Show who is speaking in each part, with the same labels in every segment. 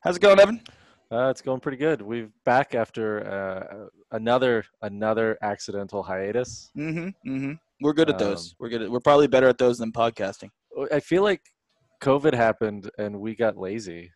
Speaker 1: How's it going, Evan?
Speaker 2: Uh, it's going pretty good. We've back after uh, another another accidental hiatus.
Speaker 1: Mm-hmm. Mm-hmm. We're good at those. we're good. At, we're probably better at those than podcasting.
Speaker 2: I feel like COVID happened and we got lazy.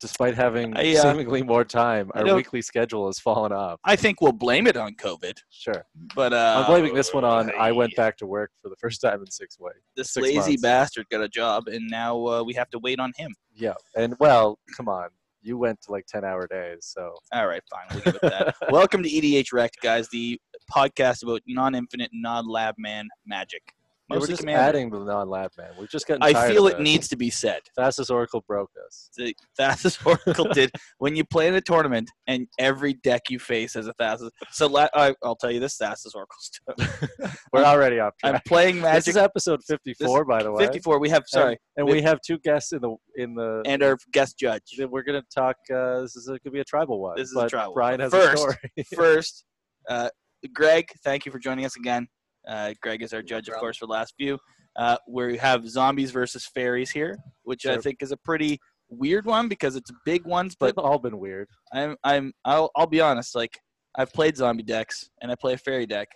Speaker 2: Despite having
Speaker 1: I, uh,
Speaker 2: seemingly more time,
Speaker 1: I
Speaker 2: our
Speaker 1: don't-
Speaker 2: weekly schedule has fallen off.
Speaker 1: I think we'll blame it on COVID,
Speaker 2: Sure.
Speaker 1: but uh,
Speaker 2: I'm blaming this one on I went back to work for the first time in six weeks.
Speaker 1: This
Speaker 2: six
Speaker 1: lazy
Speaker 2: months.
Speaker 1: bastard got a job, and now uh, we have to wait on him.
Speaker 2: Yeah. And well, come on. You went to like 10 hour days. So
Speaker 1: All right, fine. We'll give it that. Welcome to EDH Rec, guys, the podcast about non-infinite, non-lab man magic.
Speaker 2: Yeah, we're
Speaker 1: Mostly
Speaker 2: just
Speaker 1: Commander.
Speaker 2: adding the non lab man. We've just gotten
Speaker 1: I
Speaker 2: tired
Speaker 1: feel
Speaker 2: of
Speaker 1: it
Speaker 2: this.
Speaker 1: needs to be said.
Speaker 2: Fastest Oracle broke us.
Speaker 1: the Thassa's Oracle did when you play in a tournament and every deck you face has a Thassa's. So la- I, I'll tell you this Thassa's Oracle stuff.
Speaker 2: We're already off
Speaker 1: I'm
Speaker 2: track.
Speaker 1: playing
Speaker 2: This
Speaker 1: Magic
Speaker 2: is episode 54, by the way.
Speaker 1: 54. We have, sorry,
Speaker 2: And we have two guests in the in the
Speaker 1: and our guest judge.
Speaker 2: that we're gonna talk. Uh, this is a, could be a tribal one.
Speaker 1: This is a
Speaker 2: but
Speaker 1: tribal
Speaker 2: Brian has a
Speaker 1: First-
Speaker 2: story.
Speaker 1: First, uh, Greg, thank you for joining us again. Uh, Greg is our judge, of course, for Last View. Uh, we have Zombies versus Fairies here, which I
Speaker 2: Sure.
Speaker 1: think is a pretty weird one because it's big ones, but
Speaker 2: They've all been weird.
Speaker 1: I'm I'm I'll I'll be honest. Like I've played zombie decks and I play a fairy deck,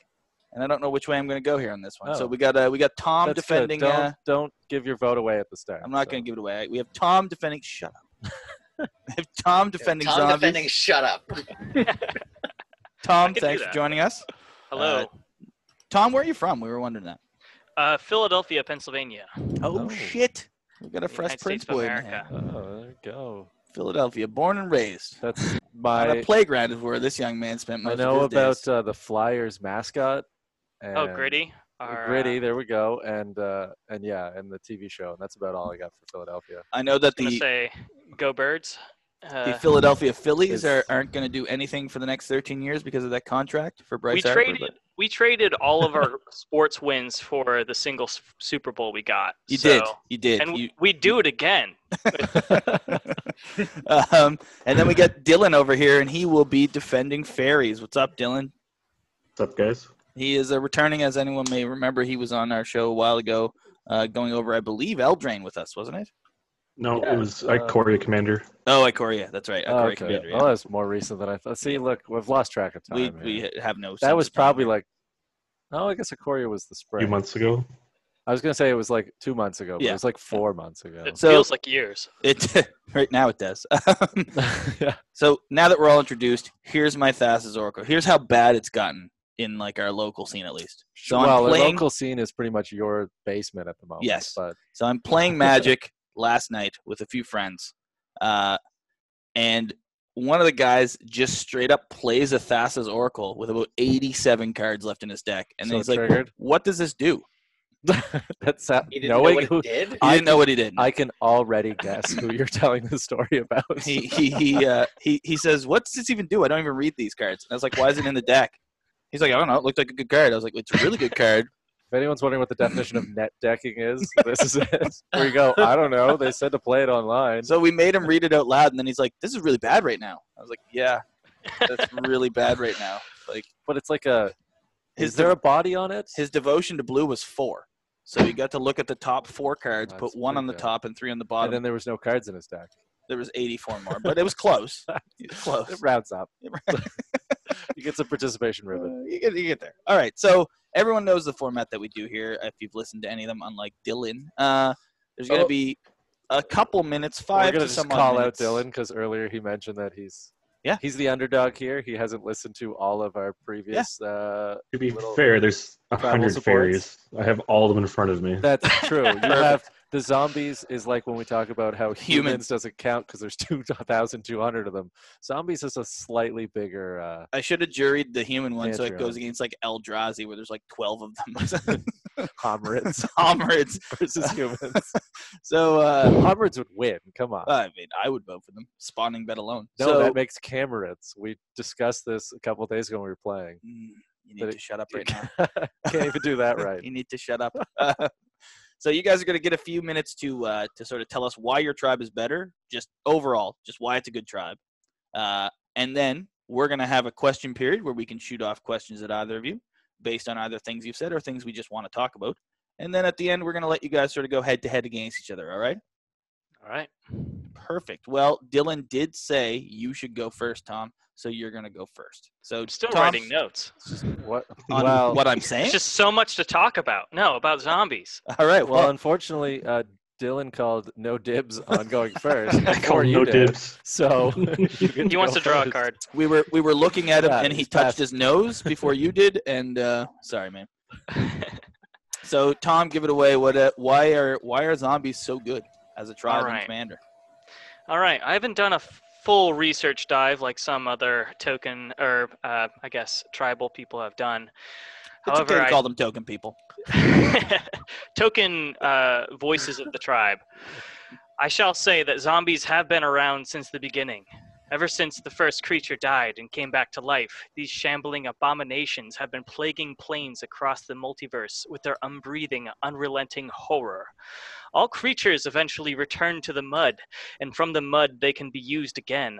Speaker 1: and I don't know which way I'm going to go here on this one. So
Speaker 2: Oh.
Speaker 1: we got uh, we got Tom
Speaker 2: That's good.
Speaker 1: defending.
Speaker 2: Don't
Speaker 1: Uh,
Speaker 2: don't give your vote away at the start.
Speaker 1: I'm not
Speaker 2: so.
Speaker 1: going to give it away. We have Tom defending. Shut up. we have Tom defending
Speaker 3: Tom
Speaker 1: zombies.
Speaker 3: defending shut up.
Speaker 1: Tom,
Speaker 4: I can do
Speaker 1: thanks for
Speaker 4: that.
Speaker 1: joining us.
Speaker 4: Hello.
Speaker 1: Uh, Tom, where are you from? We were wondering that.
Speaker 4: Uh, Philadelphia, Pennsylvania.
Speaker 1: Oh,
Speaker 2: Oh.
Speaker 1: shit! We got a fresh
Speaker 4: United
Speaker 1: Prince
Speaker 4: States of
Speaker 1: boy in
Speaker 4: America.
Speaker 1: here.
Speaker 2: Oh, there you go.
Speaker 1: Philadelphia, born and raised.
Speaker 2: That's
Speaker 1: on
Speaker 2: my.
Speaker 1: a playground is where this young man spent most
Speaker 2: I know
Speaker 1: of his days.
Speaker 2: about uh, the Flyers mascot. And
Speaker 4: Oh, Gritty. Our, uh,
Speaker 2: Gritty. There we go. And uh, and yeah, and the TV show. And that's about all I got for Philadelphia.
Speaker 1: I know that
Speaker 4: I'm going
Speaker 1: the
Speaker 4: to say Go Birds.
Speaker 1: the
Speaker 4: Uh,
Speaker 1: Philadelphia Phillies are,
Speaker 2: It's-
Speaker 1: aren't going to do anything for the next 13 years because of that contract for Bryce
Speaker 4: we
Speaker 1: Harper,
Speaker 4: traded
Speaker 1: but-
Speaker 4: we traded all of our sports wins for the single s- Super Bowl we got.
Speaker 1: You
Speaker 4: so-
Speaker 1: did, you did.
Speaker 4: And
Speaker 1: you,
Speaker 4: we do it again.
Speaker 1: um, and then we got Dylan over here, and he will be defending fairies. What's up, Dylan?
Speaker 5: What's up, guys?
Speaker 1: He is uh, returning, as anyone may remember. He was on our show a while ago, uh, going over, I believe, Eldraine with us, wasn't it?
Speaker 5: No,
Speaker 2: Yeah,
Speaker 5: it was I
Speaker 2: uh,
Speaker 5: Corey Commander.
Speaker 1: Oh, Ikoria, that's right. Ikoria
Speaker 2: okay.
Speaker 1: Commander.
Speaker 2: Oh,
Speaker 1: yeah.
Speaker 2: that's more recent than I thought. See, look, we've lost track of time.
Speaker 1: we
Speaker 2: here.
Speaker 1: we have no. sense
Speaker 2: that was
Speaker 1: of time.
Speaker 2: probably like. Oh, I guess Aquaria was the
Speaker 5: A
Speaker 2: spring.
Speaker 5: few months ago.
Speaker 2: I was gonna say it was like two months ago, but
Speaker 1: Yeah.
Speaker 2: it was like four months ago.
Speaker 4: It
Speaker 1: So-
Speaker 4: feels like years.
Speaker 1: it. right now, it does. Um,
Speaker 2: yeah.
Speaker 1: So now that we're all introduced, here's my Thassa's Oracle. Here's how bad it's gotten in like our local scene at least. So I'm
Speaker 2: well, the
Speaker 1: playing-
Speaker 2: local scene is pretty much your basement at the moment.
Speaker 1: Yes.
Speaker 2: But
Speaker 1: So I'm playing Magic last night with a few friends, uh, and one of the guys just straight up plays a Thassa's Oracle with about 87 cards left in his deck, and
Speaker 2: So
Speaker 1: then he's like,
Speaker 2: triggered.
Speaker 1: "What does this do?"
Speaker 2: that's uh,
Speaker 3: He didn't know
Speaker 2: knowing
Speaker 3: what
Speaker 2: who
Speaker 3: he did.
Speaker 1: I
Speaker 2: I
Speaker 1: didn't know what he did.
Speaker 2: I can already guess who you're telling the story about.
Speaker 1: he he he, uh, he he says, "What does this even do? I don't even read these cards." And I was like, "Why is it in the deck?" He's like, "I don't know. It looked like a good card." I was like, "It's a really good card."
Speaker 2: if anyone's wondering what the definition of net decking is, this is it. Where you go, I don't know. They said to play it online.
Speaker 1: So we made him read it out loud, and then he's like, "This is really bad right now." I was like, "Yeah, that's really bad right now." Like
Speaker 2: but it's like a.
Speaker 1: his
Speaker 2: is there a body on it?
Speaker 1: his devotion to blue was four. So he got to look at the top four cards,
Speaker 2: That's
Speaker 1: put one on the
Speaker 2: pretty good.
Speaker 1: top and three on the
Speaker 2: and
Speaker 1: bottom.
Speaker 2: then there was no cards in his deck.
Speaker 1: there was 84 more, but it was close. It was
Speaker 2: It
Speaker 1: close.
Speaker 2: rounds up.
Speaker 1: It
Speaker 2: you get some participation ribbon.
Speaker 1: Uh, you, get, you get there. All right. So everyone knows the format that we do here. If you've listened to any of them, unlike Dylan, uh, there's going to
Speaker 2: Oh.
Speaker 1: be a couple minutes, 5
Speaker 2: We're gonna
Speaker 1: to some
Speaker 2: just
Speaker 1: odd
Speaker 2: call out
Speaker 1: minutes.
Speaker 2: Dylan because earlier he mentioned that he's
Speaker 1: Yeah.
Speaker 2: he's the underdog here. He hasn't listened to all of our previous. Uh,
Speaker 5: To be
Speaker 2: Little
Speaker 5: fair, there's a
Speaker 2: travel
Speaker 5: hundred
Speaker 2: supports.
Speaker 5: fairies. I have all of them in front of me.
Speaker 2: that's true. You have the zombies is like when we talk about how humans,
Speaker 1: Humans.
Speaker 2: doesn't count because there's two thousand two hundred of them. Zombies is a slightly bigger. Uh,
Speaker 1: I should have juried the human one so it
Speaker 2: Patreon.
Speaker 1: goes against like Eldrazi where there's like 12 of them.
Speaker 2: Homerids
Speaker 1: Homerids.
Speaker 2: versus humans.
Speaker 1: So uh,
Speaker 2: Homerids would win. Come on.
Speaker 1: I mean, I would vote for them. Spawning bet alone.
Speaker 2: no,
Speaker 1: Uh, so,
Speaker 2: that makes camerids. We discussed this a couple days ago when we were playing.
Speaker 1: Mm, you
Speaker 2: But
Speaker 1: need to
Speaker 2: it-
Speaker 1: shut up right now.
Speaker 2: Can't even do that right.
Speaker 1: You need to shut up. Uh, so you guys are going to get a few minutes to uh, to sort of tell us why your tribe is better, just overall, just why it's a good tribe, uh, and then we're going to have a question period where we can shoot off questions at either of you based on either things you've said or things we just want to talk about. And then at the end, we're going to let you guys sort of go head to head against each other. All right?
Speaker 4: All right.
Speaker 1: Perfect. Well, Dylan did say you should go first, Tom. So you're gonna go first. So
Speaker 4: I'm still
Speaker 1: Tom,
Speaker 4: writing notes.
Speaker 2: What?
Speaker 1: on
Speaker 2: Well,
Speaker 1: what I'm saying.
Speaker 4: It's just so much to talk about. No, about zombies.
Speaker 1: All right.
Speaker 2: well,
Speaker 1: Well,
Speaker 2: unfortunately, uh, Dylan called no dibs on going first.
Speaker 4: I
Speaker 2: before you
Speaker 5: no
Speaker 2: did.
Speaker 5: dibs.
Speaker 2: So
Speaker 5: All
Speaker 4: He wants
Speaker 2: go
Speaker 4: to draw a
Speaker 2: first.
Speaker 4: card.
Speaker 1: we were we were looking at him,
Speaker 2: Yeah,
Speaker 1: and he
Speaker 2: it's
Speaker 1: touched
Speaker 2: fast.
Speaker 1: his nose before you did. And uh, sorry, man. So Tom, give it away. What? Uh, why are why are zombies so good as a tribe and
Speaker 4: right.
Speaker 1: commander?
Speaker 4: All right, I haven't done a full research dive like some other token or uh, I guess tribal people have done.
Speaker 1: It's okay
Speaker 4: However,
Speaker 1: to
Speaker 4: I-
Speaker 1: call them token people.
Speaker 4: token uh, voices of the tribe. I shall say that zombies have been around since the beginning. Ever since the first creature died and came back to life, these shambling abominations have been plaguing planes across the multiverse with their unbreathing, unrelenting horror. All creatures eventually return to the mud, and from the mud they can be used again.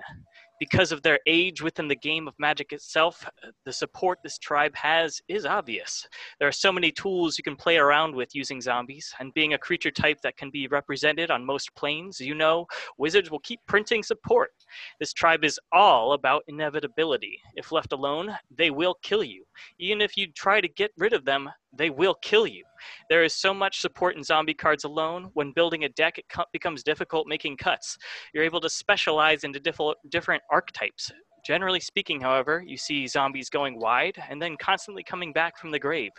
Speaker 4: Because of their age within the game of magic itself, the support this tribe has is obvious. There are so many tools you can play around with using zombies, and being a creature type that can be represented on most planes, you know, wizards will keep printing support. This tribe is all about inevitability. If left alone, they will kill you. Even if you try to get rid of them, they will kill you. There is so much support in zombie cards alone. When building a deck, it co- becomes difficult making cuts. You're able to specialize into diffel- different archetypes. Generally speaking, however, you see zombies going wide and then constantly coming back from the grave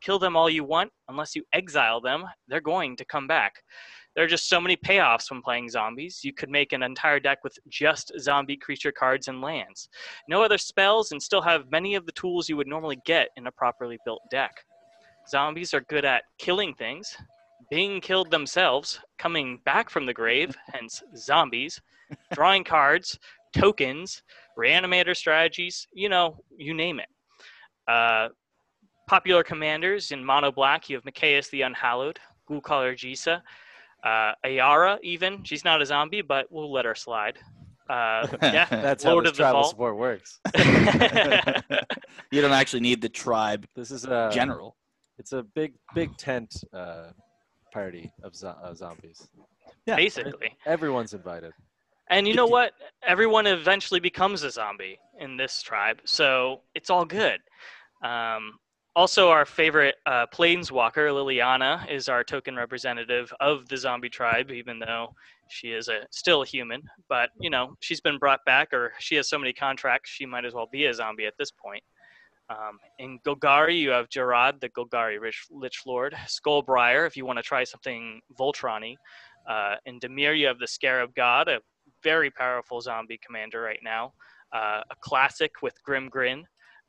Speaker 4: kill them all you want unless you exile them they're going to come back there are just so many payoffs when playing zombies you could make an entire deck with just zombie creature cards and lands no other spells and still have many of the tools you would normally get in a properly built deck zombies are good at killing things being killed themselves coming back from the grave hence zombies drawing cards tokens reanimator strategies you know you name it uh, popular commanders in mono black you have Micaeus the Unhallowed, Gulcaller Jisa, uh, Ayara even. She's not a zombie, but we'll let her slide. Uh, Death,
Speaker 2: That's
Speaker 4: Lord
Speaker 2: how
Speaker 4: of
Speaker 2: this
Speaker 4: the
Speaker 2: tribal
Speaker 4: Vault.
Speaker 2: support works.
Speaker 1: you don't actually need the tribe
Speaker 2: This is
Speaker 4: Uh,
Speaker 2: a
Speaker 1: general.
Speaker 2: It's a big, big tent uh, party of zo- uh, zombies.
Speaker 1: Yeah.
Speaker 4: basically.
Speaker 2: Everyone's invited.
Speaker 4: And you know what? Everyone eventually becomes a zombie in this tribe, so it's all good. Um, also, our favorite uh, planeswalker, Liliana, is our token representative of the zombie tribe, even though she is a, still a human. But, you know, she's been brought back, or she has so many contracts, she might as well be a zombie at this point. Um, in Golgari, you have Gerard, the Golgari Rich, Lich Lord, Skullbriar, if you want to try something Voltron y. Uh, in Demir, you have the Scarab God, a very powerful zombie commander right now. Uh, a classic with Grim Grin,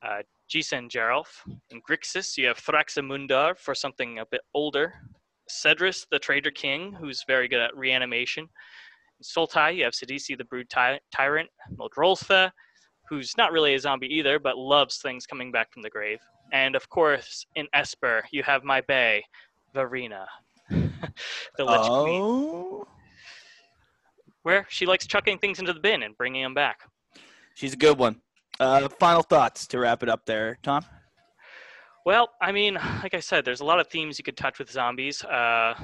Speaker 4: uh, Jisen Geralf. In Grixis, you have Thraxamundar for something a bit older. Cedrus, the Trader King, who's very good at reanimation. In Sultai, you have Sidisi, the Brood ty- Tyrant. Moldroltha, who's not really a zombie either, but loves things coming back from the grave. And of course, in Esper, you have my bay, Varina. the Lich Queen
Speaker 1: Oh,
Speaker 4: where she likes chucking things into the bin and bringing them back.
Speaker 1: she's a good one. Uh, final thoughts to wrap it up there, Tom.
Speaker 4: Well, I mean, like I said, there's a lot of themes you could touch with zombies. Uh,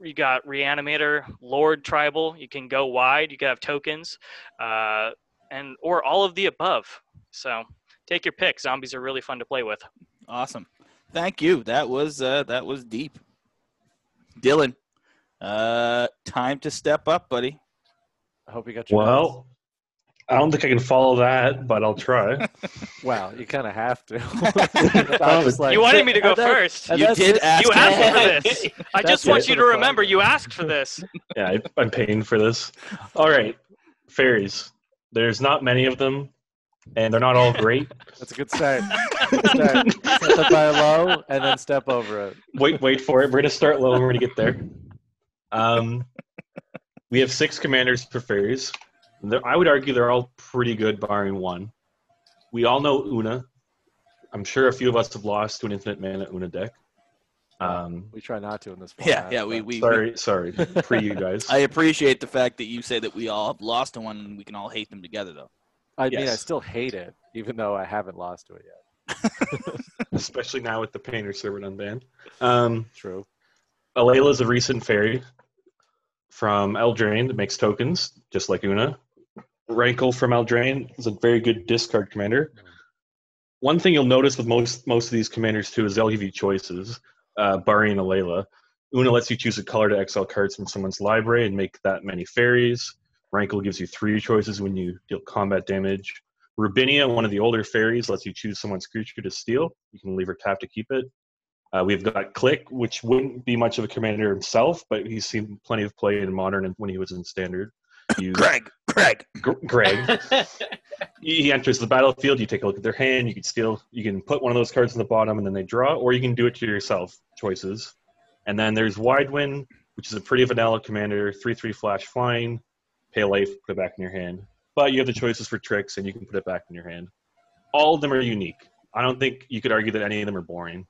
Speaker 4: you got reanimator, lord tribal. You can go wide. You can have tokens, uh, and or all of the above. So take your pick. Zombies are really fun to play with.
Speaker 1: Awesome. Thank you. That was uh, that was deep. Dylan, uh, time to step up, buddy.
Speaker 2: I hope you got your.
Speaker 5: Well, I don't think I can follow that, but I'll try.
Speaker 2: notes. wow, you kind of have to. Not just like-
Speaker 4: you wanted me to go
Speaker 2: And that-
Speaker 4: first.
Speaker 2: and
Speaker 1: You
Speaker 2: that's
Speaker 1: did
Speaker 2: it.
Speaker 1: ask
Speaker 4: You asked
Speaker 1: me.
Speaker 4: for this. I
Speaker 2: That's
Speaker 4: just want
Speaker 2: it.
Speaker 4: you to remember you asked for this.
Speaker 5: yeah, I, I'm paying for this. All right, fairies. There's not many of them, and they're not all great.
Speaker 2: That's a good start. Good start. Set the bar low and then step over it.
Speaker 5: wait, wait for it. We're gonna start low. We're gonna get there. Um, we have six commanders for fairies. They're- I would argue they're all pretty good, barring one. We all know Una. I'm sure a few of us have lost to an infinite mana Una deck. Um,
Speaker 2: We try not to in this.
Speaker 1: Yeah,
Speaker 2: format,
Speaker 1: yeah. We
Speaker 2: but-
Speaker 1: we, we
Speaker 5: sorry, sorry, pre you guys.
Speaker 1: I appreciate the fact that you say that we all have lost to one and we can all hate them together, though.
Speaker 2: I mean, I
Speaker 5: yes.
Speaker 2: still hate it, even though I haven't lost to it yet.
Speaker 5: Especially now with the painter servant unbanned. Um,
Speaker 2: True.
Speaker 5: Alayla's a recent fairy. from Eldraine that makes tokens, just like Una. Rankle from Eldraine is a very good discard commander. One thing you'll notice with most most of these commanders too is they'll give you choices, uh, barring Alayla. Una lets you choose a color to exile cards from someone's library and make that many fairies. Rankle gives you three choices when you deal combat damage. Rubinia, one of the older fairies, lets you choose someone's creature to steal. You can leave her tapped to keep it. Uh, we've got Click, which wouldn't be much of a commander himself, but he's seen plenty of play in Modern and when he was in Standard. You,
Speaker 1: Greg, Greg.
Speaker 5: Gr- Greg. he enters the battlefield. You take a look at their hand. You can steal. You can put one of those cards in the bottom, and then they draw, or you can do it to yourself. Choices. And then there's Widewind, which is a pretty vanilla commander. Three three flash flying, pay life, put it back in your hand. But you have the choices for tricks, and you can put it back in your hand. All of them are unique. I don't think you could argue that any of them are boring.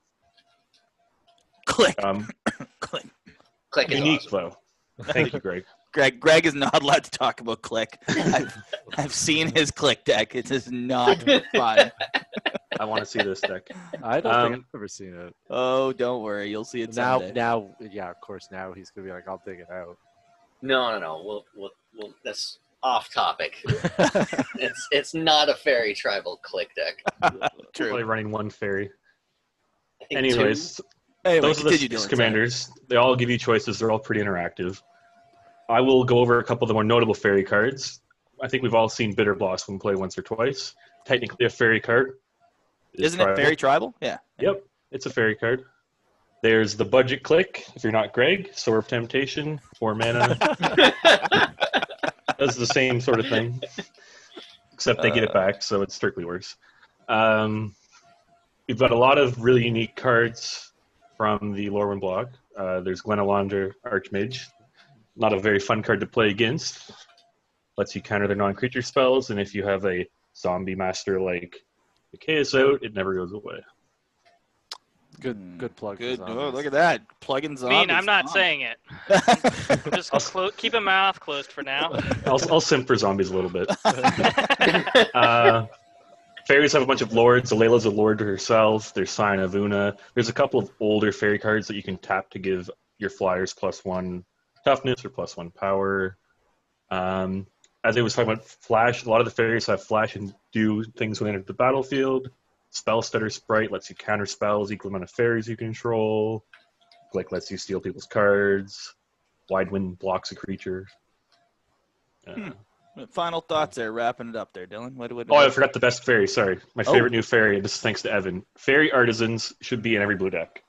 Speaker 1: Click,
Speaker 5: Um,
Speaker 1: click.
Speaker 3: Click is
Speaker 5: unique
Speaker 3: awesome.
Speaker 5: though. Thank you, Greg.
Speaker 1: Greg, Greg is not allowed to talk about click. I've, I've seen his click deck. It is not fun.
Speaker 5: I want to see this deck.
Speaker 2: I don't
Speaker 5: Um,
Speaker 2: think I've ever seen it.
Speaker 1: Oh, don't worry, you'll see it
Speaker 2: now,
Speaker 1: someday.
Speaker 2: now, yeah, of course. Now he's gonna be like, "I'll dig it out."
Speaker 3: No, no, no. We'll, we'll, we'll, that's off topic. it's it's not a fairy tribal click deck.
Speaker 5: Probably
Speaker 1: True.
Speaker 5: running one fairy.
Speaker 3: I think
Speaker 5: Anyways,
Speaker 1: Anyway,
Speaker 5: those are the
Speaker 1: continue,
Speaker 5: six
Speaker 1: Dylan,
Speaker 5: commanders. They all give you choices. They're all pretty interactive. I will go over a couple of the more notable fairy cards. I think we've all seen Bitter Blossom play once or twice. Technically a fairy card.
Speaker 1: sorry. Isn't it
Speaker 5: tribal.
Speaker 1: very tribal? Yeah.
Speaker 5: Yep, it's a fairy card. There's the budget click. If you're not Greg, Sword of Temptation, four mana. does the same sort of thing, except they get it back, so it's strictly worse. Um, we've got a lot of really unique cards from the Lorwyn block. Uh, there's Glenalander, Archmage. Not a very fun card to play against. Lets you counter their non-creature spells, and if you have a zombie master like the Chaos out, it never goes away.
Speaker 1: Hmm.
Speaker 2: Good, good plug. for
Speaker 1: Good. Oh,
Speaker 2: zombies.
Speaker 1: look at that. Plug-in
Speaker 4: I
Speaker 1: zombies.
Speaker 4: mean, I'm not saying it. I'm just clo- keeping my mouth closed for now.
Speaker 5: I'll, I'll simp for zombies a little bit. uh, fairies have a bunch of lords. Alayla's a lord herself. There's Sign of Una. There's a couple of older fairy cards that you can tap to give your flyers plus one toughness or plus one power. Um, as I was talking about Flash, a lot of the fairies have Flash and do things when they enter the battlefield. Spell Stutter Sprite lets you counter spells, equal amount of fairies you control. Glick lets you steal people's cards. Wide Wind blocks a creature. Uh,
Speaker 1: Hmm. Final thoughts there, wrapping it up there, Dylan. What, what,
Speaker 5: Oh, I forgot the best fairy. Sorry, my
Speaker 1: Oh.
Speaker 5: favorite new fairy. This is thanks to Evan. Fairy artisans should be in every blue deck.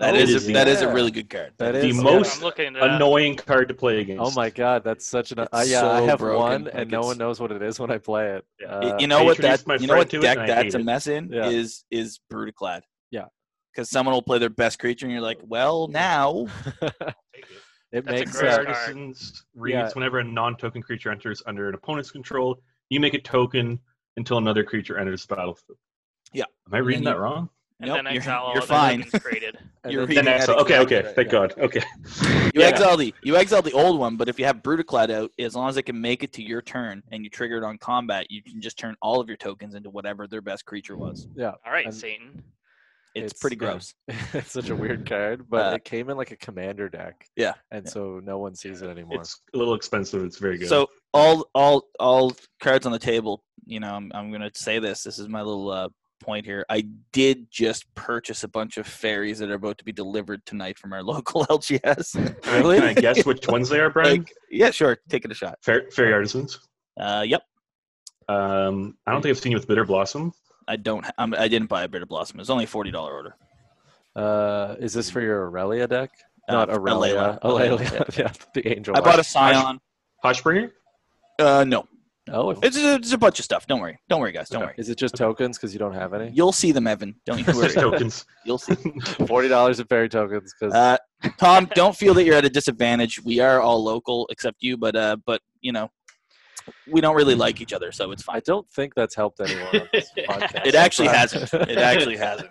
Speaker 1: that
Speaker 2: Oh,
Speaker 1: is
Speaker 5: it
Speaker 1: a,
Speaker 5: is the-
Speaker 1: that is a really good card.
Speaker 2: That
Speaker 5: The
Speaker 2: is yeah.
Speaker 5: most
Speaker 4: I'm looking at
Speaker 5: Annoying card to play against.
Speaker 2: Oh my god, that's such an.
Speaker 1: It's
Speaker 2: Uh, yeah, I
Speaker 1: so
Speaker 2: have
Speaker 1: broken,
Speaker 2: one,
Speaker 1: like
Speaker 2: and no
Speaker 1: it's-
Speaker 2: one knows what it is when I play it.
Speaker 5: Yeah.
Speaker 1: Y-
Speaker 2: Uh,
Speaker 1: you know what
Speaker 5: introduced
Speaker 1: that
Speaker 5: my
Speaker 1: you know what
Speaker 5: friend to it
Speaker 1: deck
Speaker 5: and I
Speaker 1: that's a
Speaker 5: hate it.
Speaker 1: mess in
Speaker 2: Yeah.
Speaker 1: is is Brutaclad.
Speaker 2: Yeah.
Speaker 1: Because someone will play their best creature, and you're like, well, now
Speaker 2: it
Speaker 4: That's a
Speaker 2: makes.
Speaker 4: great
Speaker 5: Fairy
Speaker 2: Uh,
Speaker 4: card.
Speaker 5: artisans reads
Speaker 2: Yeah.
Speaker 5: whenever a non-token creature enters under an opponent's control, you make a token until another creature enters the battlefield.
Speaker 1: Yeah.
Speaker 5: Am I reading
Speaker 1: then
Speaker 5: that wrong?
Speaker 4: and
Speaker 1: nope,
Speaker 4: then
Speaker 1: you're,
Speaker 4: exile all
Speaker 1: you're
Speaker 4: the
Speaker 1: fine.
Speaker 4: tokens created.
Speaker 2: and
Speaker 1: you're
Speaker 2: then-
Speaker 1: reading
Speaker 5: Then
Speaker 1: that
Speaker 5: exile. Okay,
Speaker 1: exact
Speaker 5: okay.
Speaker 1: right,
Speaker 5: Thank
Speaker 1: yeah.
Speaker 5: God. Okay.
Speaker 1: You
Speaker 5: Yeah.
Speaker 1: exile the you exile the old one, but if you have Brutaclad out, as long as it can make it to your turn and you trigger it on combat, you can just turn all of your tokens into whatever their best creature was.
Speaker 4: All right,
Speaker 2: And-
Speaker 4: Satan.
Speaker 1: It's,
Speaker 2: It's-
Speaker 1: pretty
Speaker 2: yeah.
Speaker 1: gross.
Speaker 2: it's such a weird card, but
Speaker 1: Uh,
Speaker 2: it came in like a commander deck.
Speaker 1: Yeah,
Speaker 2: and
Speaker 1: yeah.
Speaker 2: so no one sees it anymore.
Speaker 5: It's a little expensive. It's very good.
Speaker 1: So all all all cards on the table. You know, I'm I'm gonna say this. This is my little uh, point here. I did just purchase a bunch of fairies that are about to be delivered tonight from our local LGS.
Speaker 5: Can I- Can I guess which ones they are, Brian?
Speaker 1: like, yeah, sure, take it a shot.
Speaker 5: Fair, fairy artisans.
Speaker 1: Uh, yep.
Speaker 5: Um, I don't think I've seen you with Bitter Blossom.
Speaker 1: I don't. ha- I'm, I didn't buy a bitter blossom. It's only a forty dollar order.
Speaker 2: Uh, is this for your Aurelia deck?
Speaker 1: Mm. Uh,
Speaker 2: Not
Speaker 1: for
Speaker 2: Aurelia.
Speaker 1: Aurelia,
Speaker 2: Aurelia. yeah, the angel.
Speaker 1: I bought a
Speaker 2: one.
Speaker 1: scion.
Speaker 5: Hushbringer.
Speaker 1: Uh, no,
Speaker 2: Oh, it-
Speaker 1: it's a, it's a bunch of stuff. Don't worry. Don't worry, guys. Don't worry.
Speaker 2: is it just tokens because you don't have any?
Speaker 1: You'll see them, Evan. Don't you worry.
Speaker 5: Just tokens.
Speaker 1: You'll see.
Speaker 2: Forty dollars in fairy tokens because
Speaker 1: Uh, Tom, don't feel that you're at a disadvantage. We are all local except you, but uh, but you know, we don't really like each other, so it's
Speaker 2: I
Speaker 1: fine.
Speaker 2: don't think that's helped anyone. On this podcast. Uh,
Speaker 1: It actually hasn't. It actually hasn't.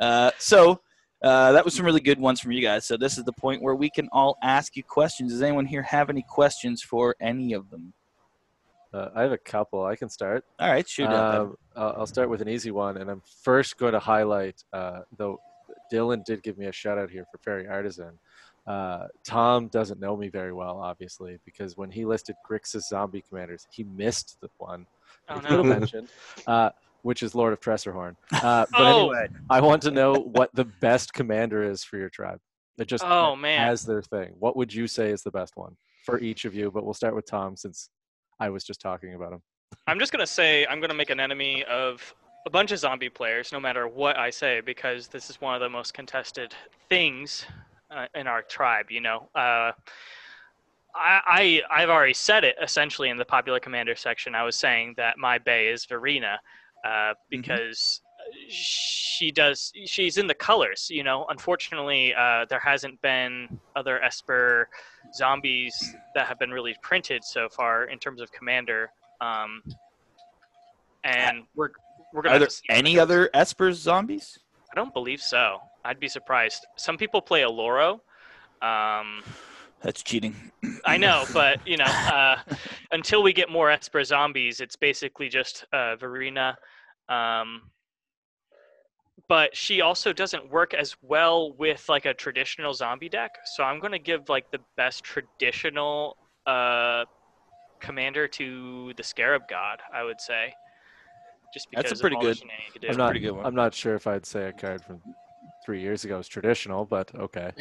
Speaker 1: Uh, so uh, that was some really good ones from you guys. So this is the point where we can all ask you questions. Does anyone here have any questions for any of them?
Speaker 2: Uh, I have a couple. I can start.
Speaker 1: All right, shoot up. Evan.
Speaker 2: Um, I'll I'll start with an easy one, and I'm first going to highlight, uh, though Dylan did give me a shout out here for Fairy Artisan, Uh, Tom doesn't know me very well, obviously, because when he listed Grixis zombie commanders, he missed the one
Speaker 4: Oh
Speaker 2: we
Speaker 4: no.
Speaker 2: could have mentioned, uh, which is Lord of Tressorhorn. Uh, but
Speaker 4: Oh.
Speaker 2: anyway, I want to know what the best commander is for your tribe. It just
Speaker 4: Oh man.
Speaker 2: as their thing. What would you say is the best one for each of you? But we'll start with Tom since I was just talking about him.
Speaker 4: I'm just gonna say I'm gonna make an enemy of a bunch of zombie players, no matter what I say, because this is one of the most contested things uh, in our tribe. You know, uh, I, I I've already said it essentially in the popular commander section. I was saying that my bay is Verena uh, because she does she's in the colors. You know, unfortunately, uh, there hasn't been other Esper zombies that have been really printed so far in terms of commander. Um, and we're we're
Speaker 2: Uh,
Speaker 4: gonna
Speaker 1: Are
Speaker 4: have
Speaker 1: there
Speaker 4: to see how
Speaker 1: any
Speaker 4: it goes.
Speaker 1: other Esper's zombies?
Speaker 4: I don't believe so. I'd be surprised. Some people play Aloro. Um,
Speaker 1: That's cheating.
Speaker 4: I know, but you know, uh, until we get more Esper zombies, it's basically just uh, Verena. Um, but she also doesn't work as well with like a traditional zombie deck, so I'm gonna give like the best traditional uh, commander to the Scarab God. I would say, just
Speaker 1: That's a
Speaker 4: because of
Speaker 1: pretty
Speaker 4: all the
Speaker 1: good-
Speaker 4: shenanigans you can do.
Speaker 2: I'm not.
Speaker 1: pretty good one.
Speaker 2: I'm not sure if I'd say a card from three years ago is traditional, but okay.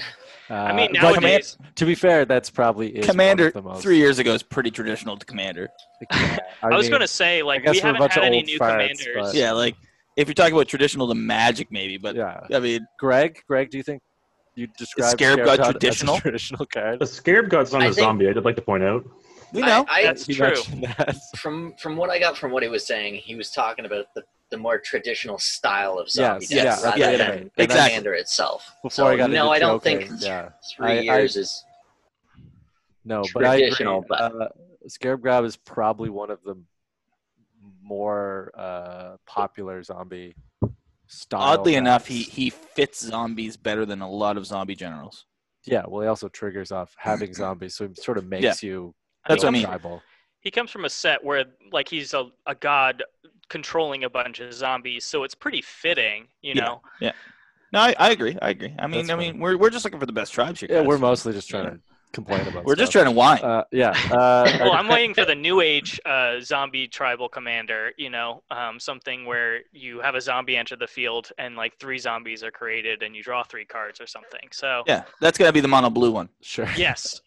Speaker 2: Uh,
Speaker 4: I mean,
Speaker 2: but
Speaker 1: command-
Speaker 4: nowadays,
Speaker 2: to be fair, that's probably is one of
Speaker 1: Commander,
Speaker 2: the most-
Speaker 1: three years ago is pretty traditional to Commander.
Speaker 2: Yeah,
Speaker 4: I, was
Speaker 2: mean,
Speaker 4: gonna say like
Speaker 2: guess
Speaker 4: we
Speaker 2: we're a
Speaker 4: haven't
Speaker 2: bunch
Speaker 4: had
Speaker 2: of
Speaker 4: any
Speaker 2: old
Speaker 4: new
Speaker 2: farts,
Speaker 4: commanders.
Speaker 2: but-
Speaker 1: Yeah, like if you're talking about traditional to Magic, maybe, but
Speaker 2: yeah.
Speaker 1: I mean,
Speaker 2: Greg, Greg, do you think you describe
Speaker 1: Scarab God
Speaker 2: as a
Speaker 1: traditional?
Speaker 2: traditional card?
Speaker 5: The Scarab God's not a
Speaker 3: I think-
Speaker 5: zombie. I'd like to point out.
Speaker 1: we know.
Speaker 3: I, I,
Speaker 4: That's
Speaker 2: He
Speaker 4: true.
Speaker 2: mentioned that.
Speaker 3: from from what I got from what he was saying, he was talking about the, the more traditional style of zombie
Speaker 2: Yes,
Speaker 3: death
Speaker 1: yes,
Speaker 3: rather
Speaker 1: yeah,
Speaker 3: than
Speaker 2: yeah,
Speaker 3: the
Speaker 1: exactly.
Speaker 3: commander itself.
Speaker 2: Before
Speaker 3: so
Speaker 2: I got
Speaker 3: no,
Speaker 2: into
Speaker 3: I don't
Speaker 2: Joker,
Speaker 3: think
Speaker 2: yeah.
Speaker 3: three
Speaker 2: I- I-
Speaker 3: years is
Speaker 2: No, but I agree.
Speaker 3: Traditional, but-
Speaker 2: Uh, Scarab Grab is probably one of the more uh, popular zombie style.
Speaker 1: Oddly enough, he
Speaker 2: decks.
Speaker 1: he fits zombies better than a lot of zombie generals.
Speaker 2: yeah. Well, he also triggers off having zombies, so he sort of makes you
Speaker 1: That's what I
Speaker 4: mean.
Speaker 1: mean.
Speaker 2: tribal.
Speaker 4: he comes from a set where like he's a, a god controlling a bunch of zombies so it's pretty fitting you
Speaker 1: Yeah.
Speaker 4: know
Speaker 1: No, I, I agree. I agree. I mean,
Speaker 2: That's
Speaker 1: I
Speaker 2: fine.
Speaker 1: mean, we're we're just looking for the best tribes here.
Speaker 2: Yeah,
Speaker 1: guys.
Speaker 2: we're mostly just trying to complain about.
Speaker 1: we're just
Speaker 2: stuff.
Speaker 1: trying to whine.
Speaker 2: Uh, yeah. Uh,
Speaker 4: well i'm waiting for the new age uh, zombie tribal commander you know um, something where you have a zombie enter the field and like three zombies are created and you draw three cards or something so
Speaker 1: yeah, that's gonna be the mono blue one.
Speaker 2: sure.
Speaker 4: yes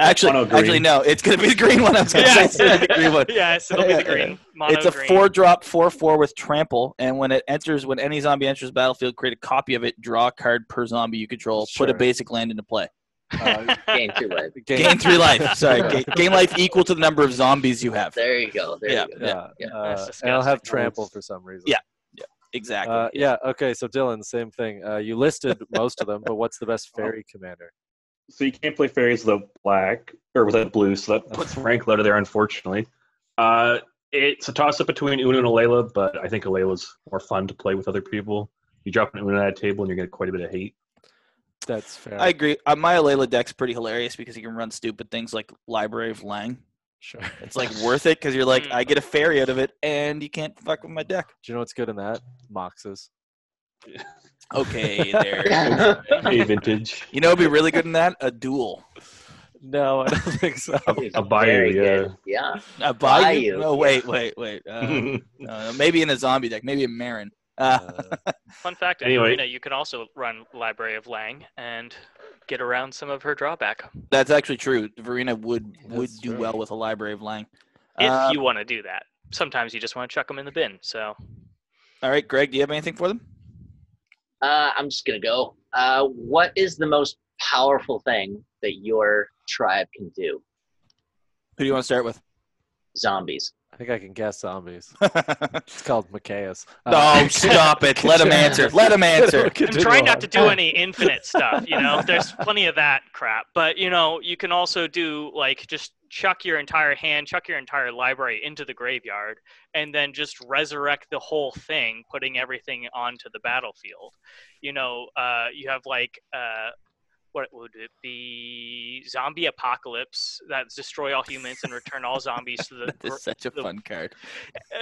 Speaker 1: Actually,
Speaker 5: Mono green.
Speaker 1: actually, no, it's gonna be the green one. I was gonna say it's gonna be the green one.
Speaker 4: yes it'll be
Speaker 1: Yeah,
Speaker 4: the
Speaker 1: yeah,
Speaker 4: green mono
Speaker 1: It's a
Speaker 4: green.
Speaker 1: four drop, four four with trample, and when it enters, when any zombie enters the battlefield, create a copy of it, draw a card per zombie you control, put
Speaker 2: Sure.
Speaker 1: a basic land into play.
Speaker 2: Uh,
Speaker 3: game two way.
Speaker 1: Gain three life. Sorry, gain, gain life equal to the number of zombies you have.
Speaker 3: There you go. There
Speaker 1: Yeah.
Speaker 3: you go.
Speaker 2: Yeah.
Speaker 3: yeah.
Speaker 2: Uh,
Speaker 4: That's
Speaker 2: and I'll have
Speaker 4: disgusting.
Speaker 2: trample for some reason.
Speaker 1: Yeah. Exactly.
Speaker 2: Uh, yeah. Okay. So Dylan, same thing. Uh, you listed most of them, but what's the
Speaker 1: Oh.
Speaker 2: best fairy commander?
Speaker 5: So you can't play fairies without black or without blue. So that puts Frank out of there, unfortunately. Uh, it's a toss up between Una and Alayla, but I think Alayla's more fun to play with other people. You drop an Una at a table, and you're gonna get quite a bit of hate.
Speaker 2: That's fair.
Speaker 1: I agree. Uh, my Alayla deck's pretty hilarious because you can run stupid things like Library of Lang.
Speaker 2: Sure.
Speaker 1: It's like worth it because you're like,
Speaker 4: Mm.
Speaker 1: I get a fairy out of it, and you can't fuck with my deck.
Speaker 2: Do you know what's good in that? Moxes.
Speaker 1: Okay, there.
Speaker 3: Yeah.
Speaker 5: Hey, vintage.
Speaker 1: you know, it'd be really good in that a duel.
Speaker 2: No, I don't think so.
Speaker 5: A buyer,
Speaker 3: Very
Speaker 5: yeah.
Speaker 3: good. Yeah.
Speaker 1: A Bayou?
Speaker 3: Bayou,
Speaker 1: No,
Speaker 3: yeah.
Speaker 1: Oh, wait, wait, wait. Uh, no, maybe in a zombie deck. Maybe a Marin. Uh,
Speaker 2: Uh,
Speaker 4: fun fact in
Speaker 5: Anyway.
Speaker 4: arena you can also run library of lang and get around some of her drawback
Speaker 1: that's actually true. Verena would would
Speaker 2: That's
Speaker 1: do
Speaker 2: true.
Speaker 1: well with a Library of Lang.
Speaker 4: if
Speaker 1: Uh,
Speaker 4: you want to do that sometimes you just want to chuck them in the bin so
Speaker 1: all right, Greg, do you have anything for them?
Speaker 3: Uh, I'm just gonna go. Uh, what is the most powerful thing that your tribe can do?
Speaker 1: Who do you want to start with?
Speaker 3: Zombies.
Speaker 2: I think I can guess zombies. It's called Micaeus. Uh,
Speaker 1: oh, stop it. Let him answer. Let him answer.
Speaker 4: I'm trying not to do any infinite stuff, you know. There's plenty of that crap. But, you know, you can also do like just chuck your entire hand, chuck your entire library into the graveyard and then just resurrect the whole thing, putting everything onto the battlefield. You know, uh you have like uh what would it be? Zombie apocalypse that destroy all humans and return all zombies to the
Speaker 1: This is such a fun card.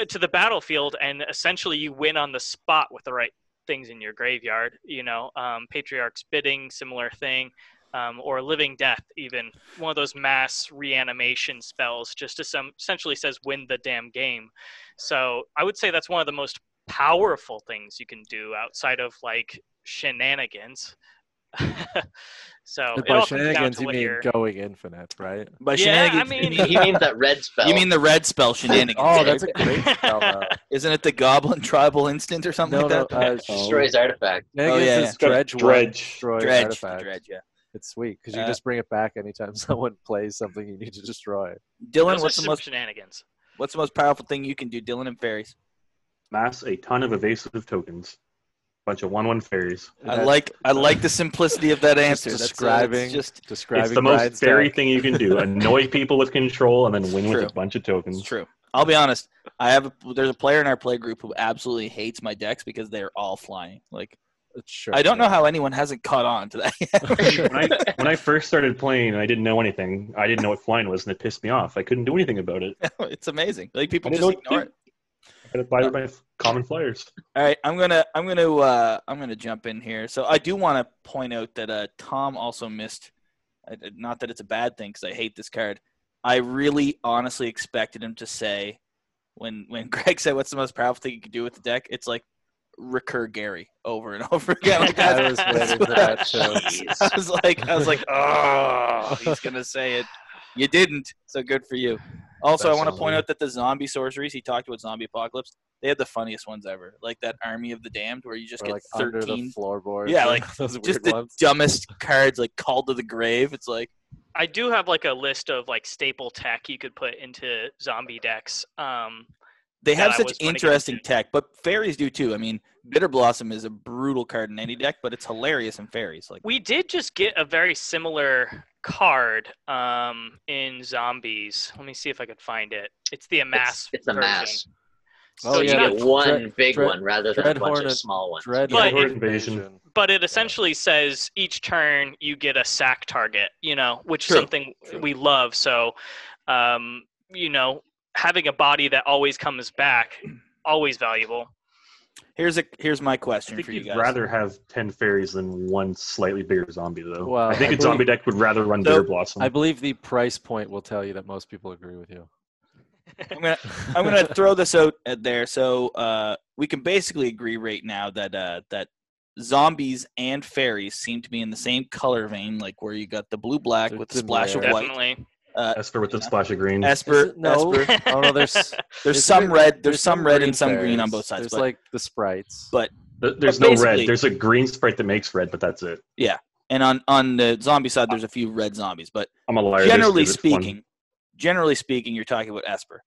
Speaker 4: uh, to the battlefield and essentially you win on the spot with the right things in your graveyard. You know, um, Patriarch's Bidding, similar thing, um, or Living Death, even one of those mass reanimation spells, just to some essentially says win the damn game. So I would say that's one of the most powerful things you can do outside of like shenanigans. so it all
Speaker 2: by
Speaker 4: comes down
Speaker 2: shenanigans,
Speaker 4: to
Speaker 2: you
Speaker 4: what
Speaker 2: mean
Speaker 4: you're-
Speaker 2: going infinite, right?
Speaker 1: By
Speaker 4: Yeah, I
Speaker 1: shenanigans,
Speaker 4: mean-
Speaker 3: he means that red spell.
Speaker 1: you mean the red spell shenanigans?
Speaker 2: Oh,
Speaker 1: right?
Speaker 2: that's a great spell. though.
Speaker 1: Isn't it the Goblin Tribal Instant or something
Speaker 2: no,
Speaker 1: like
Speaker 2: no,
Speaker 1: that? oh,
Speaker 2: uh,
Speaker 3: destroys artifact?
Speaker 2: shenanigans
Speaker 1: yeah,
Speaker 2: is dredge, one,
Speaker 5: Dredge.
Speaker 2: destroy
Speaker 1: dredge, the
Speaker 2: artifact.
Speaker 1: dredge. Yeah.
Speaker 2: It's sweet because you
Speaker 1: Uh,
Speaker 2: just bring it back anytime someone plays something you need to destroy.
Speaker 1: Dylan,
Speaker 4: those are
Speaker 1: what's the
Speaker 4: some
Speaker 1: most
Speaker 4: shenanigans?
Speaker 1: what's the most powerful thing you can do, Dylan and fairies?
Speaker 5: Mass a ton of evasive tokens. Bunch of one-one fairies.
Speaker 1: I
Speaker 2: That's
Speaker 1: like I like the simplicity of that
Speaker 2: just
Speaker 1: answer. That's, uh, that's
Speaker 2: describing-
Speaker 1: just
Speaker 2: describing
Speaker 5: it's the most
Speaker 2: Brian's
Speaker 5: fairy
Speaker 2: deck.
Speaker 5: thing you can do: annoy people with control and then
Speaker 1: It's
Speaker 5: win with
Speaker 1: true.
Speaker 5: a bunch of
Speaker 1: it's
Speaker 5: tokens.
Speaker 1: true. I'll be honest. I have a, there's a player in our play group who absolutely hates my decks because they're all flying. Like
Speaker 2: Sure,
Speaker 1: I don't know
Speaker 2: yeah.
Speaker 1: how anyone hasn't caught on to that. yet.
Speaker 5: when, I, when I first started playing, I didn't know anything. I didn't know what flying was, and it pissed me off. I couldn't do anything about it.
Speaker 1: it's amazing. Like people
Speaker 5: I didn't
Speaker 1: just
Speaker 5: know what to
Speaker 1: ignore
Speaker 5: do.
Speaker 1: it.
Speaker 5: I had to buy my common flyers.
Speaker 1: All right, I'm gonna I'm gonna uh, I'm gonna jump in here. So I do want to point out that uh, Tom also missed. Uh, uh, not that it's a bad thing, because I hate this card. I really honestly expected him to say when when Greg said, "What's the most powerful thing you could do with the deck?" It's like recur Gary over and over again. Like,
Speaker 2: I
Speaker 1: that's-
Speaker 2: was waiting for that uh,
Speaker 1: that's
Speaker 2: too.
Speaker 1: what I, I was like I was like, oh, he's gonna say it. You didn't, so good for you. Also, I want to point
Speaker 5: Absolutely.
Speaker 1: out that the zombie sorceries he talked about zombie apocalypse. They had the funniest ones ever, like that Army of the Damned, where you just
Speaker 2: Or
Speaker 1: get
Speaker 2: like under the
Speaker 1: thirteen,
Speaker 2: floorboard.
Speaker 1: Yeah, like,
Speaker 2: those weird
Speaker 1: just the
Speaker 2: ones.
Speaker 1: dumbest cards, like Call to the Grave. It's like
Speaker 4: I do have like a list of like staple tech you could put into zombie decks. Um,
Speaker 1: they
Speaker 4: That
Speaker 1: have
Speaker 4: I
Speaker 1: such
Speaker 4: was gonna get
Speaker 1: interesting
Speaker 4: to.
Speaker 1: tech, but fairies do too. I mean, Bitter Blossom is a brutal card in any deck, but it's hilarious in fairies. Like
Speaker 4: we did just get a very similar card um, in zombies. Let me see if I could find it. It's the amass.
Speaker 3: It's, it's a
Speaker 4: version.
Speaker 3: mass.
Speaker 2: Oh,
Speaker 3: So you
Speaker 2: yeah,
Speaker 3: get
Speaker 2: that's-
Speaker 3: one
Speaker 2: Dread-
Speaker 3: big
Speaker 2: Dread-
Speaker 3: one rather than
Speaker 2: Dread
Speaker 3: a bunch
Speaker 2: Hornet-
Speaker 3: of small ones.
Speaker 2: Dread
Speaker 4: But
Speaker 2: Lord
Speaker 4: it-
Speaker 5: Invasion.
Speaker 4: But it essentially says each turn you get a sack target. You know, which
Speaker 1: True,
Speaker 4: is something
Speaker 1: true.
Speaker 4: we love. So, um, you know, having a body that always comes back, always valuable.
Speaker 1: here's a here's my
Speaker 5: I
Speaker 1: question
Speaker 5: think
Speaker 1: for you
Speaker 5: you'd
Speaker 1: guys.
Speaker 5: rather have ten fairies than one slightly bigger zombie, though.
Speaker 2: Well,
Speaker 5: I think
Speaker 2: I
Speaker 5: a zombie deck would rather run
Speaker 1: So,
Speaker 5: Bitter Blossom.
Speaker 2: I believe the price point will tell you that most people agree with you.
Speaker 1: I'm gonna I'm gonna throw this out at there. So uh, we can basically agree right now that uh, that zombies and fairies seem to be in the same color vein, like where you got the blue black
Speaker 2: They're
Speaker 1: with the splash of
Speaker 2: similar.
Speaker 1: white.
Speaker 4: Definitely.
Speaker 5: Esper with the splash of green.
Speaker 2: Is
Speaker 1: Esper,
Speaker 2: it- no.
Speaker 1: Esper.
Speaker 2: oh no, there's
Speaker 1: There's
Speaker 2: It's
Speaker 1: some
Speaker 2: been-
Speaker 1: red. There's some red and some
Speaker 2: fairies.
Speaker 1: green on both sides.
Speaker 2: There's
Speaker 1: But
Speaker 2: like the sprites.
Speaker 1: but-
Speaker 5: Th- There's
Speaker 1: but
Speaker 5: no red.
Speaker 1: basically-
Speaker 5: There's a green sprite that makes red, but that's it.
Speaker 1: and on on the zombie side, there's a few red zombies. But
Speaker 5: I'm a liar. There's-
Speaker 1: generally
Speaker 5: there's one.
Speaker 1: speaking, generally speaking, you're talking about Esper.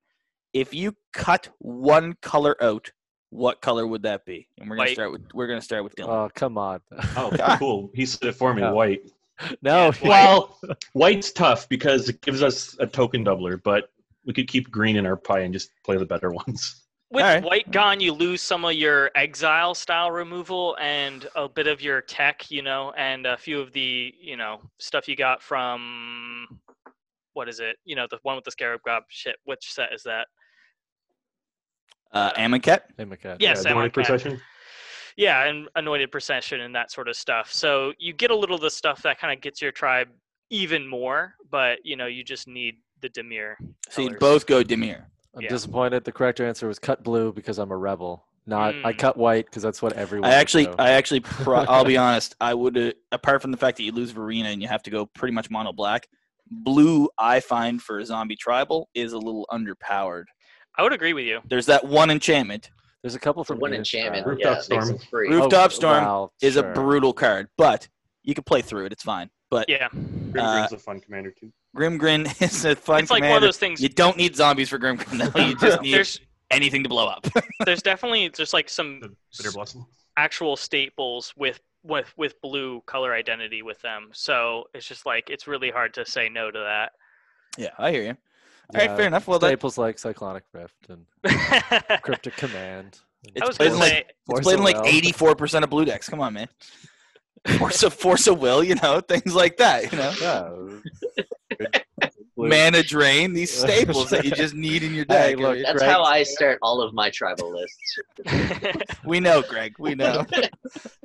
Speaker 1: If you cut one color out, what color would that be? And we're gonna
Speaker 4: White.
Speaker 1: start with we're gonna start with Dylan.
Speaker 2: oh come on.
Speaker 5: oh, cool. He said it for me.
Speaker 2: Yeah.
Speaker 5: White.
Speaker 2: no,
Speaker 4: Yeah,
Speaker 5: Well, white's tough because it gives us a token doubler, but we could keep green in our pie and just play the better ones.
Speaker 4: With
Speaker 1: Alright.
Speaker 4: White Gone, you lose some of your exile style removal and a bit of your tech, you know, and a few of the, you know, stuff you got from what is it? You know, the one with the scarab gob shit. Which set is that?
Speaker 1: Uh, Amonkhet.
Speaker 2: Hey, Maquette.
Speaker 4: Yes,
Speaker 5: yeah,
Speaker 4: I'm
Speaker 5: Demonic
Speaker 4: on cat.
Speaker 5: Procession.
Speaker 4: Yeah, and anointed procession and that sort of stuff. So you get a little of the stuff that kind of gets your tribe even more, but you know, you just need the demir.
Speaker 1: So you
Speaker 4: colors.
Speaker 1: both go Demir.
Speaker 2: I'm
Speaker 4: Yeah.
Speaker 2: disappointed. The correct answer was cut blue because I'm a rebel. Not I
Speaker 4: Mm.
Speaker 2: cut white because that's what everyone.
Speaker 1: I
Speaker 2: would
Speaker 1: actually,
Speaker 2: do.
Speaker 1: I actually, pro- I'll be honest. I would, uh, apart from the fact that you lose Verena and you have to go pretty much mono black, blue. I find for a zombie tribal is a little underpowered.
Speaker 4: I would agree with you.
Speaker 1: There's that one enchantment
Speaker 2: There's a couple
Speaker 3: For
Speaker 2: from
Speaker 3: one
Speaker 2: Venus
Speaker 3: enchantment,
Speaker 2: Tribe.
Speaker 3: yeah,
Speaker 5: Rooftop
Speaker 3: it makes
Speaker 5: storm.
Speaker 3: it free.
Speaker 1: Roof- Rooftop Storm
Speaker 2: wow,
Speaker 1: is
Speaker 2: sure.
Speaker 1: a brutal card, but you can play through it. It's fine. But
Speaker 4: Yeah.
Speaker 5: Grim
Speaker 1: Uh,
Speaker 5: Green's a fun commander too.
Speaker 1: Grimgrin is a fun
Speaker 4: it's like one of
Speaker 1: commander.
Speaker 4: those things
Speaker 1: You don't need zombies for Grimgrin. No, you just need
Speaker 4: there's
Speaker 1: anything to blow up.
Speaker 4: there's definitely just like some
Speaker 5: The Bitter Blossom.
Speaker 4: actual staples with with with blue color identity with them. So it's just like it's really hard to say no to
Speaker 1: yeah, I hear you. All right,
Speaker 2: Yeah,
Speaker 1: fair enough. Well, that,
Speaker 2: staples like Cyclonic Rift and
Speaker 4: that.
Speaker 2: Cryptic Command. and
Speaker 4: I was
Speaker 1: played
Speaker 4: gonna
Speaker 1: in, like,
Speaker 2: Force-
Speaker 4: say
Speaker 1: it's
Speaker 2: Force
Speaker 1: played in
Speaker 2: of
Speaker 1: like
Speaker 2: Will.
Speaker 1: 84% of blue decks. Come on, man. Force of force of will, you know, things like that. You know,
Speaker 2: Yeah, blue.
Speaker 1: Mana Drain, these staples that you just need in your
Speaker 2: Hey,
Speaker 1: deck.
Speaker 2: look,
Speaker 3: That's
Speaker 2: Greg.
Speaker 3: how I start all of my tribal lists.
Speaker 1: We know, Greg. We know.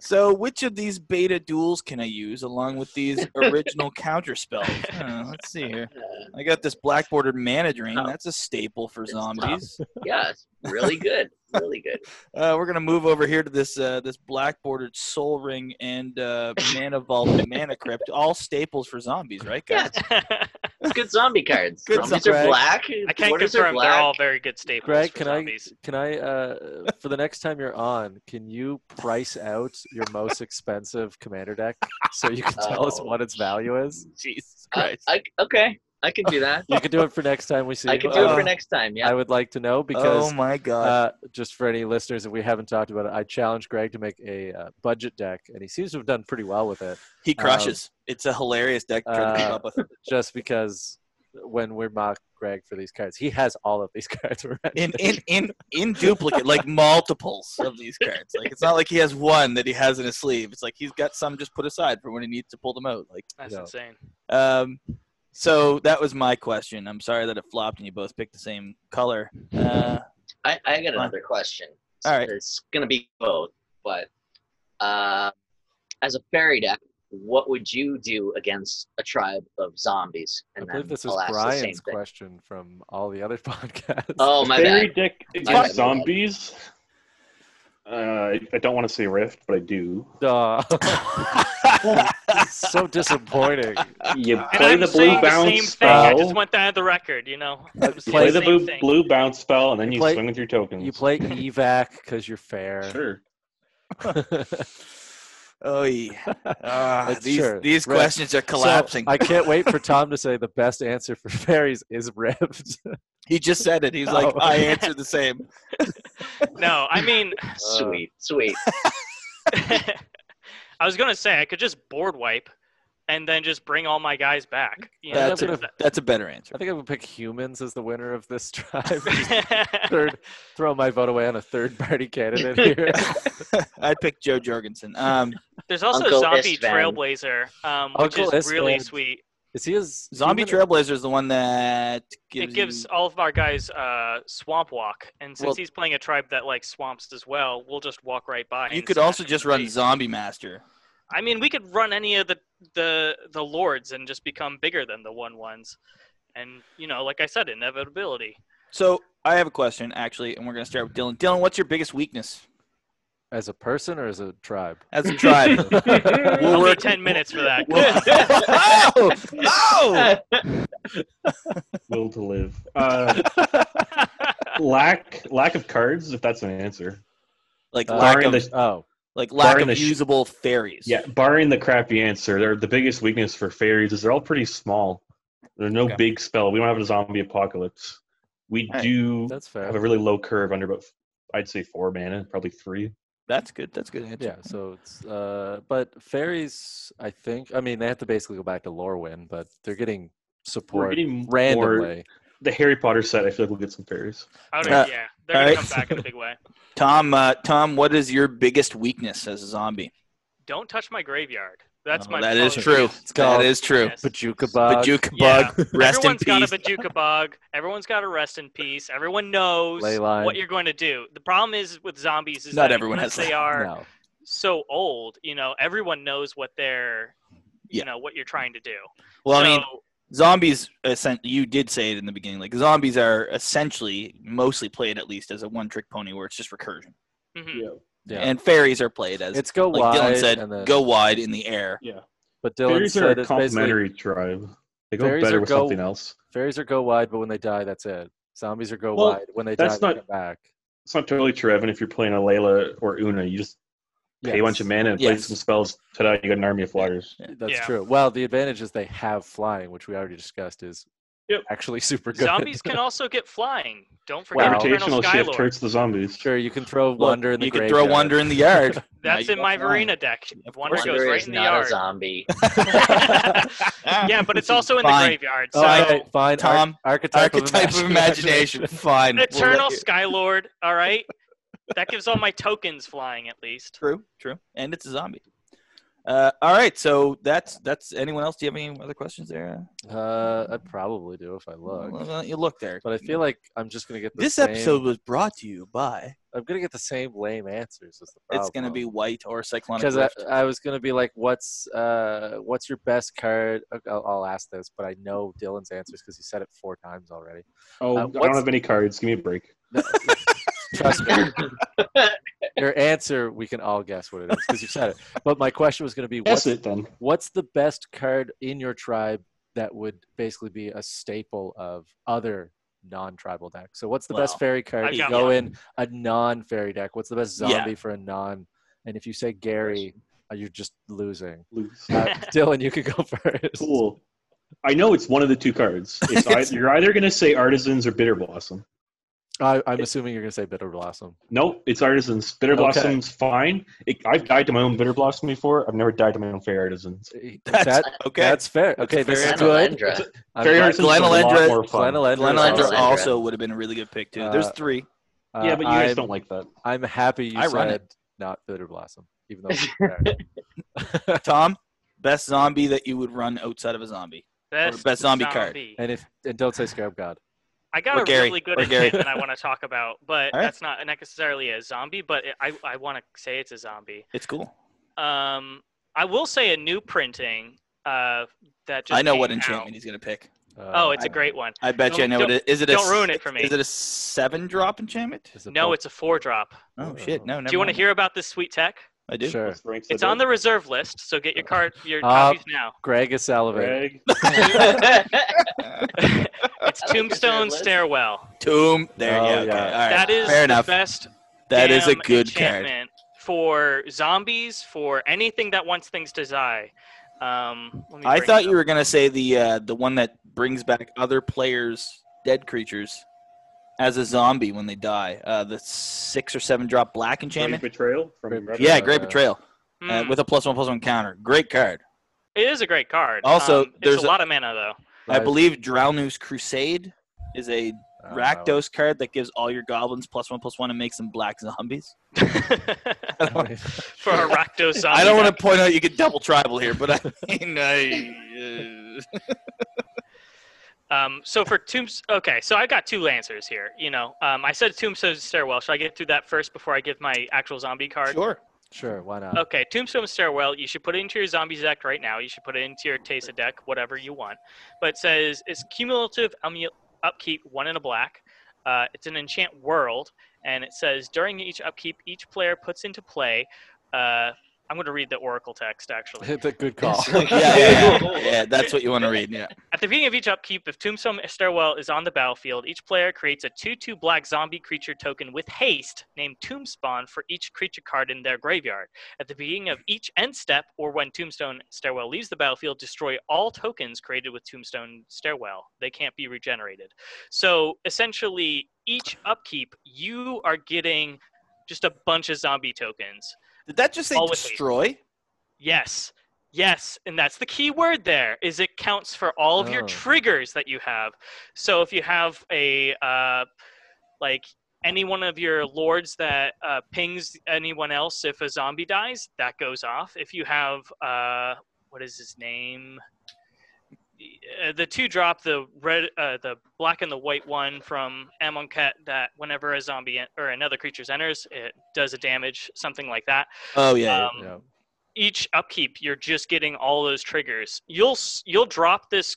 Speaker 1: so, which of these beta duels can I use along with these original counter spells? Huh, let's see here. I got this black bordered mana drain.
Speaker 3: Oh.
Speaker 1: That's a staple for
Speaker 3: It's tough.
Speaker 1: zombies.
Speaker 3: Yeah, it's really good. Really good.
Speaker 1: Uh, we're gonna move over here to this uh, this black bordered soul ring and uh, mana vault and mana crypt. All staples for zombies, right, guys?
Speaker 3: Yeah, it's good zombie cards.
Speaker 1: Good
Speaker 3: Zombies
Speaker 1: zombie
Speaker 3: are
Speaker 2: cards.
Speaker 3: black.
Speaker 4: I can
Speaker 3: borders are
Speaker 4: confirm they're all
Speaker 3: black.
Speaker 4: very good staples
Speaker 2: Greg,
Speaker 4: for
Speaker 2: can
Speaker 4: zombies.
Speaker 2: I can I uh, for the next time you're on, can you price out your most expensive commander deck so you can tell us
Speaker 3: Oh.
Speaker 2: what its value is?
Speaker 1: Jesus
Speaker 3: Uh,
Speaker 1: Christ.
Speaker 3: I, okay, I can do that.
Speaker 2: You can do it for next time we see.
Speaker 3: I
Speaker 2: you.
Speaker 3: can do it
Speaker 2: Uh,
Speaker 3: for next time. Yeah.
Speaker 2: I would like to know
Speaker 1: oh
Speaker 2: because
Speaker 1: my God.
Speaker 2: uh, just for any listeners that we haven't talked about it, I challenged Greg to make a uh, budget deck, and he seems to have done pretty well with it.
Speaker 1: he crushes. it's a hilarious deck to try to keep
Speaker 2: um, uh,
Speaker 1: up with.
Speaker 2: Just because when we mock Greg for these cards, he has all of these cards already.
Speaker 1: in in in in duplicate, like multiples of these cards. Like it's not like he has one that he has in his sleeve. It's like he's got some just put aside for when he needs to pull them out. Like
Speaker 4: That's
Speaker 2: No.
Speaker 4: insane.
Speaker 1: um so that was my question. I'm sorry that it flopped and you both picked the same color. Uh,
Speaker 3: I, I got another question.
Speaker 1: All right.
Speaker 3: It's going to be both, but uh, as a fairy deck, what would you do against a tribe of zombies?
Speaker 2: I
Speaker 3: And
Speaker 2: believe
Speaker 3: then
Speaker 2: this is
Speaker 3: I'll ask the same
Speaker 2: Brian's
Speaker 3: thing.
Speaker 2: question from all the other podcasts.
Speaker 3: Oh, my
Speaker 5: Fairy
Speaker 3: bad.
Speaker 5: deck against
Speaker 3: bad.
Speaker 5: zombies. Uh, I, I don't want to say rift, but I do.
Speaker 2: Duh. so disappointing.
Speaker 5: You
Speaker 4: Ah, And
Speaker 5: play
Speaker 4: I'm
Speaker 5: the
Speaker 4: saying
Speaker 5: blue
Speaker 4: the same
Speaker 5: bounce
Speaker 4: thing. I
Speaker 5: spell.
Speaker 4: just want that on the record, you know. I'm
Speaker 5: You
Speaker 4: saying
Speaker 5: play the
Speaker 4: same
Speaker 5: blue,
Speaker 4: thing.
Speaker 5: blue bounce spell, and then
Speaker 2: You
Speaker 5: you,
Speaker 2: play-
Speaker 5: swing with your tokens.
Speaker 2: You play evac because you're fair.
Speaker 5: Sure.
Speaker 1: oh yeah. Ah,
Speaker 2: That's
Speaker 1: these
Speaker 2: sure.
Speaker 1: these
Speaker 2: Rift.
Speaker 1: questions are
Speaker 2: So,
Speaker 1: collapsing.
Speaker 2: I can't wait for Tom to say the best answer for fairies is ripped.
Speaker 1: he just said it. He's like,
Speaker 2: Oh.
Speaker 1: I answered the same.
Speaker 4: No, I mean,
Speaker 3: Sweet, sweet.
Speaker 4: I was gonna say I could just board wipe, and then just bring all my guys back. You know,
Speaker 1: That's a,
Speaker 4: that-
Speaker 1: that's a better answer.
Speaker 2: I think I'm gonna pick humans as the winner of this tribe. Just third, throw my vote away on a third party candidate here.
Speaker 1: I picked Joe Jorgensen. Um,
Speaker 4: There's also
Speaker 3: Uncle
Speaker 4: Zombie
Speaker 3: Istvan.
Speaker 4: Trailblazer, um, which
Speaker 2: Uncle
Speaker 4: is really
Speaker 2: Istvan.
Speaker 4: sweet.
Speaker 2: Is he as
Speaker 1: Zombie
Speaker 2: human?
Speaker 1: Trailblazer is the one that gives
Speaker 4: it gives
Speaker 1: you-
Speaker 4: all of our guys uh, swamp walk, and since
Speaker 1: Well-
Speaker 4: he's playing a tribe that likes swamps as well, we'll just walk right by.
Speaker 1: You
Speaker 4: and
Speaker 1: could
Speaker 4: smash
Speaker 1: also
Speaker 4: him
Speaker 1: just
Speaker 4: with a
Speaker 1: run
Speaker 4: beat.
Speaker 1: Zombie Master.
Speaker 4: I mean, we could run any of the the the lords and just become bigger than the one ones, and you know, like I said, inevitability.
Speaker 1: So I have a question actually, and we're gonna start with Dylan. Dylan, what's your biggest weakness
Speaker 2: as a person or as a tribe?
Speaker 1: as a tribe? We'll
Speaker 4: Only
Speaker 1: work-
Speaker 4: ten minutes for that.
Speaker 1: we'll- oh, oh!
Speaker 5: Will to live. Uh, lack lack of cards, if that's an answer.
Speaker 1: Like
Speaker 2: Uh,
Speaker 1: lack
Speaker 5: barring
Speaker 1: of
Speaker 5: the
Speaker 2: Oh,
Speaker 1: like lack
Speaker 5: barring
Speaker 1: of
Speaker 5: the sh-
Speaker 1: usable fairies.
Speaker 5: yeah, barring the crappy answer, they're, the biggest weakness for fairies is they're all pretty small. There's no
Speaker 1: Okay.
Speaker 5: big spell. We don't have a zombie apocalypse. We
Speaker 1: Alright,
Speaker 5: do
Speaker 2: that's
Speaker 5: have a
Speaker 2: fair.
Speaker 5: really low curve under about I'd say four mana, probably three.
Speaker 1: that's good. That's a good answer.
Speaker 2: Yeah, so it's uh, but fairies. I think. I mean, they have to basically go back to Lorwyn, but they're getting
Speaker 5: We're
Speaker 2: support
Speaker 5: getting more
Speaker 2: randomly. the
Speaker 5: the Harry Potter set. I feel like we'll get some fairies.
Speaker 4: I would,
Speaker 1: Uh,
Speaker 4: yeah, they're gonna
Speaker 1: alright.
Speaker 4: come back in a big way.
Speaker 1: Tom, uh, Tom, what is your biggest weakness as a zombie?
Speaker 4: Don't touch my graveyard. That's
Speaker 1: Oh,
Speaker 4: my.
Speaker 1: that is
Speaker 4: probably
Speaker 1: true. That
Speaker 4: biggest-
Speaker 2: called-
Speaker 1: is true.
Speaker 4: Yes.
Speaker 2: Bajuka bug.
Speaker 1: Bajuka
Speaker 4: Yeah.
Speaker 1: bug. Rest in
Speaker 4: Everyone's got
Speaker 1: peace.
Speaker 4: a bajuka bug. Everyone's got to rest in peace. Everyone knows
Speaker 2: Ley line.
Speaker 4: what you're going to do. The problem is with zombies is
Speaker 1: Not
Speaker 4: that
Speaker 1: everyone
Speaker 4: because
Speaker 1: has
Speaker 4: they
Speaker 1: ley-
Speaker 4: are
Speaker 2: No.
Speaker 4: so old. You know, everyone knows what they're, you
Speaker 1: Yeah.
Speaker 4: know, what you're trying to do.
Speaker 1: Well, I
Speaker 4: So,
Speaker 1: mean, zombies essen- you did say it in the beginning like zombies are essentially mostly played at least as a one trick pony where it's just recursion
Speaker 2: Hmm.
Speaker 4: mhm.
Speaker 2: Yeah.
Speaker 1: and fairies are played as
Speaker 2: it's go
Speaker 1: like
Speaker 2: wide.
Speaker 1: dylan said
Speaker 2: and then,
Speaker 1: go wide in the air
Speaker 5: Yeah.
Speaker 2: But Dylan
Speaker 5: Fairies are
Speaker 2: said
Speaker 5: a
Speaker 2: it's basically
Speaker 5: complementary tribe. They go
Speaker 2: Fairies
Speaker 5: better
Speaker 2: are
Speaker 5: with
Speaker 2: go-
Speaker 5: something else.
Speaker 2: fairies are go wide, but when they die, that's it. Zombies are go
Speaker 5: Well,
Speaker 2: wide. When they die,
Speaker 5: that's
Speaker 2: they
Speaker 5: not-
Speaker 2: come back.
Speaker 5: It's not totally true, Evan, if you're playing a Layla or Una, you just pay a bunch of
Speaker 2: Yes,
Speaker 5: mana and play
Speaker 1: Yes.
Speaker 5: some spells. Ta-da, you got an army of flyers.
Speaker 2: That's
Speaker 4: Yeah.
Speaker 2: true. Well, the advantage is they have flying, which we already discussed is
Speaker 5: Yep.
Speaker 2: actually super good.
Speaker 4: zombies can also get flying. Don't forget
Speaker 2: Wow.
Speaker 4: Eternal
Speaker 5: Gravitational shift
Speaker 4: Skylord.
Speaker 5: hurts the zombies.
Speaker 2: Sure, you can throw
Speaker 1: Look,
Speaker 2: wonder in the
Speaker 1: you could throw
Speaker 2: graveyard.
Speaker 1: wonder in the yard
Speaker 4: That's
Speaker 1: Now
Speaker 4: in my
Speaker 1: you got flying.
Speaker 4: Verena deck.
Speaker 1: Of
Speaker 4: Wonder
Speaker 1: course it
Speaker 4: goes
Speaker 3: Wonder
Speaker 4: right
Speaker 3: is
Speaker 4: in the
Speaker 3: not a
Speaker 4: yard.
Speaker 3: zombie.
Speaker 4: yeah, but it's also in the
Speaker 1: Fine. Oh,
Speaker 4: graveyard. So
Speaker 2: All right, Oh, fine.
Speaker 1: Tom,
Speaker 2: archetype,
Speaker 1: archetype of imagination fine we'll let
Speaker 4: Eternal
Speaker 1: you-
Speaker 4: Skylord, all right? That gives all my tokens flying at least.
Speaker 1: true true and it's a zombie Uh, all right, so that's that's. Anyone else? Do you have any other questions there?
Speaker 2: Uh, I probably do if I look,
Speaker 1: Um, Well, you look there.
Speaker 2: but I feel like I'm just gonna get the
Speaker 1: This
Speaker 2: same-
Speaker 1: episode was brought to you by.
Speaker 2: I'm gonna get the same lame answers. Is the problem.
Speaker 1: It's going to be white or cyclonic.
Speaker 2: because I,
Speaker 1: Rift.
Speaker 2: I was gonna be like, "What's uh, what's your best card?" Okay, I'll, I'll ask this, but I know Dylan's answers because he said it four times already.
Speaker 5: Oh,
Speaker 2: Uh,
Speaker 5: I don't
Speaker 2: what's-
Speaker 5: have any cards. Give me a break.
Speaker 2: No, trust me, your answer we can all guess what it is because you said it. But my question was gonna be, "What's
Speaker 5: Guess it then.
Speaker 2: what's the best card in your tribe that would basically be a staple of other non-tribal decks? So what's the best
Speaker 3: Well,
Speaker 2: fairy card?
Speaker 4: I've
Speaker 2: You
Speaker 4: got
Speaker 2: go
Speaker 4: one.
Speaker 2: in a non-fairy deck. What's the best
Speaker 1: Yeah.
Speaker 2: zombie for a non? And if you say Gary, uh, you're just losing.
Speaker 5: Lose.
Speaker 2: Uh, Dylan, you could go first.
Speaker 5: Cool. I know it's one of the two cards. It's either, you're either going to say Artisans or Bitter Blossom.
Speaker 2: I, I'm assuming you're gonna say Bitter Blossom.
Speaker 5: Nope, it's Artisans. Bitter
Speaker 2: Okay.
Speaker 5: Blossom's fine. It, I've died to my own Bitter Blossom before. I've never died to my own Fair Artisans.
Speaker 1: That's-
Speaker 2: that,
Speaker 1: okay.
Speaker 2: that's fair.
Speaker 1: That's
Speaker 2: okay,
Speaker 1: fair
Speaker 2: this is
Speaker 1: answer.
Speaker 2: good.
Speaker 3: Glenelendra.
Speaker 2: I'm
Speaker 5: Fair
Speaker 2: glad-
Speaker 5: Artisans is a lot
Speaker 1: Glenelendra-
Speaker 5: more fun.
Speaker 2: Glenelendra is
Speaker 1: Glenelendra
Speaker 2: awesome.
Speaker 3: Glenelendra.
Speaker 1: also would have been a really good pick too. There's
Speaker 2: Uh,
Speaker 1: three.
Speaker 5: yeah,
Speaker 2: Uh,
Speaker 5: but you guys
Speaker 2: I'm-
Speaker 5: don't like that.
Speaker 2: I'm happy you
Speaker 1: I run
Speaker 2: said not Bitter Blossom, even though it's fair.
Speaker 1: Tom, best zombie that you would run outside of a zombie.
Speaker 4: Best,
Speaker 1: best zombie card.
Speaker 2: and if and don't say Scarab God.
Speaker 4: I got
Speaker 1: Or
Speaker 4: a
Speaker 1: Gary.
Speaker 4: really good
Speaker 1: Or Gary.
Speaker 4: hint that I want to talk about, but
Speaker 1: All right.
Speaker 4: that's not necessarily a zombie. But it, I I want to say it's a zombie.
Speaker 1: It's cool.
Speaker 4: Um, I will say a new printing. Uh, that just
Speaker 1: I know what
Speaker 4: came
Speaker 1: enchantment
Speaker 4: out.
Speaker 1: he's going to pick.
Speaker 2: Uh,
Speaker 4: Oh, it's a great one.
Speaker 1: I bet you I
Speaker 4: Don't-
Speaker 1: know what it is. It a
Speaker 4: don't ruin it for me.
Speaker 1: Is it a seven drop enchantment?
Speaker 4: No, it's a four drop.
Speaker 1: Oh shit! No, never
Speaker 4: Do you want to
Speaker 1: mind.
Speaker 4: hear about this sweet tech?
Speaker 1: I do.
Speaker 2: Sure.
Speaker 5: What's the ranks
Speaker 4: It's
Speaker 5: of
Speaker 4: on
Speaker 5: it?
Speaker 4: the reserve list, so get your card, your
Speaker 2: Uh,
Speaker 4: copies now.
Speaker 2: Greg is salivating.
Speaker 5: Greg.
Speaker 4: It's
Speaker 3: like reserve
Speaker 4: Tombstone
Speaker 3: list.
Speaker 4: Stairwell.
Speaker 1: Tomb. There.
Speaker 2: Oh,
Speaker 1: yeah. Okay.
Speaker 2: yeah.
Speaker 1: All right.
Speaker 4: That is
Speaker 1: fair enough.
Speaker 4: the best
Speaker 1: That is a
Speaker 4: damn
Speaker 1: good card.
Speaker 4: enchantment for zombies, for anything that wants things to die. Um, let me
Speaker 1: I
Speaker 4: bring
Speaker 1: thought
Speaker 4: it
Speaker 1: you
Speaker 4: up.
Speaker 1: were gonna say the uh, the one that brings back other players' dead creatures as a zombie when they die. Uh, the six or seven drop black
Speaker 5: Great
Speaker 1: enchantment.
Speaker 5: Betrayal from
Speaker 2: Great
Speaker 5: Revenant.
Speaker 1: Yeah,
Speaker 2: Betrayal,
Speaker 1: Great
Speaker 2: yeah.
Speaker 1: Betrayal uh,
Speaker 4: Hmm,
Speaker 1: with a plus one plus one counter. Great card.
Speaker 4: it is a great card.
Speaker 1: Also,
Speaker 4: Um,
Speaker 1: there's
Speaker 4: it's
Speaker 1: a-
Speaker 4: a lot of mana though.
Speaker 1: I believe Drownu's Crusade is a
Speaker 2: Uh,
Speaker 1: Rakdos card that gives all your goblins plus one plus one and makes them black zombies.
Speaker 4: for a Rakdos zombie.
Speaker 1: I don't want
Speaker 4: deck.
Speaker 1: to point out you could double tribal here, but I mean, I, uh,
Speaker 4: Um, so for tombs, okay. So I got two lancers here. You know, um, I said tombstone stairwell. Should I get through that first before I give my actual zombie card?
Speaker 1: sure.
Speaker 2: sure, why not?
Speaker 4: Okay, Tombstone Stairwell. You should put it into your zombies deck right now. You should put it into your Tesa deck, whatever you want. But it says it's cumulative umu- upkeep, one in a black. Uh, it's an enchant world, and it says during each upkeep, each player puts into play. Uh, I'm going to read the Oracle text actually.
Speaker 2: It's a good call.
Speaker 1: Yeah, yeah, yeah, yeah. That's what you want to read. Yeah.
Speaker 4: At the beginning of each upkeep, if Tombstone Stairwell is on the battlefield, each player creates a 2 2 black zombie creature token with haste named Tombspawn for each creature card in their graveyard. At the beginning of each end step, or when Tombstone Stairwell leaves the battlefield, destroy all tokens created with Tombstone Stairwell. They can't be regenerated. So essentially, each upkeep, you are getting just a bunch of zombie tokens.
Speaker 1: Did that just say
Speaker 4: All with haste.
Speaker 1: destroy?
Speaker 4: Yes. Yes, and that's the key word there. Is it counts for all of your
Speaker 2: Oh.
Speaker 4: triggers that you have. So if you have a uh, like any one of your lords that uh, pings anyone else if a zombie dies, that goes off. If you have uh, what is his name? Uh, the two drop the red, uh, the black and the white one from Amonkhet that whenever a zombie en- or another creature enters, it does a damage, something like that
Speaker 1: Oh yeah.
Speaker 4: Um,
Speaker 2: Yeah.
Speaker 4: each upkeep you're just getting all those triggers you'll s- you'll drop this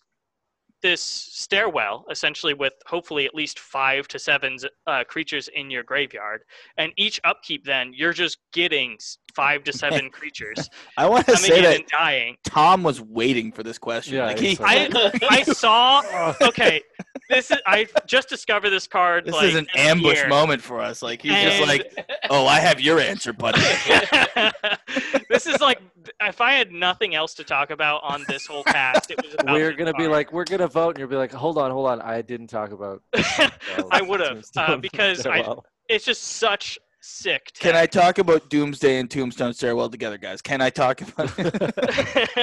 Speaker 4: this stairwell essentially with hopefully at least five to seven z- uh, creatures in your graveyard and each upkeep then you're just getting s- five to seven creatures
Speaker 1: I want to
Speaker 4: coming
Speaker 1: say
Speaker 4: in
Speaker 1: that
Speaker 4: and dying
Speaker 1: Tom was waiting for this question.
Speaker 2: Yeah,
Speaker 1: Like,
Speaker 2: I
Speaker 1: he,
Speaker 2: guess
Speaker 4: i i saw okay this is i just discovered this card
Speaker 1: this
Speaker 4: like,
Speaker 1: is an ambush
Speaker 4: year.
Speaker 1: moment for us. Like he's just
Speaker 4: And-
Speaker 1: like, oh, I have your answer, buddy.
Speaker 4: this is like if i had nothing else to talk about on this whole cast it was about
Speaker 2: We're
Speaker 4: this
Speaker 2: gonna be
Speaker 4: card.
Speaker 2: like, we're gonna vote, and you'll be like, hold on, hold on, I didn't talk about.
Speaker 4: I would have uh, because I,
Speaker 2: Well,
Speaker 4: it's just such sick.
Speaker 1: Can I
Speaker 4: tech.
Speaker 1: talk about Doomsday and Tombstone Stairwell together, guys? Can I talk about?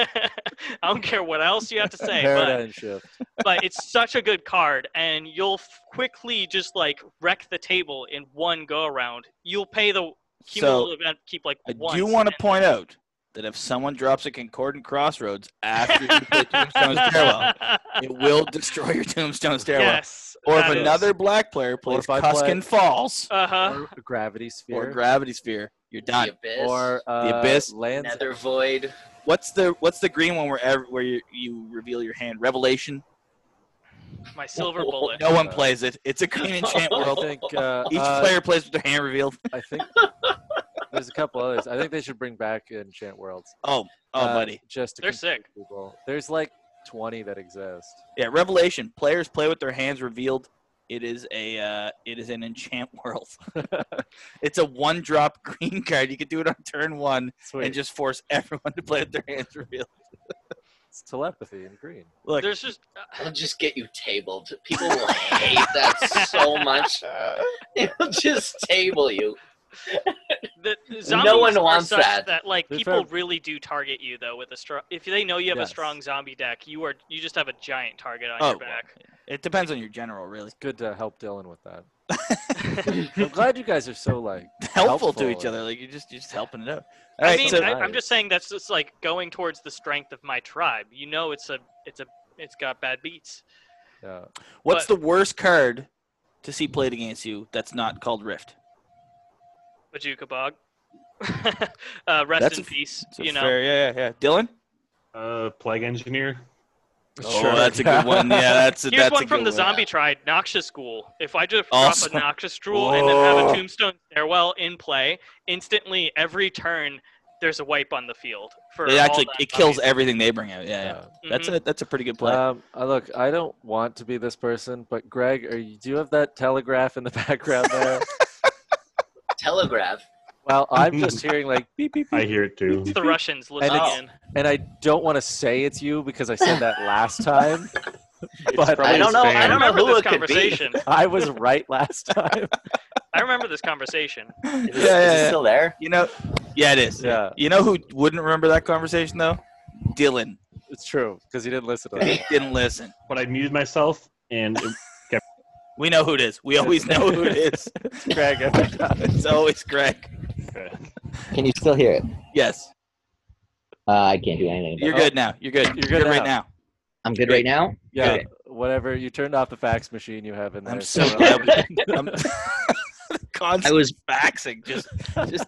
Speaker 4: I don't care what else you have to say, but,
Speaker 2: paradigm shift.
Speaker 4: but it's such a good card, and you'll f- quickly just like wreck the table in one go around. You'll pay the
Speaker 1: so
Speaker 4: cumulative event keep like
Speaker 1: I
Speaker 4: once.
Speaker 1: do want to
Speaker 4: and-
Speaker 1: point out that if someone drops a concordant crossroads after you hit tombstone stairwell, it will destroy your tombstone stairwell.
Speaker 4: Yes.
Speaker 1: or if
Speaker 4: that is-
Speaker 1: another black player plays
Speaker 2: if I play-
Speaker 1: Cuskin Falls
Speaker 4: Uh-huh.
Speaker 2: or gravity sphere
Speaker 1: or Gravity Sphere, you're done.
Speaker 3: The abyss,
Speaker 2: or, uh,
Speaker 1: Abyss.
Speaker 2: lands
Speaker 3: nether void.
Speaker 1: What's the What's the green one where ev- where you, you reveal your hand? Revelation.
Speaker 4: My silver bullet.
Speaker 1: No one plays it. It's a green enchant
Speaker 2: I
Speaker 1: world.
Speaker 2: think uh,
Speaker 1: Each
Speaker 2: uh,
Speaker 1: player plays with their hand revealed.
Speaker 2: I think there's a couple others. I think they should bring back Enchant Worlds.
Speaker 1: Oh, oh,
Speaker 2: uh,
Speaker 1: buddy.
Speaker 2: Just to
Speaker 4: They're
Speaker 2: confuse
Speaker 4: sick.
Speaker 2: people. There's like 20 that exist.
Speaker 1: Yeah, Revelation. Players play with their hands revealed. It is a uh, it is an enchant world. it's a one drop green card. You can do it on turn one
Speaker 2: Sweet.
Speaker 1: and just force everyone to play with their hands revealed.
Speaker 2: It's telepathy in green.
Speaker 1: Look,
Speaker 4: There's just
Speaker 3: It'll just get you tabled. People will hate that so much. It'll just table you.
Speaker 4: the the zombies
Speaker 3: one
Speaker 4: are
Speaker 3: wants
Speaker 4: such
Speaker 3: that.
Speaker 4: like
Speaker 2: They're
Speaker 4: people
Speaker 2: fair-
Speaker 4: really do target you though with a strong. If they know you have
Speaker 2: Yes.
Speaker 4: a strong zombie deck, you are you just have a giant target on
Speaker 1: Oh,
Speaker 4: your
Speaker 1: well,
Speaker 4: back.
Speaker 1: it depends on your general, really.
Speaker 2: Good to help Dylan with that. I'm glad you guys are so like.
Speaker 1: Helpful, to each
Speaker 2: Helpful.
Speaker 1: other. Like you're just you're just helping it out. All
Speaker 4: I
Speaker 1: right,
Speaker 4: mean,
Speaker 1: so
Speaker 4: I, I'm
Speaker 2: Right.
Speaker 4: just saying that's just like going towards the strength of my tribe. You know, it's a it's a it's got bad beats.
Speaker 2: Yeah.
Speaker 1: what's
Speaker 4: but-
Speaker 1: the worst card to see played against you that's not called Rift?
Speaker 4: Bajuka Bog. uh, rest
Speaker 1: That's
Speaker 4: in
Speaker 1: a-
Speaker 4: peace.
Speaker 1: It's a
Speaker 4: You know,
Speaker 1: fair- yeah, yeah, yeah. Dylan.
Speaker 5: Uh, Plague Engineer.
Speaker 1: Oh, that's a good one. Yeah, that's a,
Speaker 4: here's
Speaker 1: that's
Speaker 4: one
Speaker 1: a
Speaker 4: from
Speaker 1: good
Speaker 4: the zombie tribe, Noxious Ghoul. If I just
Speaker 1: Awesome.
Speaker 4: drop a Noxious Ghoul and then have
Speaker 1: Whoa.
Speaker 4: a Tombstone Stairwell in play, instantly every turn there's a wipe on the field. For
Speaker 1: It
Speaker 4: all
Speaker 1: actually
Speaker 4: the
Speaker 1: it kills
Speaker 4: zombies.
Speaker 1: everything they bring out. Yeah, yeah.
Speaker 2: Yeah.
Speaker 1: That's
Speaker 4: Mhm.
Speaker 1: a that's a pretty good play.
Speaker 2: Um, uh, look, I don't want to be this person, but Greg, are you, do you have that telegraph in the background there?
Speaker 3: Telegraph.
Speaker 2: well, I'm just hearing like beep beep
Speaker 5: I
Speaker 2: beep,
Speaker 5: hear it too.
Speaker 4: It's the Russians listening
Speaker 3: it's-
Speaker 4: in.
Speaker 2: and I don't want to say it's you because I said that last time. but
Speaker 5: probably
Speaker 3: I don't
Speaker 5: his
Speaker 3: know. I
Speaker 5: fan.
Speaker 3: don't know
Speaker 4: remember
Speaker 3: who
Speaker 4: this
Speaker 3: it could be.
Speaker 4: conversation.
Speaker 2: I was right last time.
Speaker 4: I remember this conversation.
Speaker 3: Is, it- is it still there?
Speaker 1: You know, yeah, it is.
Speaker 2: Yeah.
Speaker 1: You know who wouldn't remember that conversation though? Dylan.
Speaker 2: It's true because he didn't listen to
Speaker 1: He
Speaker 2: me.
Speaker 1: didn't listen.
Speaker 5: But I muted myself, and it-
Speaker 1: We know who it is. We always know who it is.
Speaker 2: Greg, every time.
Speaker 1: It's always Greg.
Speaker 3: Can you still hear it?
Speaker 1: Yes,
Speaker 3: Uh, I can't do anything.
Speaker 1: you're good now. You're good. You're good, right now.
Speaker 3: I'm good right now.
Speaker 2: Yeah,
Speaker 3: Good.
Speaker 2: whatever. You turned off the fax machine you have in there.
Speaker 1: I'm so glad.
Speaker 2: glad.
Speaker 1: we- I'm
Speaker 3: I
Speaker 1: constant
Speaker 3: was.
Speaker 1: faxing. Just, just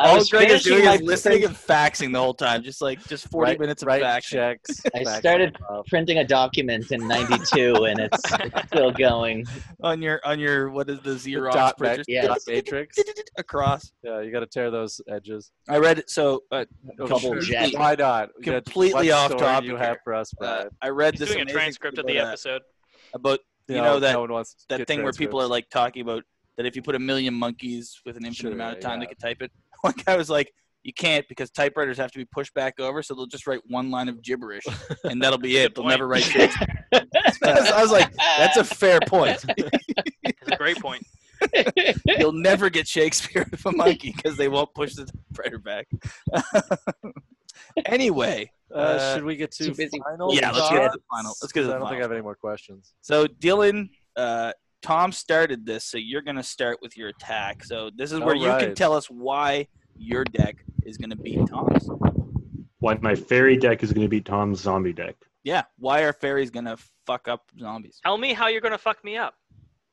Speaker 3: I
Speaker 1: all
Speaker 3: was
Speaker 1: Greg is
Speaker 3: finishing
Speaker 1: doing
Speaker 3: my
Speaker 1: is listening
Speaker 3: print-
Speaker 1: and faxing the whole time. Just like just 40 minutes of
Speaker 2: right
Speaker 1: faxing.
Speaker 2: checks.
Speaker 3: I
Speaker 2: fax
Speaker 3: started
Speaker 2: stuff.
Speaker 3: printing a document in '92, and it's, it's still going.
Speaker 1: on your on your what is the Xerox
Speaker 2: dot ma-
Speaker 1: printer?
Speaker 3: yeah.
Speaker 2: dot matrix.
Speaker 1: across.
Speaker 2: Yeah, you got to tear those edges.
Speaker 1: I read it. So uh,
Speaker 2: Oh,
Speaker 3: Double
Speaker 2: sure.
Speaker 3: jet.
Speaker 2: Why not? You got-
Speaker 1: Completely
Speaker 2: what
Speaker 1: off
Speaker 2: story
Speaker 1: topic
Speaker 2: You have
Speaker 1: here.
Speaker 2: for us,
Speaker 1: uh,
Speaker 2: Brian.
Speaker 1: I read
Speaker 4: He's
Speaker 1: this
Speaker 4: doing a
Speaker 1: amazing thing
Speaker 4: transcript of
Speaker 1: about,
Speaker 4: the
Speaker 1: uh,
Speaker 4: episode.
Speaker 1: about you
Speaker 2: No,
Speaker 1: know that
Speaker 2: no one wants to
Speaker 1: that
Speaker 2: get
Speaker 1: thing where people are like talking about that if you put a million monkeys with an infinite
Speaker 2: Sure,
Speaker 1: amount of time, they
Speaker 2: yeah.
Speaker 1: could type it. One guy was like, "You can't because typewriters have to be pushed back over, so they'll just write one line of gibberish, and that'll be it. They'll
Speaker 4: point.
Speaker 1: never write." shit." I was like, "That's a fair point.
Speaker 4: It's a great point.
Speaker 1: You'll never get Shakespeare with a monkey because they won't push the typewriter back." anyway,
Speaker 2: transcripts. Uh, should we get
Speaker 3: too
Speaker 2: to
Speaker 3: busy.
Speaker 2: final?
Speaker 1: yeah, let's
Speaker 2: thoughts?
Speaker 1: get to the final. Let's get to
Speaker 2: 'Cause
Speaker 1: the
Speaker 2: I don't
Speaker 1: final.
Speaker 2: think I have any more questions.
Speaker 1: So Dylan, uh, Tom started this, so you're gonna start with your attack. So this is where you can
Speaker 2: Alright.
Speaker 1: tell us why your deck is gonna beat Tom's.
Speaker 5: why my fairy deck is going to beat Tom's zombie deck.
Speaker 1: Yeah, why are fairies gonna fuck up zombies?
Speaker 4: Tell me how you're gonna fuck me up.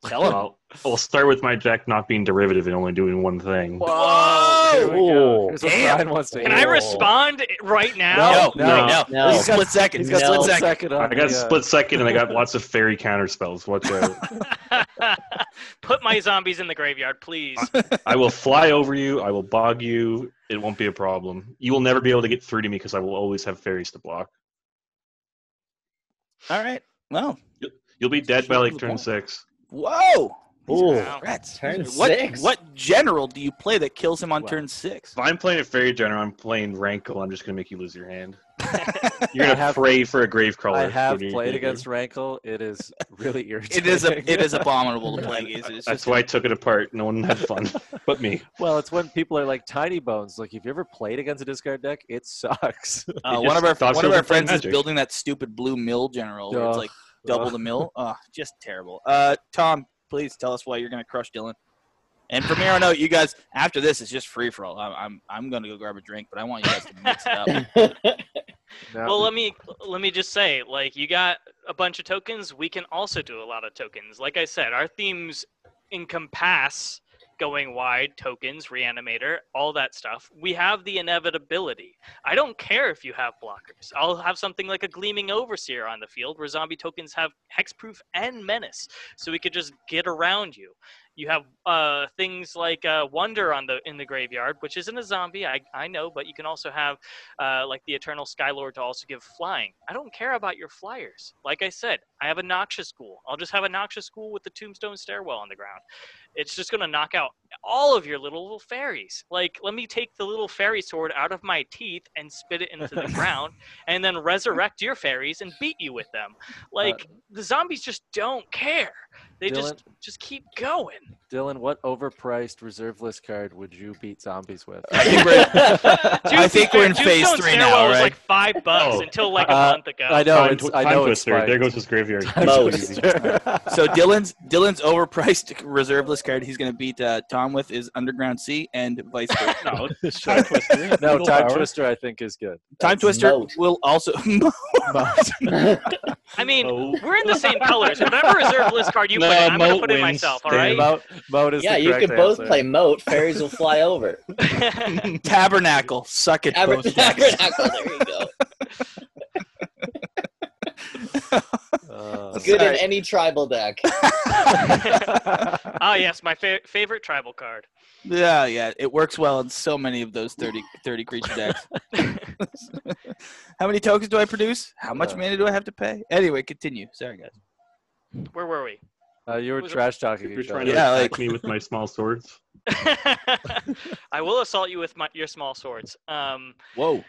Speaker 1: Tell him.
Speaker 5: Well, we'll start with my deck not being derivative and only doing one thing.
Speaker 1: Whoa!
Speaker 2: Here we go. Here's what
Speaker 1: Damn.
Speaker 2: Brian wants to
Speaker 4: Can
Speaker 2: hear.
Speaker 4: I respond right now?
Speaker 1: No,
Speaker 2: No,
Speaker 1: no, no,
Speaker 5: no,
Speaker 1: no.
Speaker 3: no.
Speaker 1: Split second.
Speaker 2: He's got
Speaker 1: split
Speaker 3: No.
Speaker 2: split
Speaker 1: second.
Speaker 2: second. On
Speaker 5: I got
Speaker 2: the, uh,
Speaker 5: split second and I got lots of fairy counter spells. Watch out.
Speaker 4: Put my zombies in the graveyard, please.
Speaker 5: I will fly over you. I will bog you. It won't be a problem. You will never be able to get through to me because I will always have fairies to block.
Speaker 1: All right. Well,
Speaker 5: You'll be dead by
Speaker 1: Sure,
Speaker 5: like
Speaker 1: good
Speaker 5: turn
Speaker 1: point.
Speaker 5: six.
Speaker 1: whoa. These are
Speaker 3: Ooh.
Speaker 1: good threats.
Speaker 3: Turn
Speaker 1: These are- what,
Speaker 3: six.
Speaker 1: What general do you play that kills him on
Speaker 2: Wow.
Speaker 1: turn six?
Speaker 5: If I'm playing a fairy general, I'm playing Rankle. I'm just gonna make you lose your hand. You're gonna
Speaker 2: I have-
Speaker 5: pray for a grave crawler.
Speaker 2: I have
Speaker 5: What are you
Speaker 2: played
Speaker 5: gonna do?
Speaker 2: against Rankle. It is really irritating.
Speaker 1: It is a, it is abominable to play against. It's
Speaker 5: That's
Speaker 1: just
Speaker 5: why I took it apart. No one had fun but me.
Speaker 2: well, it's when people are like tiny bones. Like, if you ever played against a discard deck, it sucks.
Speaker 1: Uh, one of
Speaker 5: It just
Speaker 1: our
Speaker 5: stops
Speaker 1: one
Speaker 5: you
Speaker 1: of our
Speaker 5: from playing
Speaker 1: friends is
Speaker 5: Magic.
Speaker 1: building that stupid blue mill general. Where it's
Speaker 2: Ugh.
Speaker 1: like double the mill. Oh, just terrible. Uh, Tom, please tell us why you're gonna crush Dylan. And from here on out, you guys, after this, it's just free for all. I'm, I'm, I'm going to go grab a drink, but I want you guys to mix it up.
Speaker 2: Now
Speaker 4: Well,
Speaker 2: we-
Speaker 4: let me let me just say, like, you got a bunch of tokens. We can also do a lot of tokens. Like I said, our themes encompass going wide, tokens, reanimator, all that stuff. We have the inevitability. I don't care if you have blockers. I'll have something like a gleaming overseer on the field where zombie tokens have hexproof and menace, so we could just get around you. You have uh, things like uh, wonder on the in the graveyard, which isn't a zombie. I, I know, but you can also have uh, like the Eternal Skylord to also give flying. I don't care about your flyers. Like I said, I have a Noxious Ghoul. I'll just have a Noxious Ghoul with the Tombstone Stairwell on the ground. It's just going to knock out all of your little, little fairies. Like, let me take the little fairy sword out of my teeth and spit it into the ground and then resurrect your fairies and beat you with them.
Speaker 1: Uh,
Speaker 4: Like, the zombies just don't care. They just just keep going.
Speaker 2: Dylan, what overpriced reserve list card would you beat zombies with?
Speaker 1: I think we're, I
Speaker 4: Tombstone-
Speaker 1: think we're in phase
Speaker 4: Tombstone
Speaker 1: three now,
Speaker 4: Stairwell was
Speaker 1: right?
Speaker 4: like five bucks
Speaker 5: Oh.
Speaker 4: until like a
Speaker 2: Uh,
Speaker 4: month ago.
Speaker 2: I know.
Speaker 5: Time
Speaker 2: It's,
Speaker 5: twi-
Speaker 2: I
Speaker 5: time
Speaker 2: know. It's
Speaker 5: twister. there
Speaker 2: spiked.
Speaker 5: goes his graveyard.
Speaker 2: Time
Speaker 3: Most.
Speaker 2: twister.
Speaker 1: So Dylan's Dylan's overpriced reserve list card he's going to beat uh, Tom with is Underground Sea and vice versa.
Speaker 5: No, it's time twister.
Speaker 2: no,
Speaker 5: Legal
Speaker 2: time
Speaker 5: power.
Speaker 2: twister. I think is good.
Speaker 1: Time
Speaker 2: That's-
Speaker 1: Twister
Speaker 3: Moat.
Speaker 1: will also.
Speaker 4: I mean,
Speaker 5: Oh.
Speaker 4: we're in the same colors. Whatever reserve list card you
Speaker 5: No,
Speaker 4: put in, I'm gonna
Speaker 5: Moat
Speaker 4: put in
Speaker 5: wins,
Speaker 4: myself. All
Speaker 5: Dave.
Speaker 4: right.
Speaker 2: Moat, Moat is
Speaker 3: yeah,
Speaker 2: the
Speaker 3: you
Speaker 2: correct
Speaker 3: can both
Speaker 2: answer.
Speaker 3: play moat. Fairies will fly over.
Speaker 1: Tabernacle, suck it,
Speaker 3: Aber-
Speaker 1: both jacks.
Speaker 3: Tabernacle, there you go.
Speaker 2: Uh,
Speaker 3: Good in
Speaker 1: Sorry.
Speaker 3: any tribal deck.
Speaker 4: ah, yes, my fa- favorite tribal card.
Speaker 1: Yeah, yeah, it works well in so many of those 30, 30 creature decks. How many tokens do I produce? How much
Speaker 2: Yeah.
Speaker 1: mana do I have to pay? Anyway, continue. Sorry, guys.
Speaker 4: Where were we?
Speaker 2: uh, you were
Speaker 4: Was it-
Speaker 2: trash talking
Speaker 5: You're
Speaker 2: each
Speaker 5: trying
Speaker 2: other.
Speaker 5: to
Speaker 1: Yeah,
Speaker 5: attack
Speaker 1: like-
Speaker 5: me with my small swords.
Speaker 4: I will assault you with my, your small swords. Um,
Speaker 1: Whoa,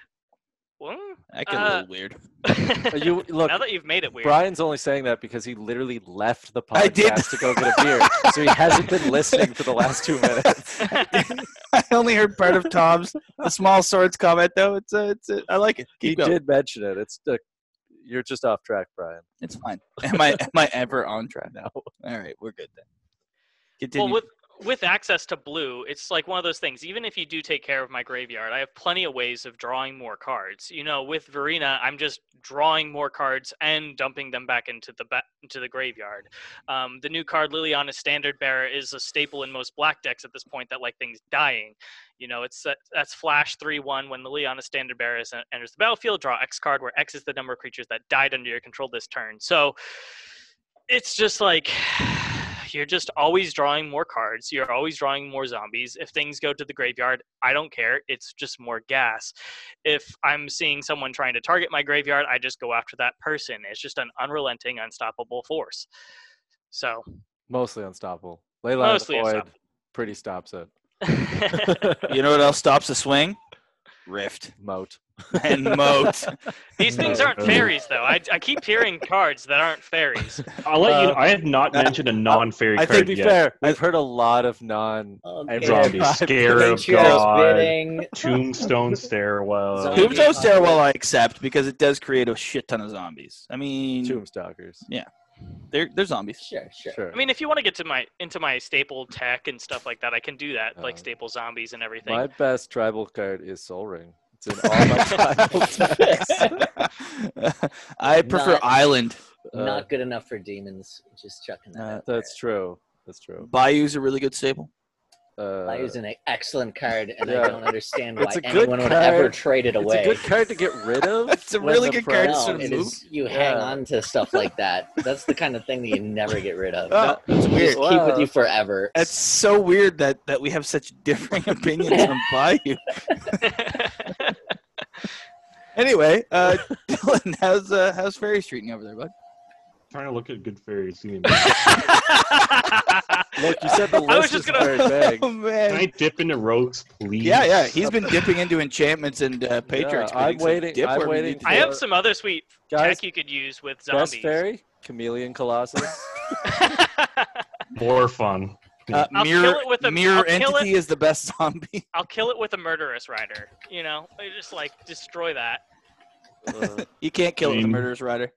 Speaker 4: well,
Speaker 1: that got a
Speaker 4: Uh,
Speaker 1: little weird.
Speaker 2: Uh, You look.
Speaker 4: now that you've made it weird.
Speaker 2: Brian's only saying that because he literally left the
Speaker 1: I did.
Speaker 2: podcast to go get a beer, so he hasn't been listening for the last two minutes.
Speaker 1: I only heard part of Tom's the small swords comment though. It's a, it's a, I like it.
Speaker 2: He
Speaker 1: Keep going.
Speaker 2: did mention it. It's uh, you're just off track, Brian.
Speaker 1: It's fine. Am I am I ever on track now? All right, we're good then. Continue.
Speaker 4: Well, with with access to blue, it's like one of those things. Even if you do take care of my graveyard, I have plenty of ways of drawing more cards. You know, with Verena, I'm just drawing more cards and dumping them back into the ba- into the graveyard. Um, the new card Liliana Standard Bearer is a staple in most black decks at this point. That like things dying. You know, it's that- that's flash three one when Liliana Standard Bearer is, uh, enters the battlefield. Draw X card, where X is the number of creatures that died under your control this turn. So it's just like you're just always drawing more cards. You're always drawing more zombies. If things go to the graveyard, I don't care. It's just more gas. If I'm seeing someone trying to target my graveyard, I just go after that person. It's just an unrelenting, unstoppable force. So,
Speaker 2: Mostly unstoppable. Leyline
Speaker 4: Mostly
Speaker 2: Void
Speaker 4: unstoppable.
Speaker 2: pretty stops it.
Speaker 1: you know what else stops a swing? Rift
Speaker 2: Moat.
Speaker 1: and moat.
Speaker 4: these things aren't fairies, though. I, I keep hearing cards that aren't fairies.
Speaker 5: I'll let you.
Speaker 2: Uh,
Speaker 5: Know, I have not
Speaker 2: uh,
Speaker 5: mentioned a non-fairy
Speaker 2: I
Speaker 5: card
Speaker 2: think to be
Speaker 5: yet.
Speaker 2: fair, I've heard a lot of non.
Speaker 3: Okay.
Speaker 2: And
Speaker 5: Zombie
Speaker 2: Patriarch
Speaker 5: scarab
Speaker 3: Patriarch's
Speaker 5: god,
Speaker 3: bidding.
Speaker 5: tombstone stairwell.
Speaker 3: Zombie.
Speaker 1: Tombstone stairwell I accept because it does create a shit ton of zombies. I mean,
Speaker 2: Tombstalkers.
Speaker 1: they're they're zombies.
Speaker 3: Sure, sure.
Speaker 2: Sure.
Speaker 4: I mean, if you want to get to my into my staple tech and stuff like that, I can do that,
Speaker 2: Uh,
Speaker 4: like staple zombies and everything.
Speaker 2: my best tribal card is Soul Ring. It's in all my tribal decks.
Speaker 1: I prefer
Speaker 3: Not-
Speaker 1: island.
Speaker 2: Uh,
Speaker 3: Not good enough for demons. Just chucking that.
Speaker 1: Uh,
Speaker 3: out there.
Speaker 2: That's true. That's true.
Speaker 1: Bayou's a really good staple.
Speaker 2: Uh,
Speaker 3: I use an excellent card, and
Speaker 2: yeah.
Speaker 3: I don't understand why
Speaker 2: It's a good
Speaker 3: anyone would ever
Speaker 2: card.
Speaker 3: trade
Speaker 2: it's
Speaker 3: it
Speaker 2: a
Speaker 3: away.
Speaker 2: good card to get rid of.
Speaker 1: It's a
Speaker 2: when
Speaker 1: really
Speaker 2: the
Speaker 1: good card to
Speaker 2: price-
Speaker 3: no,
Speaker 1: sort of
Speaker 3: it
Speaker 1: move.
Speaker 3: is- you hang
Speaker 2: Yeah.
Speaker 3: on to stuff like that. That's the kind of thing that you never get rid of.
Speaker 1: Oh, that's weird.
Speaker 3: You just keep with
Speaker 2: Wow.
Speaker 3: you forever.
Speaker 1: That's so weird that that we have such differing opinions on Bayou. Anyway, uh, Dylan, how's uh, how's Ferry treating you over there, bud?
Speaker 5: trying to look at good fairies. Can
Speaker 2: Look, you said the list
Speaker 4: I was just
Speaker 2: is
Speaker 4: gonna-
Speaker 2: very big.
Speaker 1: Oh man.
Speaker 5: I dip into rogues, please?
Speaker 1: yeah, yeah, he's been dipping into enchantments and uh, patriarchs.
Speaker 2: I'm waiting- I'm waiting
Speaker 4: I have
Speaker 2: for-
Speaker 4: some other sweet
Speaker 2: Guys,
Speaker 4: tech you could use with
Speaker 2: best
Speaker 4: zombies.
Speaker 2: fairy, Chameleon Colossus.
Speaker 5: More fun.
Speaker 1: uh,
Speaker 4: I'll kill
Speaker 1: mirror
Speaker 4: it with a-
Speaker 1: mirror
Speaker 4: I'll kill
Speaker 1: entity is the best zombie.
Speaker 4: I'll kill it with a murderous rider. You know, I just like destroy that.
Speaker 2: Uh,
Speaker 1: You can't kill it with a
Speaker 5: Mean.
Speaker 1: murderous rider.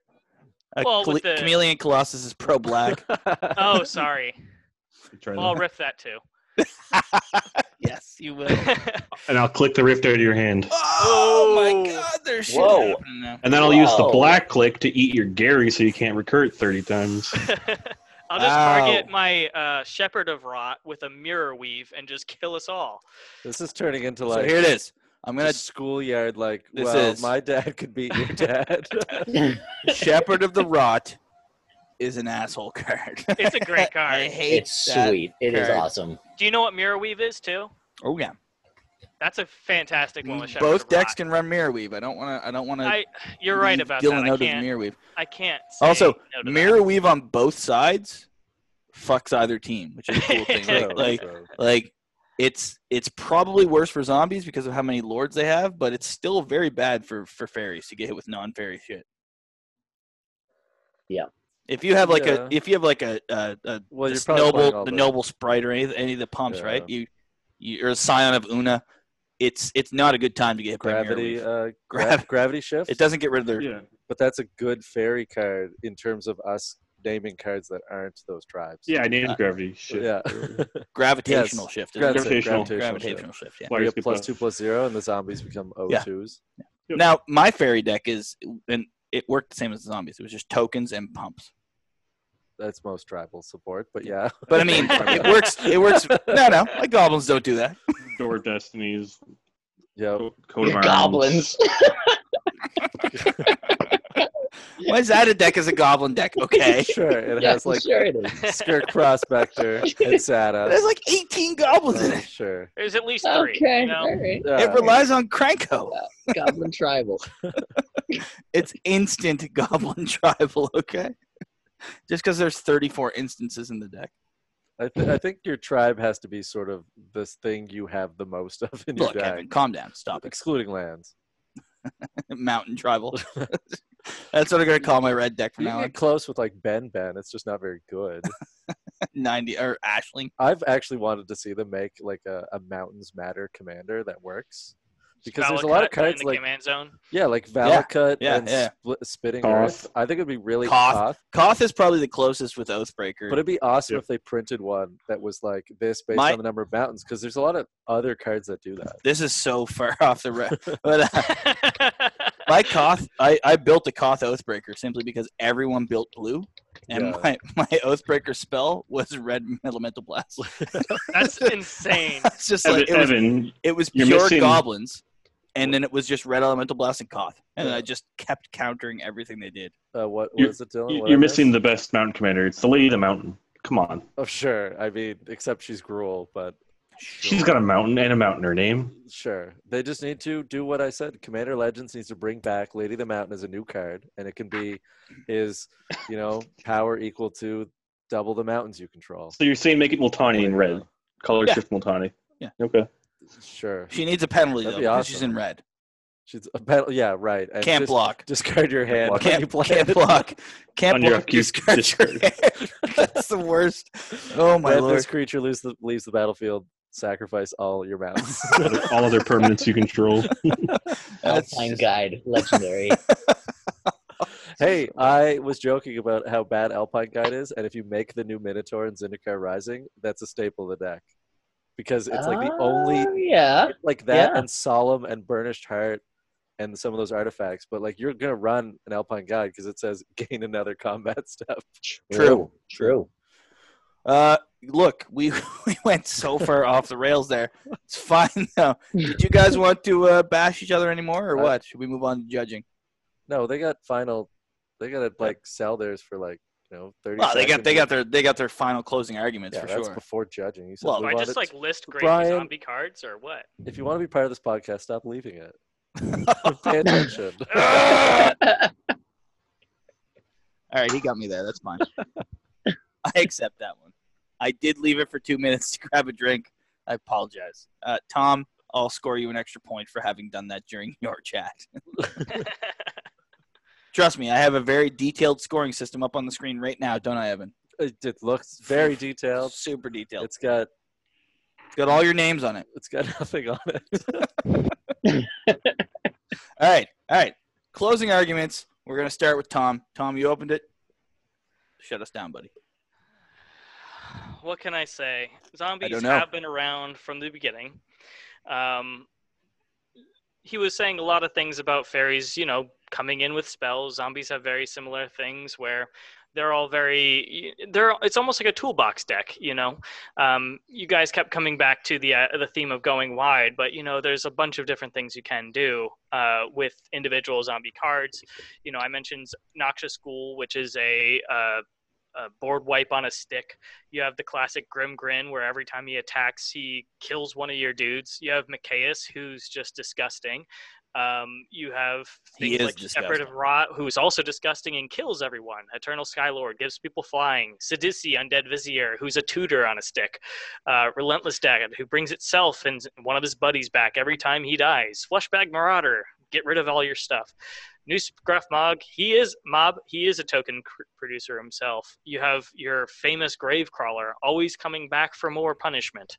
Speaker 1: A
Speaker 4: Well,
Speaker 1: cle-
Speaker 4: with the-
Speaker 1: chameleon colossus is pro black.
Speaker 4: Oh, sorry.
Speaker 5: Try
Speaker 4: Well, I'll riff that too.
Speaker 1: yes, you will.
Speaker 5: and I'll click the rift out of your hand.
Speaker 1: Oh
Speaker 4: Oh.
Speaker 1: my god, there's shit
Speaker 3: Whoa.
Speaker 1: happening now.
Speaker 5: And then I'll use the
Speaker 3: Wow.
Speaker 5: black click to eat your Gary so you can't recur 30 times.
Speaker 4: I'll just
Speaker 1: Wow.
Speaker 4: target my uh, Shepherd of Rot with a mirror weave and just kill us all.
Speaker 2: This is turning into
Speaker 1: So
Speaker 2: like
Speaker 1: here it is. I'm
Speaker 2: a
Speaker 1: gonna
Speaker 2: schoolyard. Like,
Speaker 1: This
Speaker 2: well,
Speaker 1: is-
Speaker 2: my dad could beat your dad.
Speaker 1: Shepherd of the Rot is an asshole card.
Speaker 4: It's a great
Speaker 1: I
Speaker 4: card.
Speaker 1: hate
Speaker 3: It's
Speaker 1: that.
Speaker 3: sweet. It is
Speaker 1: card.
Speaker 3: awesome.
Speaker 4: Do you know what mirror weave is too?
Speaker 1: Oh yeah.
Speaker 4: That's a fantastic one. With Shepherd
Speaker 1: Both
Speaker 4: of
Speaker 1: decks
Speaker 4: Rot.
Speaker 1: can run Mirror Weave. I don't want to. I don't want to.
Speaker 4: I, you're right about
Speaker 1: Dylan
Speaker 4: that. I
Speaker 1: out of
Speaker 4: can't.
Speaker 1: Mirror Weave.
Speaker 4: I can't. say
Speaker 1: Also,
Speaker 4: no to that.
Speaker 1: Mirror Weave on both sides fucks either team, which is a cool thing.
Speaker 2: So-
Speaker 1: Like, like,
Speaker 2: so-
Speaker 1: like it's it's probably worse for zombies because of how many lords they have, but it's still very bad for for fairies to get hit with non fairy shit.
Speaker 3: Yeah.
Speaker 1: If you have like
Speaker 2: Yeah.
Speaker 1: a if you have like a a, a
Speaker 2: well, you're
Speaker 1: this
Speaker 2: probably playing
Speaker 1: noble
Speaker 2: all
Speaker 1: the noble sprite or any, any of the pumps,
Speaker 2: Yeah.
Speaker 1: right? You you are a scion of Una. It's it's not a good time to get hit by Mirror
Speaker 2: gravity.
Speaker 1: Weave.
Speaker 2: Uh,
Speaker 1: Grav-
Speaker 2: gra- gravity shift.
Speaker 1: It doesn't get rid of their
Speaker 5: yeah.
Speaker 2: but that's a good fairy card in terms of us naming cards that aren't those tribes.
Speaker 5: Yeah, I named
Speaker 1: Uh,
Speaker 5: gravity. Shit.
Speaker 2: yeah.
Speaker 1: gravitational
Speaker 2: Yes.
Speaker 1: shift.
Speaker 2: That's
Speaker 1: Isn't
Speaker 2: it,
Speaker 1: it?
Speaker 5: Gravitational.
Speaker 1: Gravitational shift. Yeah.
Speaker 5: Why
Speaker 2: We
Speaker 5: you
Speaker 2: have
Speaker 5: skip
Speaker 2: plus
Speaker 5: that?
Speaker 2: two plus zero, and the zombies become O
Speaker 1: Yeah.
Speaker 2: twos.
Speaker 5: Yep.
Speaker 1: Now my fairy deck is and it worked the same as the zombies. It was just tokens and pumps.
Speaker 2: That's most tribal support, but yeah.
Speaker 1: But I mean, it works. It works. No, no, my goblins don't do that.
Speaker 5: Door of Destinies,
Speaker 2: yeah.
Speaker 5: Co- Coat of Arms.
Speaker 3: Goblins.
Speaker 1: Why is that a deck as a goblin deck? Okay,
Speaker 2: Sure, it
Speaker 3: yeah,
Speaker 2: has like
Speaker 3: sure it is.
Speaker 2: Skirk Prospector and Sada.
Speaker 1: there's like 18 goblins in
Speaker 2: Oh,
Speaker 1: it.
Speaker 2: sure.
Speaker 4: There's at least three.
Speaker 3: Okay.
Speaker 4: You know?
Speaker 3: All right. Uh,
Speaker 2: Yeah.
Speaker 1: It relies on Cranko.
Speaker 3: Goblin tribal.
Speaker 1: It's instant goblin tribal. Okay, just because there's 34 instances in the deck.
Speaker 2: I, th- I think your tribe has to be sort of this thing you have the most of in your
Speaker 1: Look,
Speaker 2: deck,
Speaker 1: Evan, calm down. Stop it.
Speaker 2: excluding lands.
Speaker 1: Mountain tribal. That's what I'm gonna call my red deck from
Speaker 2: You can
Speaker 1: now on.
Speaker 2: get close with like Ben Ben. It's just not very good.
Speaker 1: 90 or Ashling.
Speaker 2: I've actually wanted to see them make like a, a Mountains Matter commander that works. Because there's a lot of
Speaker 4: Valakut in
Speaker 2: cards
Speaker 4: the
Speaker 2: like
Speaker 4: command zone.
Speaker 2: yeah, like
Speaker 1: Yeah,
Speaker 2: Valakut
Speaker 1: yeah,
Speaker 2: and
Speaker 1: yeah.
Speaker 2: Split, Spitting
Speaker 5: Koth.
Speaker 2: Earth. I think it'd be really
Speaker 1: Koth.
Speaker 2: Koth,
Speaker 1: Koth is probably the closest with Oathbreaker.
Speaker 2: but it'd be awesome
Speaker 5: Yep.
Speaker 2: if they printed one that was like this based
Speaker 1: My-
Speaker 2: on the number of mountains. Because there's a lot of other cards that do that.
Speaker 1: this is so far off the road. But uh, my Koth, I, I built a Koth Oathbreaker simply because everyone built blue, and
Speaker 2: Yeah.
Speaker 1: my, my Oathbreaker spell was red elemental blast.
Speaker 4: That's insane.
Speaker 1: it's just
Speaker 5: Evan,
Speaker 1: like it was,
Speaker 5: Evan,
Speaker 1: it was
Speaker 5: you're
Speaker 1: pure
Speaker 5: missing-
Speaker 1: goblins, and then it was just red elemental blast and Koth, and then
Speaker 2: Yeah.
Speaker 1: I just kept countering everything they did.
Speaker 2: Uh, what
Speaker 5: You're-
Speaker 2: was it, Dylan?
Speaker 5: you-
Speaker 2: What I
Speaker 5: you're missing
Speaker 2: missed?
Speaker 5: the best mountain commander. It's the Lady of the Mountain. Come on.
Speaker 2: Oh, sure. I mean, except she's gruel, but
Speaker 5: She's got a mountain and a mountain in her name.
Speaker 2: Sure. They just need to do what I said. Commander Legends needs to bring back Lady of the Mountain as a new card, and it can be is, you know, power equal to double the mountains you control.
Speaker 5: So you're saying make it Multani in red. Color
Speaker 1: Yeah.
Speaker 5: shift Multani.
Speaker 1: Yeah.
Speaker 5: Okay.
Speaker 2: Sure.
Speaker 1: She needs a penalty though
Speaker 2: That'd be
Speaker 1: because she's
Speaker 2: awesome.
Speaker 1: in red.
Speaker 2: She's a battle. Yeah, right. And
Speaker 1: Can't
Speaker 2: just
Speaker 1: block.
Speaker 2: Discard your hand.
Speaker 5: block.
Speaker 2: when
Speaker 1: Can't
Speaker 2: you
Speaker 1: block.
Speaker 2: play
Speaker 1: Can't
Speaker 2: it.
Speaker 1: block. Can't
Speaker 5: On your
Speaker 1: block.
Speaker 5: upkeep,
Speaker 1: Discard your hand. That's the worst. Oh my
Speaker 2: When
Speaker 1: lord.
Speaker 2: this creature leaves the leaves the battlefield, sacrifice all your mountains.
Speaker 5: All other permanents you control.
Speaker 1: That's
Speaker 3: Alpine
Speaker 1: just-
Speaker 3: guide. Legendary.
Speaker 2: hey, I was joking about how bad Alpine Guide is, and if you make the new Minotaur in Zendikar Rising, that's a staple of the deck. Because it's like the only
Speaker 3: Oh, Yeah.
Speaker 2: like that
Speaker 3: Yeah.
Speaker 2: and solemn and burnished heart and some of those artifacts but like you're gonna run an alpine guide because it says gain another combat step
Speaker 1: True.
Speaker 3: True.
Speaker 1: Uh, look, we we went so far off the rails there. It's fine though. Did you guys want to uh, bash each other anymore, or
Speaker 2: Uh,
Speaker 1: what? Should we move on to judging?
Speaker 2: no they got final they gotta like sell theirs for like you know 30
Speaker 1: Well, they got
Speaker 2: seconds.
Speaker 1: they got their they got their final closing arguments
Speaker 2: yeah,
Speaker 1: for
Speaker 2: that's
Speaker 1: sure.
Speaker 2: before judging you said
Speaker 1: Well,
Speaker 2: we
Speaker 4: Do I
Speaker 2: want
Speaker 4: just
Speaker 2: it-
Speaker 4: like list great
Speaker 2: Brian-
Speaker 4: zombie cards or what?
Speaker 2: if you want to be part of this podcast stop leaving it pay attention
Speaker 1: All right, he got me there. That's fine. I accept that one. I did leave it for two minutes to grab a drink. I apologize, uh, Tom. I'll score you an extra point for having done that during your chat. Trust me, I have a very detailed scoring system up on the screen right now, don't I, Evan?
Speaker 2: it, it looks very detailed
Speaker 1: Super detailed.
Speaker 2: it's got
Speaker 1: It's got all your names on it.
Speaker 2: it's got nothing on it
Speaker 1: All right, all right. Closing arguments. We're gonna start with Tom. Tom, you opened it. Shut us down, buddy.
Speaker 4: what can I say? Zombies
Speaker 1: know.
Speaker 4: have been around from the beginning. Um, he was saying a lot of things about fairies, you know, coming in with spells. Zombies have very similar things where they're all very they're it's almost like a toolbox deck you know um, you guys kept coming back to the uh, the theme of going wide but you know there's a bunch of different things you can do uh, with individual zombie cards you know i mentioned noxious ghoul which is a uh, a board wipe on a stick. You have the classic Grim Grin, where every time he attacks, he kills one of your dudes. You have Micaeus, who's just disgusting. Um, you have
Speaker 1: He
Speaker 4: things
Speaker 1: is
Speaker 4: like Shepherd of
Speaker 1: disgusting.
Speaker 4: Rot, who's also disgusting and kills everyone. Eternal Skylord gives people flying. Sidisi, Undead Vizier, who's a tutor on a stick. Uh, Relentless Dagger, who brings itself and one of his buddies back every time he dies. Fleshbag Marauder, get rid of all your stuff. Newsgraph Mog, he is Mob, he is a token cr- producer himself. You have your famous Grave Crawler, always coming back for more punishment.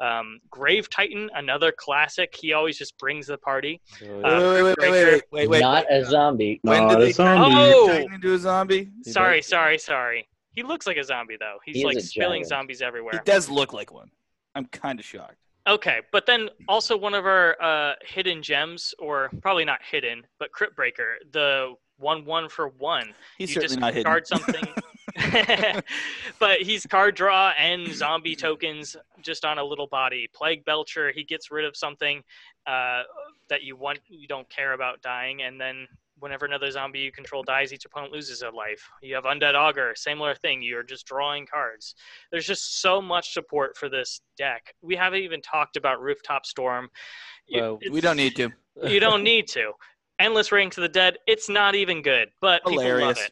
Speaker 4: Um, Grave Titan, another classic, he always just brings the party.
Speaker 1: Wait, wait,
Speaker 4: Um,
Speaker 1: wait, wait, wait, wait, wait, wait.
Speaker 3: Not a zombie.
Speaker 1: When
Speaker 5: Not
Speaker 1: did
Speaker 5: a
Speaker 1: they turn
Speaker 5: zombie.
Speaker 1: Ninja
Speaker 4: Oh!
Speaker 1: Titan into a zombie?
Speaker 2: He
Speaker 4: sorry,
Speaker 2: might-
Speaker 4: sorry, sorry. He looks like a zombie, though. He's
Speaker 3: He is
Speaker 4: like
Speaker 3: a
Speaker 4: spilling
Speaker 3: giant.
Speaker 4: zombies
Speaker 1: He
Speaker 4: everywhere.
Speaker 1: does look like one. I'm kind of shocked.
Speaker 4: Okay, but then also one of our uh, hidden gems, or probably not hidden, but Crypt Breaker, the one one for one.
Speaker 1: He's
Speaker 4: you
Speaker 1: certainly
Speaker 4: just
Speaker 1: not hidden.
Speaker 4: card something. but he's card draw and zombie tokens just on a little body. Plague Belcher, he gets rid of something uh, that you want you don't care about dying, and then whenever another zombie you control dies, each opponent loses a life. You have Undead Augur, similar thing. You're just drawing cards. There's just so much support for this deck. We haven't even talked about Rooftop Storm. You-
Speaker 2: Well,
Speaker 1: we
Speaker 4: it's-
Speaker 1: don't need to.
Speaker 4: you don't need to. Endless Ring to the Dead, it's not even good, but
Speaker 1: Hilarious.
Speaker 4: people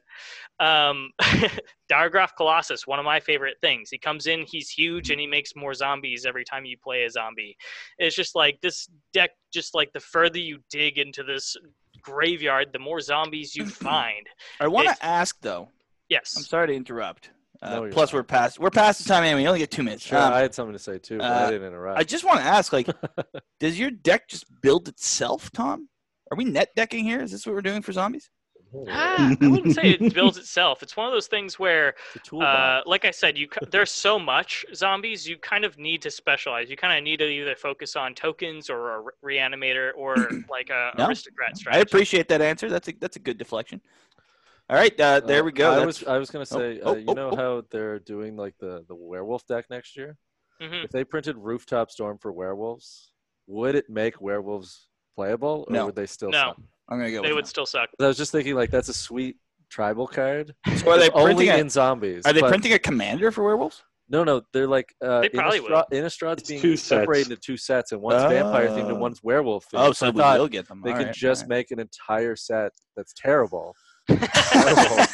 Speaker 4: love it. Um, Diagraph Colossus, one of my favorite things. He comes in, he's huge, and he makes more zombies every time you play a zombie. It's just like this deck, just like the further you dig into this graveyard, the more zombies you find.
Speaker 1: I want to
Speaker 4: It's-
Speaker 1: ask though. I'm
Speaker 4: Yes.
Speaker 1: sorry to interrupt. Uh,
Speaker 2: No, you're
Speaker 1: plus,
Speaker 2: not.
Speaker 1: we're past we're past the time anyway. You only get two minutes.
Speaker 2: Sure,
Speaker 1: Um,
Speaker 2: I had something to say too, but
Speaker 1: uh,
Speaker 2: I didn't interrupt.
Speaker 1: I just want to ask, like, does your deck just build itself, Tom? Are we net decking here? Is this what we're doing for zombies?
Speaker 4: Ah, I wouldn't say it builds itself. It's one of those things where
Speaker 2: It's a toolbox.
Speaker 4: Uh, like I said, you c- there's so much zombies. You kind of need to specialize. You kind of need to either focus on tokens or a re- reanimator or like a
Speaker 1: No,
Speaker 4: aristocrat
Speaker 1: I
Speaker 4: strategy.
Speaker 1: appreciate that answer. That's a that's a good deflection. All right, uh, there
Speaker 2: Uh,
Speaker 1: we go.
Speaker 2: I
Speaker 1: That's-
Speaker 2: was I was gonna say,
Speaker 1: oh,
Speaker 2: uh,
Speaker 1: oh,
Speaker 2: you know
Speaker 1: oh.
Speaker 2: how they're doing like the the werewolf deck next year.
Speaker 4: Mhm.
Speaker 1: Hmm.
Speaker 2: If they printed Rooftop Storm for werewolves, would it make werewolves playable, or
Speaker 1: No.
Speaker 2: would they still?
Speaker 4: No,
Speaker 2: suck?
Speaker 1: I'm gonna go.
Speaker 4: they would
Speaker 1: with
Speaker 4: still suck.
Speaker 2: 'Cause I was just thinking like that's a sweet tribal card.
Speaker 1: no. So are they
Speaker 2: Only
Speaker 1: printing? A,
Speaker 2: in zombies.
Speaker 1: are they
Speaker 2: but-
Speaker 1: printing a commander for werewolves?
Speaker 2: No, no, they're like uh,
Speaker 4: They probably
Speaker 2: Innistrad, Innistrad's
Speaker 5: It's
Speaker 2: being
Speaker 5: two
Speaker 2: separated
Speaker 5: sets.
Speaker 2: into two sets, and one's vampire themed
Speaker 1: Oh.
Speaker 2: and one's werewolf themed.
Speaker 1: Oh, so
Speaker 2: I
Speaker 1: we
Speaker 2: thought
Speaker 1: will get them.
Speaker 2: they
Speaker 1: All
Speaker 2: could
Speaker 1: right,
Speaker 2: just
Speaker 1: all
Speaker 2: make an entire set that's terrible.
Speaker 1: Terrible.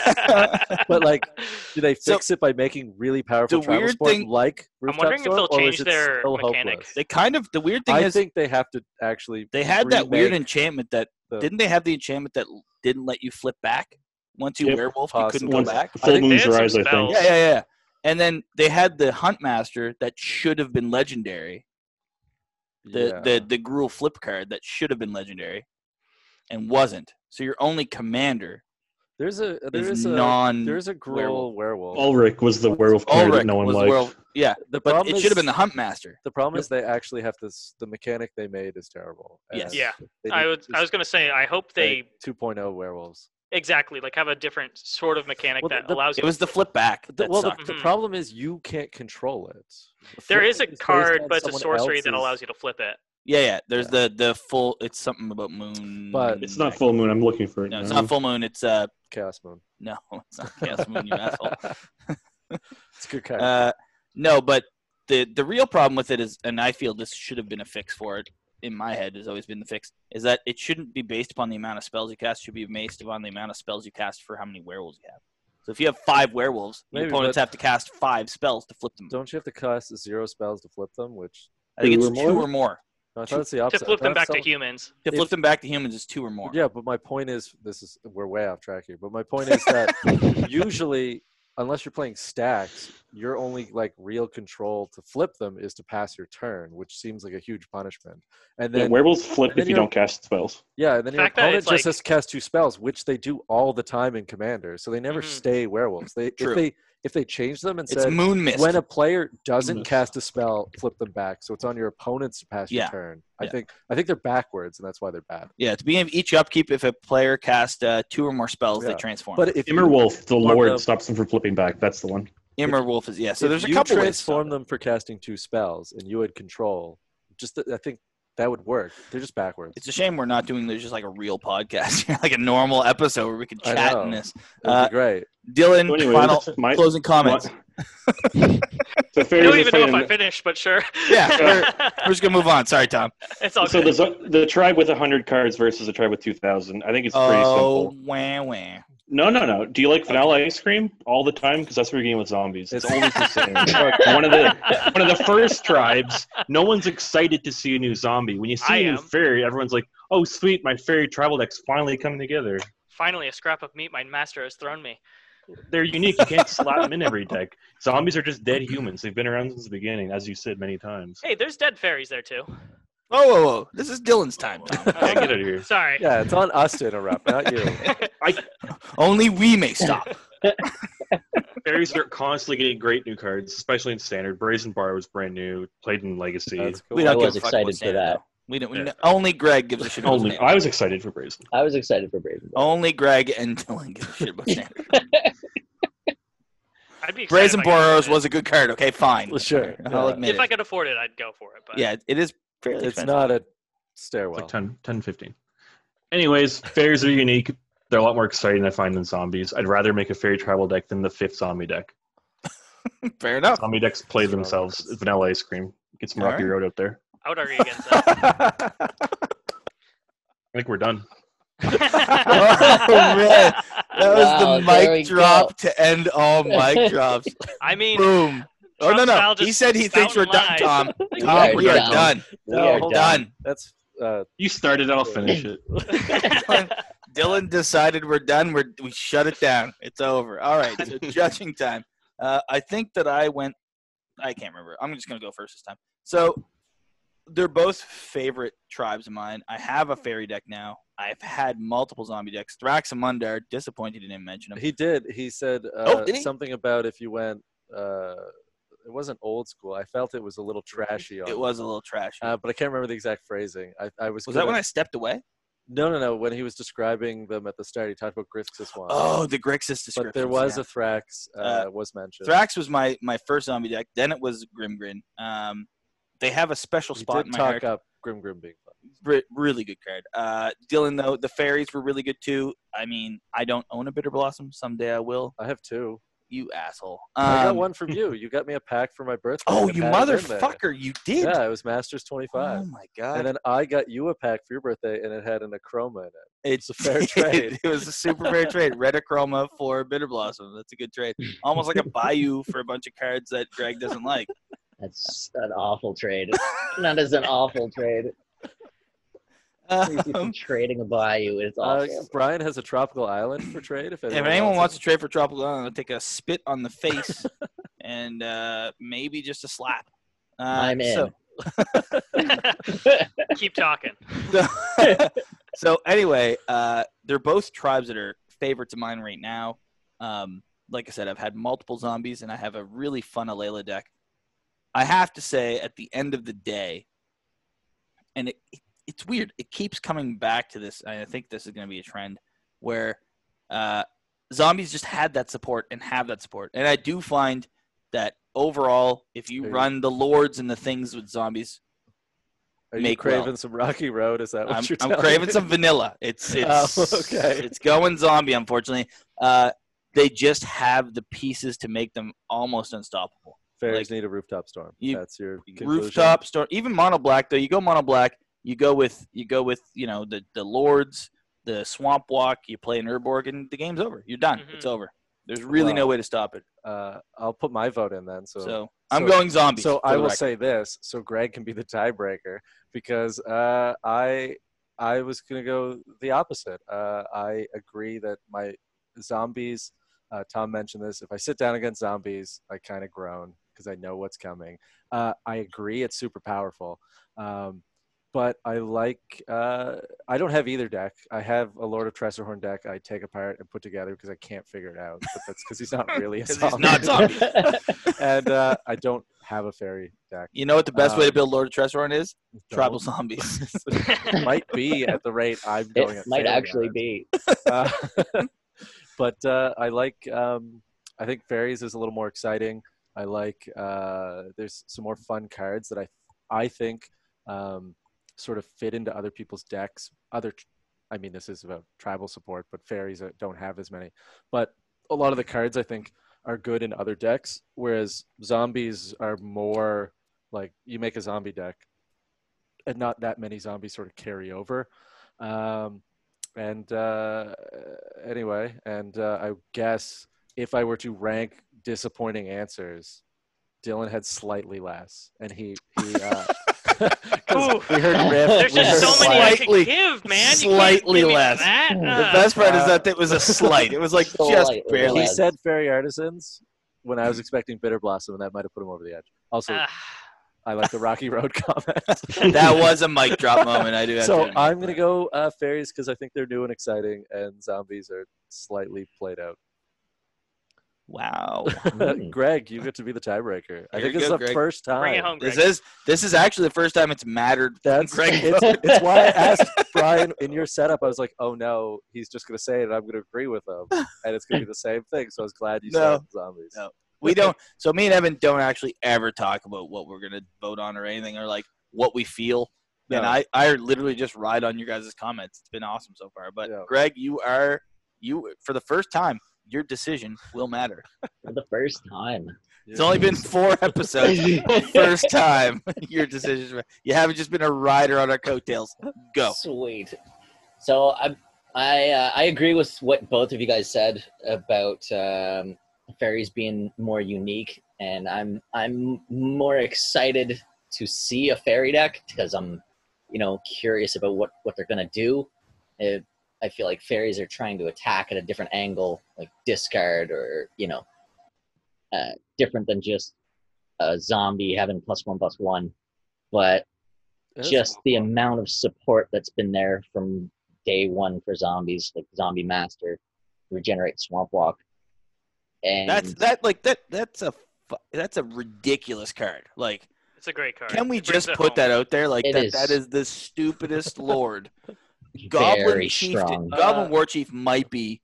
Speaker 2: But like,
Speaker 4: I'm
Speaker 2: do they
Speaker 1: So-
Speaker 2: fix it by making really powerful
Speaker 1: The
Speaker 2: tribal
Speaker 1: weird
Speaker 2: sport
Speaker 1: thing-
Speaker 2: like rooftop
Speaker 4: wondering if
Speaker 2: Storm,
Speaker 4: they'll
Speaker 2: or is
Speaker 4: change
Speaker 2: it
Speaker 4: their
Speaker 2: still
Speaker 4: mechanic.
Speaker 2: hopeless?
Speaker 1: They kind of the weird thing
Speaker 2: I
Speaker 1: is
Speaker 2: think they have to actually.
Speaker 1: they had that weird
Speaker 2: remake-
Speaker 1: enchantment that
Speaker 2: the-
Speaker 1: didn't they have the enchantment that l- didn't let you flip back once you
Speaker 5: Yep.
Speaker 1: werewolf you couldn't
Speaker 2: Possibly.
Speaker 1: go
Speaker 5: Once
Speaker 1: back.
Speaker 5: full
Speaker 2: I think
Speaker 4: they
Speaker 5: moon's
Speaker 4: had some
Speaker 5: rise, I think.
Speaker 4: spells.
Speaker 1: Yeah, yeah, yeah. And then they had the huntmaster that should have been legendary. the
Speaker 2: Yeah.
Speaker 1: the the gruel flip card that should have been legendary and wasn't. So your only commander
Speaker 2: there's a there
Speaker 1: is
Speaker 2: is a
Speaker 1: non
Speaker 2: there is a gruel
Speaker 1: werewolf.
Speaker 2: werewolf.
Speaker 5: Ulrich was the werewolf card that
Speaker 1: Ulrich
Speaker 5: no one
Speaker 1: was the
Speaker 5: liked.
Speaker 1: werewolf- Yeah,
Speaker 2: the
Speaker 1: but
Speaker 2: problem
Speaker 1: it should have
Speaker 2: is-
Speaker 1: been the huntmaster.
Speaker 2: The problem
Speaker 1: Yep.
Speaker 2: is they actually have this. The mechanic they made is terrible.
Speaker 1: Yes.
Speaker 2: and
Speaker 4: Yeah.
Speaker 2: they
Speaker 4: I
Speaker 2: need
Speaker 4: would.
Speaker 2: to
Speaker 4: I was gonna say. I hope
Speaker 2: make
Speaker 4: they
Speaker 2: 2.0 werewolves.
Speaker 4: exactly like have a different sort of mechanic
Speaker 2: Well,
Speaker 4: that
Speaker 2: the-
Speaker 4: allows
Speaker 1: It
Speaker 4: you.
Speaker 1: was the flip back.
Speaker 2: The-
Speaker 1: That
Speaker 2: well, the,
Speaker 1: sucked.
Speaker 2: the
Speaker 4: Mhm.
Speaker 2: problem is you can't control it. The
Speaker 4: There
Speaker 2: flip
Speaker 4: is a
Speaker 2: based
Speaker 4: card,
Speaker 2: on
Speaker 4: but it's a
Speaker 2: someone
Speaker 4: sorcery that
Speaker 2: else's-
Speaker 4: allows you to flip it.
Speaker 1: Yeah, yeah. There's the the full. It's something about moon.
Speaker 2: But-
Speaker 5: It's not full moon. I'm looking for it.
Speaker 1: No, it's
Speaker 5: now.
Speaker 1: not full moon. It's uh
Speaker 2: Chaos Moon.
Speaker 1: no, it's not chaos moon. You asshole.
Speaker 2: It's a good card.
Speaker 1: Uh, no, but the the real problem with it is, and I feel this should have been a fix for it. In my head, has always been the fix is that it shouldn't be based upon the amount of spells you cast. It should be based upon the amount of spells you cast for how many werewolves you have. So if you have five werewolves,
Speaker 2: Maybe,
Speaker 1: your opponents
Speaker 2: but-
Speaker 1: have to cast five spells to flip them.
Speaker 2: Don't you have to cast zero spells to flip them? Which
Speaker 1: I think
Speaker 5: Two
Speaker 1: it's
Speaker 5: or
Speaker 1: two
Speaker 5: more?
Speaker 1: or more.
Speaker 2: no, I thought it's the opposite.
Speaker 4: To
Speaker 2: I
Speaker 4: flip them
Speaker 2: thought if
Speaker 4: back to
Speaker 2: someone-
Speaker 4: humans.
Speaker 1: To flip
Speaker 2: If-
Speaker 1: them back to humans is two or more.
Speaker 2: Yeah, but my point is, this is we're way off track here. But my point is that usually, unless you're playing stacks, your only like real control to flip them is to pass your turn, which seems like a huge punishment. And
Speaker 5: Yeah,
Speaker 2: then
Speaker 5: werewolves flip
Speaker 2: then
Speaker 5: if you
Speaker 2: you're-
Speaker 5: don't cast spells.
Speaker 2: yeah, and then your
Speaker 4: fact that
Speaker 2: opponent
Speaker 4: it's
Speaker 2: just
Speaker 4: like-
Speaker 2: has to cast two spells, which they do all the time in Commander, so they never
Speaker 4: Mhm.
Speaker 2: stay werewolves. They
Speaker 1: True.
Speaker 2: if they if they change them and
Speaker 1: It's
Speaker 2: said
Speaker 1: moon mist.
Speaker 2: when a player doesn't
Speaker 1: Mm-hmm.
Speaker 5: Moonmist.
Speaker 2: cast a spell, flip them back, so it's on your opponent's to pass your
Speaker 1: Yeah.
Speaker 2: turn. I
Speaker 1: Yeah.
Speaker 2: think I think they're backwards, and that's why they're bad.
Speaker 1: yeah, to begin each upkeep, if a player casts uh, two or more spells,
Speaker 2: Yeah.
Speaker 1: they transform.
Speaker 2: But if you-
Speaker 5: Timmerwolf, the
Speaker 2: One
Speaker 5: Lord,
Speaker 2: of-
Speaker 5: stops them from flipping back. That's the one.
Speaker 1: Immer Wolf is yeah. So
Speaker 2: if
Speaker 1: there's a
Speaker 2: you
Speaker 1: couple ways. to
Speaker 2: transform
Speaker 1: solve it.
Speaker 2: them for casting two spells, and you had control. Just th- I think that would work. They're just backwards.
Speaker 1: It's a shame we're not doing this just like a real podcast, like a normal episode where we can
Speaker 2: I
Speaker 1: chat
Speaker 2: know.
Speaker 1: in this.
Speaker 2: It would
Speaker 1: uh,
Speaker 2: be great.
Speaker 1: Dylan,
Speaker 5: So anyway,
Speaker 1: final
Speaker 5: my,
Speaker 1: closing comments.
Speaker 5: so
Speaker 4: I
Speaker 5: fairies
Speaker 4: don't
Speaker 5: are
Speaker 4: even know if
Speaker 5: fighting-
Speaker 4: I finished, but sure.
Speaker 1: Yeah, We're just gonna move on. Sorry, Tom.
Speaker 4: it's all
Speaker 5: so
Speaker 4: good.
Speaker 5: the, zo- the tribe with 100 cards versus the tribe with 2,000. I think it's pretty
Speaker 1: Oh,
Speaker 5: simple.
Speaker 1: wah, wah.
Speaker 5: No, no, no. Do you like vanilla ice cream all the time? Because that's what you're getting with zombies. It's
Speaker 2: It's-
Speaker 5: always the same. one of the one of the first tribes. No one's excited to see a new zombie. When you
Speaker 4: I
Speaker 5: see a
Speaker 4: am.
Speaker 5: new fairy, everyone's like, "Oh, sweet, my fairy tribal deck's finally coming together."
Speaker 4: Finally, a scrap of meat my master has thrown me.
Speaker 5: They're unique. You can't slot them in every deck. Zombies are just dead humans. They've been around since the beginning, as you said many times.
Speaker 4: Hey, there's dead fairies there too.
Speaker 1: Whoa, whoa, whoa! This is Dylan's time, Tom.
Speaker 5: Yeah, get out of here.
Speaker 4: Uh, Sorry.
Speaker 2: Yeah, it's on us to interrupt, not you.
Speaker 1: Only we may stop.
Speaker 5: Fairies are constantly getting great new cards, especially in Standard. Brazen Bar was brand new, played in Legacy.
Speaker 2: That's cool.
Speaker 1: We don't
Speaker 3: I
Speaker 1: give
Speaker 3: was
Speaker 1: a fuck
Speaker 3: excited
Speaker 1: what's
Speaker 3: for
Speaker 1: standard,
Speaker 3: that.
Speaker 1: though. We don't. We
Speaker 5: Yeah.
Speaker 1: kn- only Greg gives a shit about
Speaker 5: Only
Speaker 1: standard.
Speaker 5: I was excited for Brazen.
Speaker 3: I was excited for Brazen. Bar.
Speaker 1: Only Greg and Dylan give a shit about standard.
Speaker 4: I'd be excited
Speaker 1: Brazen
Speaker 4: if I could afford
Speaker 1: Boros
Speaker 4: it.
Speaker 1: was a good card. Okay, fine.
Speaker 2: Well, sure.
Speaker 1: I'll
Speaker 2: Yeah.
Speaker 1: admit
Speaker 4: If I
Speaker 1: it.
Speaker 4: could afford it, I'd go for it. But
Speaker 1: Yeah, it is fairly
Speaker 2: It's
Speaker 1: expensive.
Speaker 2: not a
Speaker 5: It's
Speaker 2: stairwell.
Speaker 5: like 10, 10, 15. Anyways, fairies are unique. They're a lot more exciting, I find, than zombies. I'd rather make a fairy tribal deck than the fifth zombie deck.
Speaker 1: Fair enough.
Speaker 5: Zombie decks play
Speaker 2: That's what I
Speaker 5: themselves.
Speaker 2: was-
Speaker 5: Vanilla ice cream. Get some
Speaker 1: All
Speaker 5: Rocky
Speaker 1: right.
Speaker 5: Road out there.
Speaker 4: I would argue against that.
Speaker 5: I think we're done.
Speaker 1: Oh, man. That was the
Speaker 3: Wow, there we
Speaker 1: mic drop to end all mic drops.
Speaker 4: I mean,
Speaker 1: Boom. Oh no
Speaker 4: Trump's
Speaker 1: no!
Speaker 4: foul
Speaker 1: He
Speaker 4: just
Speaker 1: said he thinks we're done,
Speaker 4: spouting
Speaker 1: Tom.
Speaker 3: We
Speaker 1: Tom, we are
Speaker 3: down.
Speaker 1: done. Oh,
Speaker 3: We are
Speaker 2: No.
Speaker 3: down.
Speaker 1: Done.
Speaker 2: That's uh,
Speaker 5: You started, I'll finish it.
Speaker 1: Dylan decided we're done. We're we shut it down. It's over. All right. So judging time. Uh, I think that I went. I can't remember. I'm just gonna go first this time. So they're both favorite tribes of mine. I have a fairy deck now. I've had multiple zombie decks. Thraxamundar. Disappointed you didn't mention him.
Speaker 2: he did. He said uh,
Speaker 1: Oh, did he?
Speaker 2: something about if you went. Uh, it wasn't old school. I felt it was a little trashy. On
Speaker 1: It was a little trash.
Speaker 2: Uh, but I can't remember the exact phrasing. I, I was.
Speaker 1: was that
Speaker 2: gonna-
Speaker 1: when I stepped away?
Speaker 2: No, no, no. When he was describing them at the start, he talked about Grixis one.
Speaker 1: Oh, the Grixis description.
Speaker 2: Uh, but there was a Thrax uh,
Speaker 1: Uh,
Speaker 2: was mentioned.
Speaker 1: Thrax was my my first zombie deck. Then it was Grimgrin. Um, they have a special
Speaker 2: He
Speaker 1: spot
Speaker 2: did
Speaker 1: in my
Speaker 2: talk uh,
Speaker 1: heart.
Speaker 2: up Grim Grim being fun.
Speaker 1: Re- really good card. Uh, Dylan though, the fairies were really good too. I mean, I don't own a bitter blossom. Someday I will.
Speaker 2: I have two.
Speaker 1: You asshole.
Speaker 2: I got
Speaker 1: Um,
Speaker 2: one from you. You got me a pack for my birthday.
Speaker 1: Oh,
Speaker 2: and
Speaker 1: you
Speaker 2: had it in there.
Speaker 1: motherfucker! You did.
Speaker 2: Yeah, it was Masters twenty five.
Speaker 1: oh my god.
Speaker 2: and then I got you a pack for your birthday, and it had an Acroma in it.
Speaker 1: It's
Speaker 2: a fair trade.
Speaker 1: it was a super fair trade. Red Acroma for Bitter Blossom. That's a good trade. Almost like a Bayou for a bunch of cards that Greg doesn't like.
Speaker 3: That's an awful trade. that is an awful trade. Please keep
Speaker 1: Um,
Speaker 3: trading a bayou. It's
Speaker 2: Uh,
Speaker 3: awful.
Speaker 2: Brian has a tropical island for trade. If anyone,
Speaker 1: if anyone wants to
Speaker 2: it.
Speaker 1: trade for Tropical Island, I'll take a spit on the face and uh, maybe just a slap. Uh,
Speaker 3: I'm in.
Speaker 1: So,
Speaker 4: keep talking.
Speaker 1: so, so anyway, uh, they're both tribes that are favorites of mine right now. Um, like I said, I've had multiple zombies, and I have a really fun Alela deck. I have to say, at the end of the day, and it, it- it's weird. It keeps coming back to this. And I think this is going to be a trend where uh, zombies just had that support and have that support. And I do find that overall, if you
Speaker 2: Are you-
Speaker 1: run the lords and the things with zombies,
Speaker 2: Are you
Speaker 1: make
Speaker 2: craving
Speaker 1: well.
Speaker 2: some Rocky Road? Is that what
Speaker 1: I'm,
Speaker 2: you're
Speaker 1: I'm
Speaker 2: telling
Speaker 1: craving
Speaker 2: me?
Speaker 1: some vanilla. It's it's
Speaker 2: Oh, okay.
Speaker 1: it's going zombie. Unfortunately, uh, they just have the pieces to make them almost unstoppable.
Speaker 2: Fairies
Speaker 1: like-
Speaker 2: need a rooftop storm.
Speaker 1: You-
Speaker 2: That's your conclusion.
Speaker 1: Rooftop storm, even mono black though. You go mono black. You go with you go with you know the the lords, the swamp walk. You play an Urborg, and the game's over. You're done.
Speaker 4: Mhm.
Speaker 1: It's over. There's really no
Speaker 2: Wow.
Speaker 1: way to stop it.
Speaker 2: Uh, I'll put my vote in then.
Speaker 1: So,
Speaker 2: So,
Speaker 1: I'm
Speaker 2: so-
Speaker 1: going zombie.
Speaker 2: So I will say this, so Greg can be the tiebreaker because uh, I I was gonna go the opposite. Uh, I agree that my zombies. Uh, Tom mentioned this. If I sit down against zombies, I kind of groan because I know what's coming. Uh, I agree, it's super powerful. Um, but I like. Uh, I don't have either deck. I have a Lord of Tressorhorn deck. I take apart and put together because I can't figure it out. But that's because he's not really a
Speaker 1: 'Cause
Speaker 2: zombie.
Speaker 1: he's not zombie.
Speaker 2: and uh, I don't have a fairy deck.
Speaker 1: You know what the best way to
Speaker 2: Um,
Speaker 1: build Lord of Tressorn is? Tribal
Speaker 2: Don't.
Speaker 1: zombies.
Speaker 2: might be at the rate I'm going.
Speaker 3: It
Speaker 2: at
Speaker 3: might
Speaker 2: failing at
Speaker 3: actually
Speaker 2: it.
Speaker 3: be.
Speaker 2: Uh, but uh, I like. Um, I think fairies is a little more exciting. I like. Uh, there's some more fun cards that I I think um, sort of fit into other people's decks. Other, tr- I mean, this is about tribal support, but fairies uh, don't have as many. But a lot of the cards I think are good in other decks, whereas zombies are more like you make a zombie deck, and not that many zombies sort of carry over. Um, and uh, anyway, and uh, I guess if I were to rank disappointing answers, Dylan had slightly less, and he he. Uh, 'cause
Speaker 4: Ooh.
Speaker 2: we heard riff.
Speaker 4: There's
Speaker 2: we
Speaker 4: just
Speaker 2: heard
Speaker 4: so many
Speaker 2: Wyatt.
Speaker 4: I
Speaker 1: Slightly-
Speaker 4: could give, man. You can't
Speaker 1: slightly
Speaker 4: give me
Speaker 1: less.
Speaker 4: That.
Speaker 1: the
Speaker 4: Uh,
Speaker 1: best part is
Speaker 2: Uh,
Speaker 1: that it was a slight. It was like just
Speaker 3: Slightly
Speaker 1: barely.
Speaker 2: He
Speaker 3: less.
Speaker 2: said fairy artisans when I was expecting bitter blossom, and that might have put him over the edge. Also,
Speaker 4: ah.
Speaker 2: I like the Rocky Road comment.
Speaker 1: That was a mic drop moment. I do have to.
Speaker 2: so
Speaker 1: admit.
Speaker 2: I'm gonna go uh, fairies because I think they're new and exciting, and zombies are slightly played out.
Speaker 1: Wow. Hmm.
Speaker 3: Mm.
Speaker 2: Greg, you get to be the tiebreaker. I
Speaker 1: You're
Speaker 2: think this is
Speaker 1: good,
Speaker 2: the
Speaker 1: Greg.
Speaker 2: first time.
Speaker 4: Bring it home, Greg.
Speaker 1: This is this is actually the first time it's mattered.
Speaker 2: That's
Speaker 1: Greg.
Speaker 2: It's, it's why I asked Brian in your setup. I was like, "Oh no, he's just gonna say it, and I'm gonna agree with him, and it's gonna be the same thing." So I was glad you
Speaker 1: No.
Speaker 2: said zombies.
Speaker 1: No. We don't. So me and Evan don't actually ever talk about what we're gonna vote on or anything or like what we feel. And
Speaker 2: No.
Speaker 1: I I literally just ride on your guys' comments. It's been awesome so far. But
Speaker 2: Yeah.
Speaker 1: Greg, you are you for the first time. Your decision will matter.
Speaker 3: For the first time.
Speaker 1: It's only been four episodes. First time your decisions. ma- You haven't just been a rider on our coattails. Go.
Speaker 3: Sweet. So I I uh, I agree with what both of you guys said about um, fairies being more unique, and I'm I'm more excited to see a fairy deck because I'm you know curious about what what they're gonna do. It, I feel like fairies are trying to attack at a different angle, like discard or you know uh, different than just a zombie having plus one plus one, but
Speaker 2: That's
Speaker 3: just the
Speaker 2: awful.
Speaker 3: amount of support that's been there from day one for zombies, like Zombie Master, Regenerate Swamp Walk, and
Speaker 1: That's that like that that's a fu- that's a ridiculous card. Like
Speaker 4: It's a great card.
Speaker 1: can we
Speaker 4: It brings
Speaker 1: just
Speaker 4: it
Speaker 1: put
Speaker 4: home.
Speaker 1: that out there? Like
Speaker 3: It
Speaker 1: that
Speaker 3: is.
Speaker 1: that is the stupidest lord.
Speaker 3: very
Speaker 1: Goblin Chief
Speaker 3: strong.
Speaker 1: Goblin
Speaker 2: Uh,
Speaker 1: War Chief might be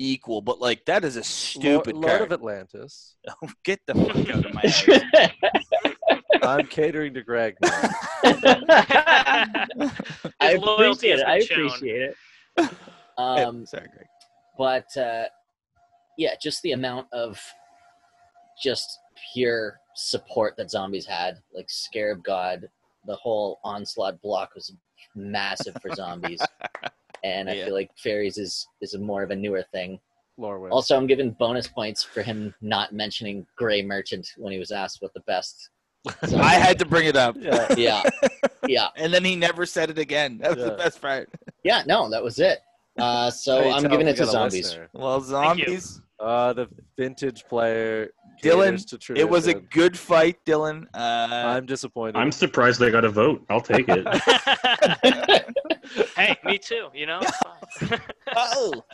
Speaker 1: equal, but like that is a stupid
Speaker 2: Lord, Lord
Speaker 1: card.
Speaker 2: of Atlantis.
Speaker 1: Get the fuck out of my house.
Speaker 2: I'm catering to Greg. Now.
Speaker 3: I
Speaker 4: His loyalty
Speaker 3: appreciate
Speaker 4: has
Speaker 3: it. I
Speaker 4: been shown.
Speaker 3: appreciate it. Um,
Speaker 1: Sorry, Greg.
Speaker 3: but uh, yeah, just the amount of just pure support that zombies had, like Scarab God, the whole onslaught block was massive for zombies, and I
Speaker 1: Yeah.
Speaker 3: feel like fairies is is more of a newer thing.
Speaker 2: Lorwyn.
Speaker 3: Also, I'm giving bonus points for him not mentioning Gray Merchant when he was asked what the best.
Speaker 1: I had to bring it up.
Speaker 2: Yeah.
Speaker 3: Yeah, yeah,
Speaker 1: And then he never said it again. That was the
Speaker 2: Yeah.
Speaker 1: best part.
Speaker 3: yeah. No, that was it. Uh,
Speaker 2: Hey,
Speaker 3: so I'm
Speaker 2: tell
Speaker 3: giving
Speaker 2: him
Speaker 3: it
Speaker 2: we
Speaker 3: to
Speaker 2: got a
Speaker 3: zombies.
Speaker 2: listener.
Speaker 1: Well,
Speaker 4: you.
Speaker 1: zombies.
Speaker 2: Uh, the vintage player.
Speaker 1: Dylan,
Speaker 2: caters to
Speaker 1: It was a
Speaker 2: tradition.
Speaker 1: good fight, Dylan. Uh,
Speaker 2: I'm disappointed.
Speaker 5: I'm surprised they got a vote. I'll take it.
Speaker 4: hey, me too. You know. It's fine.
Speaker 3: Uh,
Speaker 1: oh,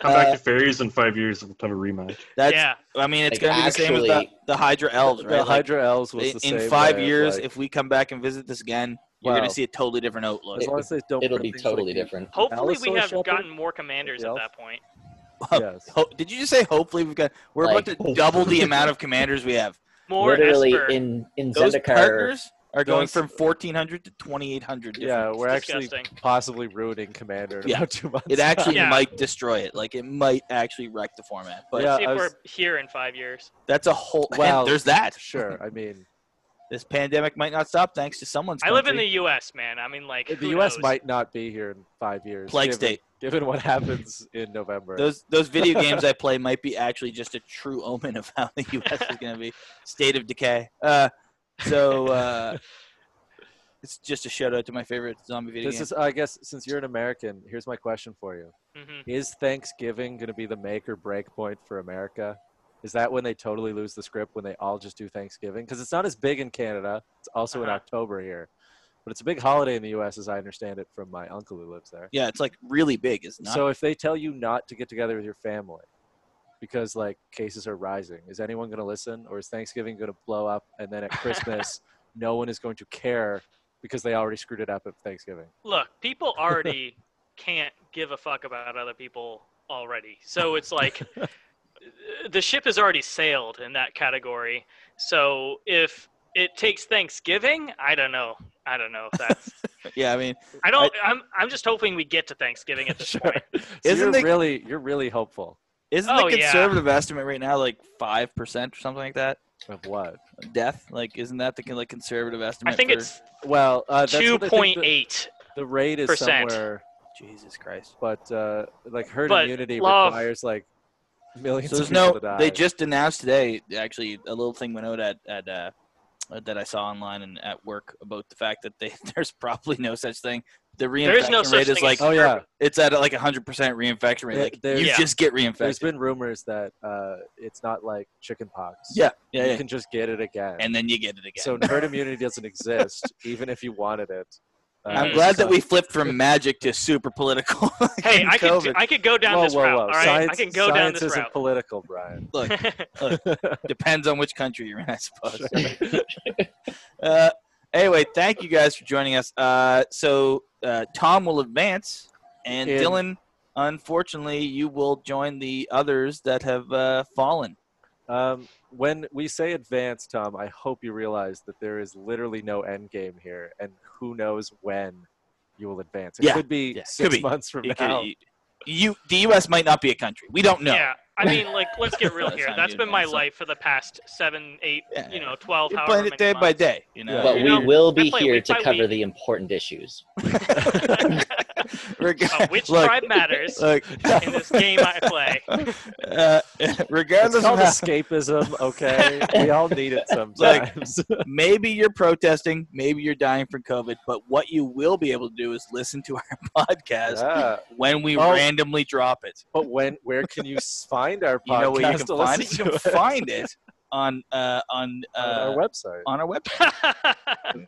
Speaker 5: Come back to fairies in five years. We'll have a rematch.
Speaker 1: that's.
Speaker 4: yeah.
Speaker 1: I mean, it's
Speaker 3: Like,
Speaker 1: gonna be the same as the,
Speaker 3: actually-
Speaker 1: the Hydra Elves,
Speaker 2: the
Speaker 1: right? Like,
Speaker 2: Hydra Elves was
Speaker 1: in,
Speaker 2: the
Speaker 1: in
Speaker 2: same
Speaker 1: five
Speaker 2: way of,
Speaker 1: years,
Speaker 2: like,
Speaker 1: if we come back and visit this again, you're
Speaker 2: Wow.
Speaker 1: gonna see a totally different outlook.
Speaker 2: as long as they don't
Speaker 3: It'll
Speaker 2: print
Speaker 3: be
Speaker 2: things like
Speaker 3: totally
Speaker 2: the-
Speaker 3: different.
Speaker 4: Hopefully, we
Speaker 2: Alistair
Speaker 4: have
Speaker 2: Shepherd?
Speaker 4: gotten more commanders at
Speaker 2: Elf?
Speaker 4: that point.
Speaker 2: Yes.
Speaker 1: Ho- did you just say hopefully we've got? We're
Speaker 3: Like-
Speaker 1: about to double the amount of commanders we have.
Speaker 4: More
Speaker 3: Literally
Speaker 4: Esper.
Speaker 3: in in
Speaker 1: Those
Speaker 3: Zendikar.
Speaker 1: partners are going
Speaker 2: Those-
Speaker 1: from 1400 to 2800.
Speaker 2: Yeah,
Speaker 1: difference.
Speaker 2: we're actually
Speaker 4: disgusting.
Speaker 2: possibly ruining Commander in
Speaker 1: Yeah.
Speaker 2: about two months.
Speaker 1: it actually
Speaker 4: Yeah.
Speaker 1: might destroy it. Like it might actually wreck the format. But
Speaker 2: Yeah,
Speaker 4: See if
Speaker 2: I was-
Speaker 4: we're here in five years.
Speaker 1: that's a whole.
Speaker 2: Well-
Speaker 1: there's that.
Speaker 2: sure. I mean,
Speaker 1: This pandemic might not stop thanks to someone's.
Speaker 4: I live in the
Speaker 1: country.
Speaker 4: U.S., man. I mean, like
Speaker 2: the
Speaker 4: who
Speaker 2: U.S.
Speaker 4: knows?
Speaker 2: might not be here in five years.
Speaker 1: plague
Speaker 2: given,
Speaker 1: state.
Speaker 2: Given what happens in November.
Speaker 1: Those those video games I play might be actually just a true omen of how the U.S. is going to be state of decay. Uh, so uh, it's just a shout out to my favorite zombie video
Speaker 2: this
Speaker 1: game.
Speaker 2: is, I guess, since you're an American, here's my question for you:
Speaker 4: Mhm.
Speaker 2: Is Thanksgiving going to be the make or break point for America? Is that when they totally lose the script when they all just do Thanksgiving? Because it's not as big in Canada. It's also in
Speaker 4: Uh-huh.
Speaker 2: October here. But it's a big holiday in the U.S. as I understand it from my uncle who lives there.
Speaker 1: Yeah, it's like really big, isn't it?
Speaker 2: So if they tell you not to get together with your family because like cases are rising, is anyone going to listen or is Thanksgiving going to blow up and then at Christmas no one is going to care because they already screwed it up at Thanksgiving?
Speaker 4: Look, people already can't give a fuck about other people already. So it's like the ship has already sailed in that category. So if it takes Thanksgiving, I don't know. I don't know if that's.
Speaker 1: yeah, I mean,
Speaker 4: I don't. I, am I'm just hoping we get to Thanksgiving at this
Speaker 2: Sure.
Speaker 4: point.
Speaker 2: So
Speaker 1: Isn't
Speaker 2: you're
Speaker 1: the-
Speaker 2: really you're really hopeful
Speaker 1: isn't
Speaker 4: Oh,
Speaker 1: the
Speaker 4: yeah.
Speaker 1: conservative estimate right now like five percent or something like that?
Speaker 2: of what?
Speaker 1: of Death, like, isn't that the con- like conservative estimate?
Speaker 4: I think
Speaker 1: for-
Speaker 4: it's
Speaker 2: Well, uh, that's
Speaker 4: two
Speaker 2: what I think
Speaker 4: point
Speaker 2: the-
Speaker 4: eight.
Speaker 2: The rate is
Speaker 4: percent.
Speaker 2: somewhere,
Speaker 1: Jesus Christ.
Speaker 2: but uh, like herd
Speaker 4: But
Speaker 2: immunity
Speaker 4: love-
Speaker 2: requires like millions.
Speaker 1: So there's
Speaker 2: of people
Speaker 1: no.
Speaker 2: to die.
Speaker 1: They just announced today, actually, a little thing went out at at uh, that I saw online and at work about the fact that they there's probably no such thing. The
Speaker 4: There is
Speaker 1: reinfection
Speaker 4: no
Speaker 1: rate
Speaker 4: such
Speaker 1: is
Speaker 4: thing.
Speaker 1: like
Speaker 4: as
Speaker 2: Oh, yeah.
Speaker 4: perfect.
Speaker 1: it's at like 100% reinfection rate.
Speaker 2: There-
Speaker 1: Like
Speaker 2: there's-
Speaker 1: you
Speaker 4: Yeah.
Speaker 1: just get
Speaker 2: There's
Speaker 1: reinfected.
Speaker 2: been rumors that uh, it's not like chickenpox.
Speaker 1: yeah, yeah,
Speaker 2: you
Speaker 1: yeah.
Speaker 2: can just get it again.
Speaker 1: and then you get it again.
Speaker 2: so herd immunity doesn't exist, even if you wanted it. Uh,
Speaker 1: I'm
Speaker 4: Mhm.
Speaker 1: glad that
Speaker 2: so-
Speaker 1: we flipped from magic to super political.
Speaker 4: Hey,
Speaker 1: in
Speaker 4: I could
Speaker 1: COVID.
Speaker 4: I could go down
Speaker 2: whoa,
Speaker 4: this
Speaker 2: whoa,
Speaker 4: route.
Speaker 2: whoa.
Speaker 4: All right,
Speaker 2: Science,
Speaker 4: I can go
Speaker 2: science
Speaker 4: down this
Speaker 2: isn't
Speaker 4: route.
Speaker 2: political, Brian.
Speaker 1: depends on which country you're in, I suppose. uh, anyway, thank you guys for joining us. Uh, so uh, Tom will advance, and
Speaker 2: In-
Speaker 1: Dylan, unfortunately, you will join the others that have uh, fallen.
Speaker 2: Um, when we say advance, Tom, I hope you realize that there is literally no end game here, and who knows when you will advance. It
Speaker 1: Yeah.
Speaker 2: could be
Speaker 1: Yeah.
Speaker 2: six
Speaker 1: Could be.
Speaker 2: months from
Speaker 1: You could-
Speaker 2: now.
Speaker 1: you- you, the U.S. might not be a country. We don't know.
Speaker 4: Yeah, I mean, like, let's get real
Speaker 1: That's
Speaker 4: here.
Speaker 1: not
Speaker 4: That's
Speaker 1: you,
Speaker 4: been
Speaker 1: man.
Speaker 4: my
Speaker 1: So-
Speaker 4: life for the past seven, eight,
Speaker 1: Yeah.
Speaker 4: you know, twelve.
Speaker 1: You're
Speaker 4: however
Speaker 1: playing
Speaker 4: many
Speaker 1: it day by
Speaker 4: months.
Speaker 1: day. You know,
Speaker 2: Yeah.
Speaker 3: But
Speaker 4: You
Speaker 3: we
Speaker 4: know,
Speaker 3: will be
Speaker 4: definitely
Speaker 3: here
Speaker 4: week
Speaker 3: to
Speaker 4: by
Speaker 3: cover
Speaker 4: week.
Speaker 3: the important issues.
Speaker 1: Reg-
Speaker 4: Uh, which
Speaker 1: look,
Speaker 4: tribe matters
Speaker 1: look,
Speaker 4: in this game I play?
Speaker 1: uh,
Speaker 2: It's
Speaker 1: regardless of
Speaker 2: called
Speaker 1: how,
Speaker 2: escapism, okay? we all need it sometimes.
Speaker 1: maybe you're protesting, maybe you're dying from COVID, but what you will be able to do is listen to our podcast
Speaker 2: Yeah.
Speaker 1: when we
Speaker 2: Oh.
Speaker 1: randomly drop it.
Speaker 2: But when, where can you s- find our podcast?
Speaker 1: You know where you can
Speaker 2: to
Speaker 1: find it.
Speaker 2: listen
Speaker 1: You can
Speaker 2: to
Speaker 1: find it on uh, on
Speaker 2: on
Speaker 1: uh,
Speaker 2: our website.
Speaker 1: on our website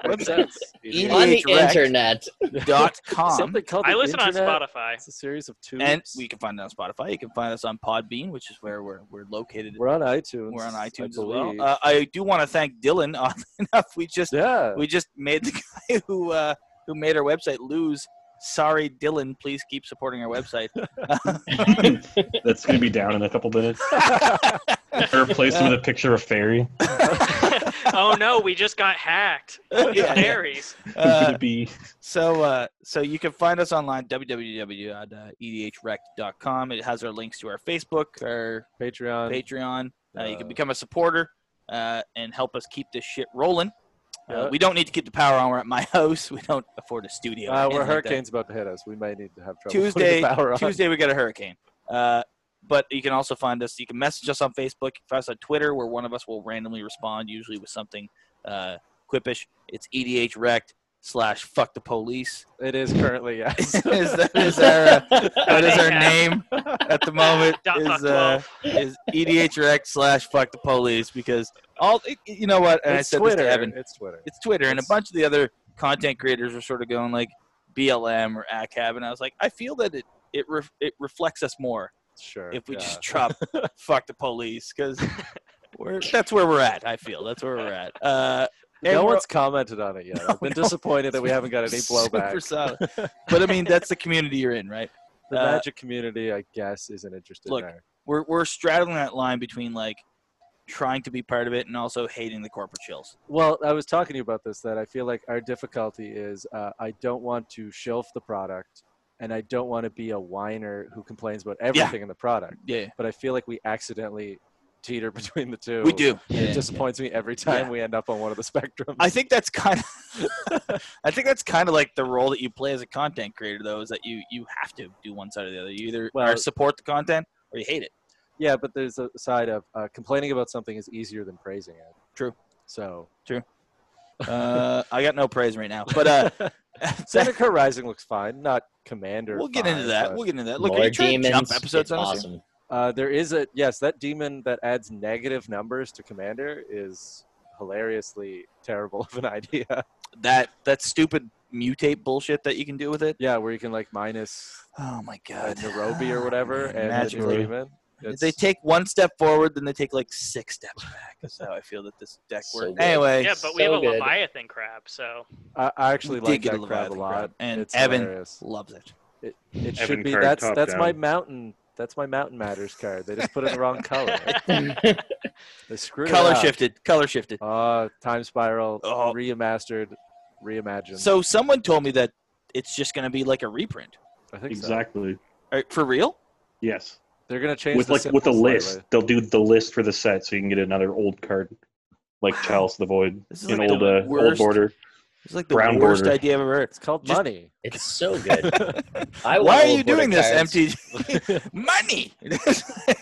Speaker 2: Makes sense.
Speaker 1: Idiot.
Speaker 3: On the
Speaker 1: Correct.
Speaker 3: internet,
Speaker 1: dot com,
Speaker 2: Something called
Speaker 4: I
Speaker 2: the
Speaker 4: listen
Speaker 2: internet.
Speaker 4: on Spotify.
Speaker 2: It's a series of two.
Speaker 1: and we can find it on Spotify. You can find us on Podbean, which is where we're we're located.
Speaker 2: We're on iTunes.
Speaker 1: We're on
Speaker 2: I
Speaker 1: iTunes as
Speaker 2: believe.
Speaker 1: well. Uh, I do want to thank Dylan. Oddly enough, we just
Speaker 2: yeah.
Speaker 1: we just made the guy who uh, who made our website lose. Sorry, Dylan. Please keep supporting our website.
Speaker 5: That's going to be down in a couple minutes. I replaced him with a picture of fairy.
Speaker 4: oh no, we just got hacked.
Speaker 1: Yeah, yeah.
Speaker 4: Fairies.
Speaker 5: I'm
Speaker 1: Uh,
Speaker 5: gonna be
Speaker 1: so uh, so you can find us online E www.edhrec.com. It has our links to our Facebook, our
Speaker 2: Patreon.
Speaker 1: Patreon. Uh, you
Speaker 2: uh,
Speaker 1: can become a supporter uh, and help us keep this shit rolling. Uh,
Speaker 2: Yeah.
Speaker 1: we don't need to keep the power on. We're at my house. We don't afford a studio. or
Speaker 2: Uh,
Speaker 1: anything
Speaker 2: we're
Speaker 1: like that.
Speaker 2: hurricanes about to hit us. We might need to have trouble. putting
Speaker 1: Tuesday,
Speaker 2: the power on.
Speaker 1: Tuesday we got a hurricane. Uh, but you can also find us. You can message us on Facebook. You can find us on Twitter, where one of us will randomly respond, usually with something uh, quippish. It's E EDH wrecked slash fuck the police.
Speaker 2: It is currently
Speaker 1: is
Speaker 2: yes.
Speaker 1: that is our uh, that is our
Speaker 4: Yeah.
Speaker 1: name at the moment
Speaker 4: Dot fuck
Speaker 1: is uh, is EDH wrecked slash fuck the police because all it- you know what and I
Speaker 2: it's
Speaker 1: said
Speaker 2: Twitter.
Speaker 1: this to Evan
Speaker 2: It's Twitter.
Speaker 1: it's Twitter, and a
Speaker 2: It's-
Speaker 1: bunch of the other content creators are sort of going like BLM or ACAB, and I was like, I feel that it it re- it reflects us more
Speaker 2: Sure.
Speaker 1: if we
Speaker 2: yeah.
Speaker 1: just drop "fuck the police" because we're that's where we're at. I feel that's where we're at. Uh, and
Speaker 2: no
Speaker 1: we're
Speaker 2: one's commented on it yet. I've been
Speaker 1: no.
Speaker 2: disappointed that we haven't got any
Speaker 1: super
Speaker 2: blowback.
Speaker 1: solid. but I mean, that's the community you're in, right?
Speaker 2: The
Speaker 1: uh,
Speaker 2: magic community, I guess, isn't interested
Speaker 1: Look,
Speaker 2: in our
Speaker 1: We're we're straddling that line between like trying to be part of it and also hating the corporate chills.
Speaker 2: Well, I was talking to you about this that I feel like our difficulty is uh, I don't want to shelf the product, and I don't want to be a whiner who complains about everything in the product.
Speaker 1: Yeah,
Speaker 2: But I feel like we accidentally teeter between the two.
Speaker 1: we do.
Speaker 2: And It disappoints me every time
Speaker 1: Yeah.
Speaker 2: we end up on one of the spectrums.
Speaker 1: I think that's kind of I think that's kind of like the role that you play as a content creator though is that you you have to do one side or the other. You either
Speaker 2: Well-
Speaker 1: or support the content or you hate it.
Speaker 2: yeah, but there's a side of uh, complaining about something is easier than praising it.
Speaker 1: True.
Speaker 2: So
Speaker 1: Uh, I got no praise right now. But uh
Speaker 2: Seneca Rising looks fine, not Commander.
Speaker 1: we'll get into
Speaker 2: fine,
Speaker 1: that.
Speaker 2: but-
Speaker 1: We'll get into that. Look, are
Speaker 3: Lord
Speaker 1: you trying to jump
Speaker 3: demons.
Speaker 1: episodes
Speaker 3: it's
Speaker 1: on us?
Speaker 3: awesome.
Speaker 2: Uh, there is a yes, that demon that adds negative numbers to commander is hilariously terrible of an idea.
Speaker 1: That that stupid mutate bullshit that you can do with it.
Speaker 2: Yeah, where you can like minus
Speaker 1: Oh my
Speaker 2: uh,
Speaker 1: god.
Speaker 2: Nairobi or whatever,
Speaker 1: Man,
Speaker 2: and it's
Speaker 1: imagine
Speaker 5: Nairobi.
Speaker 2: demon. It's,
Speaker 1: they take one step forward, then they take like six steps back. That's how I feel that this deck
Speaker 3: So
Speaker 1: works.
Speaker 3: good.
Speaker 1: anyway,
Speaker 4: Yeah, but we
Speaker 3: so
Speaker 4: have a
Speaker 3: good.
Speaker 4: Leviathan crab, so
Speaker 2: I, I actually
Speaker 1: did
Speaker 2: like
Speaker 1: get a
Speaker 2: that crab a
Speaker 1: Leviathan
Speaker 2: lot,
Speaker 1: crab, and
Speaker 2: it's
Speaker 1: Evan-
Speaker 2: hilarious.
Speaker 1: loves it.
Speaker 2: It
Speaker 5: Evan
Speaker 2: should be
Speaker 5: Card
Speaker 2: that's
Speaker 5: top
Speaker 2: that's my
Speaker 5: down.
Speaker 2: mountain. That's my mountain matters card. They just put it in the wrong color. They screwed
Speaker 1: Color
Speaker 2: it up.
Speaker 1: shifted. Color shifted.
Speaker 2: Uh, time spiral
Speaker 1: Oh.
Speaker 2: remastered, reimagined.
Speaker 1: So someone told me that it's just going to be like a reprint.
Speaker 2: I think so.
Speaker 5: exactly.
Speaker 1: Are- for real?
Speaker 5: Yes.
Speaker 2: They're gonna change
Speaker 5: with
Speaker 2: the
Speaker 5: like with a
Speaker 2: symbols
Speaker 5: list,
Speaker 2: slightly.
Speaker 5: they'll do the list for the set, so you can get another old card, like
Speaker 1: Wow.
Speaker 5: Chalice of the Void,
Speaker 1: This is
Speaker 5: an
Speaker 1: like
Speaker 5: old
Speaker 1: the
Speaker 5: uh, old
Speaker 1: worst-
Speaker 5: border.
Speaker 1: It's like the
Speaker 5: Brown
Speaker 1: worst
Speaker 5: border.
Speaker 1: idea I've ever heard.
Speaker 2: It's called
Speaker 1: Just-
Speaker 2: money.
Speaker 3: it's so good.
Speaker 1: Why
Speaker 3: I want
Speaker 1: are you
Speaker 3: old
Speaker 1: doing
Speaker 3: border
Speaker 1: this,
Speaker 3: cards.
Speaker 1: MTG? Money.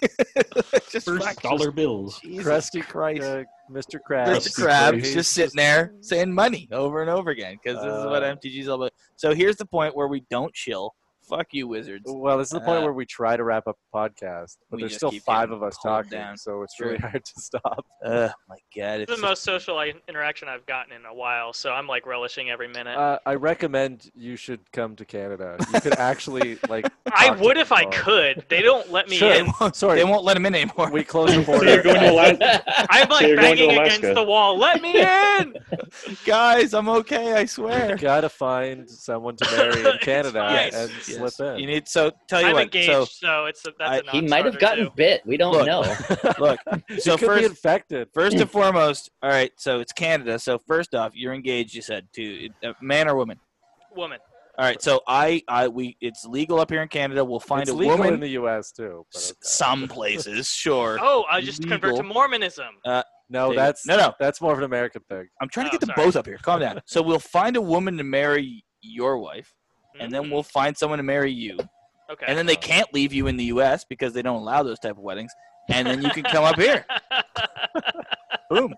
Speaker 1: just
Speaker 5: First
Speaker 1: fuck-
Speaker 5: dollar bills.
Speaker 1: Jesus
Speaker 2: Krusty
Speaker 1: Christ.
Speaker 2: Uh, Mr. Krabs.
Speaker 1: Mr.
Speaker 5: Krusty
Speaker 1: Krabs
Speaker 5: Krabs.
Speaker 1: just sitting there saying money over and over again because this is what
Speaker 2: Uh,
Speaker 1: MTG's all about. So here's the point where we don't chill. Fuck you, wizards.
Speaker 2: Well, this is the
Speaker 1: Uh,
Speaker 2: point where we try to wrap up the podcast, but
Speaker 1: we
Speaker 2: there's
Speaker 1: just
Speaker 2: still
Speaker 1: keep
Speaker 2: five
Speaker 1: getting
Speaker 2: of us
Speaker 1: pulled
Speaker 2: talking,
Speaker 1: down.
Speaker 2: so it's
Speaker 1: True.
Speaker 2: really hard to stop.
Speaker 1: Ugh, my God. It's
Speaker 4: it's the most social I- interaction I've gotten in a while. So I'm like relishing every minute.
Speaker 2: Uh, I recommend you should come to Canada. You could actually like.
Speaker 4: I
Speaker 2: talk to
Speaker 4: would if I
Speaker 2: people.
Speaker 4: could. They don't let me
Speaker 2: Sure.
Speaker 4: in.
Speaker 2: Sorry,
Speaker 1: They won't let him in anymore.
Speaker 2: we closed the
Speaker 5: So you're
Speaker 2: border.
Speaker 5: going to Alaska.
Speaker 4: I'm
Speaker 5: So
Speaker 4: like
Speaker 5: you're going to
Speaker 4: banging
Speaker 5: Alaska.
Speaker 4: against the wall. Let me in.
Speaker 1: Guys, I'm okay. I
Speaker 2: You
Speaker 1: swear.
Speaker 2: gotta find someone to marry in
Speaker 4: It's
Speaker 2: Canada
Speaker 4: fine.
Speaker 2: and
Speaker 1: Yes.
Speaker 2: slip
Speaker 1: You
Speaker 2: in.
Speaker 1: need so tell you
Speaker 4: I'm
Speaker 1: what.
Speaker 4: engaged,
Speaker 1: So
Speaker 4: so, it's a, that's
Speaker 1: I-
Speaker 4: a
Speaker 3: he
Speaker 4: non-starter,
Speaker 3: might have gotten
Speaker 4: too.
Speaker 3: bit. We don't
Speaker 1: Look.
Speaker 3: know.
Speaker 1: look, so
Speaker 2: you could
Speaker 1: first-
Speaker 2: be infected.
Speaker 1: first and foremost, all right. So it's Canada. So first off, you're engaged. You said to a man or woman.
Speaker 4: woman.
Speaker 1: All right. So I, I, we, it's legal up here in Canada. We'll find
Speaker 2: it's
Speaker 1: a
Speaker 2: legal
Speaker 1: woman.
Speaker 2: in the U.S. too. but
Speaker 1: s-
Speaker 2: okay.
Speaker 1: Some places, sure.
Speaker 4: Oh, I just convert to
Speaker 1: legal.
Speaker 4: Mormonism.
Speaker 2: No,
Speaker 1: There you go.
Speaker 2: that's
Speaker 1: no, no.
Speaker 2: that's more of an American thing.
Speaker 1: I'm trying to
Speaker 4: Oh,
Speaker 1: get them
Speaker 4: sorry.
Speaker 1: both up here. Calm down. So we'll find a woman to marry your wife, and then
Speaker 4: Mm-hmm.
Speaker 1: we'll find someone to marry you,
Speaker 4: Mm, okay.
Speaker 1: and then they can't leave you in the U.S. because they don't allow those type of weddings, and then you can come up here. Boom.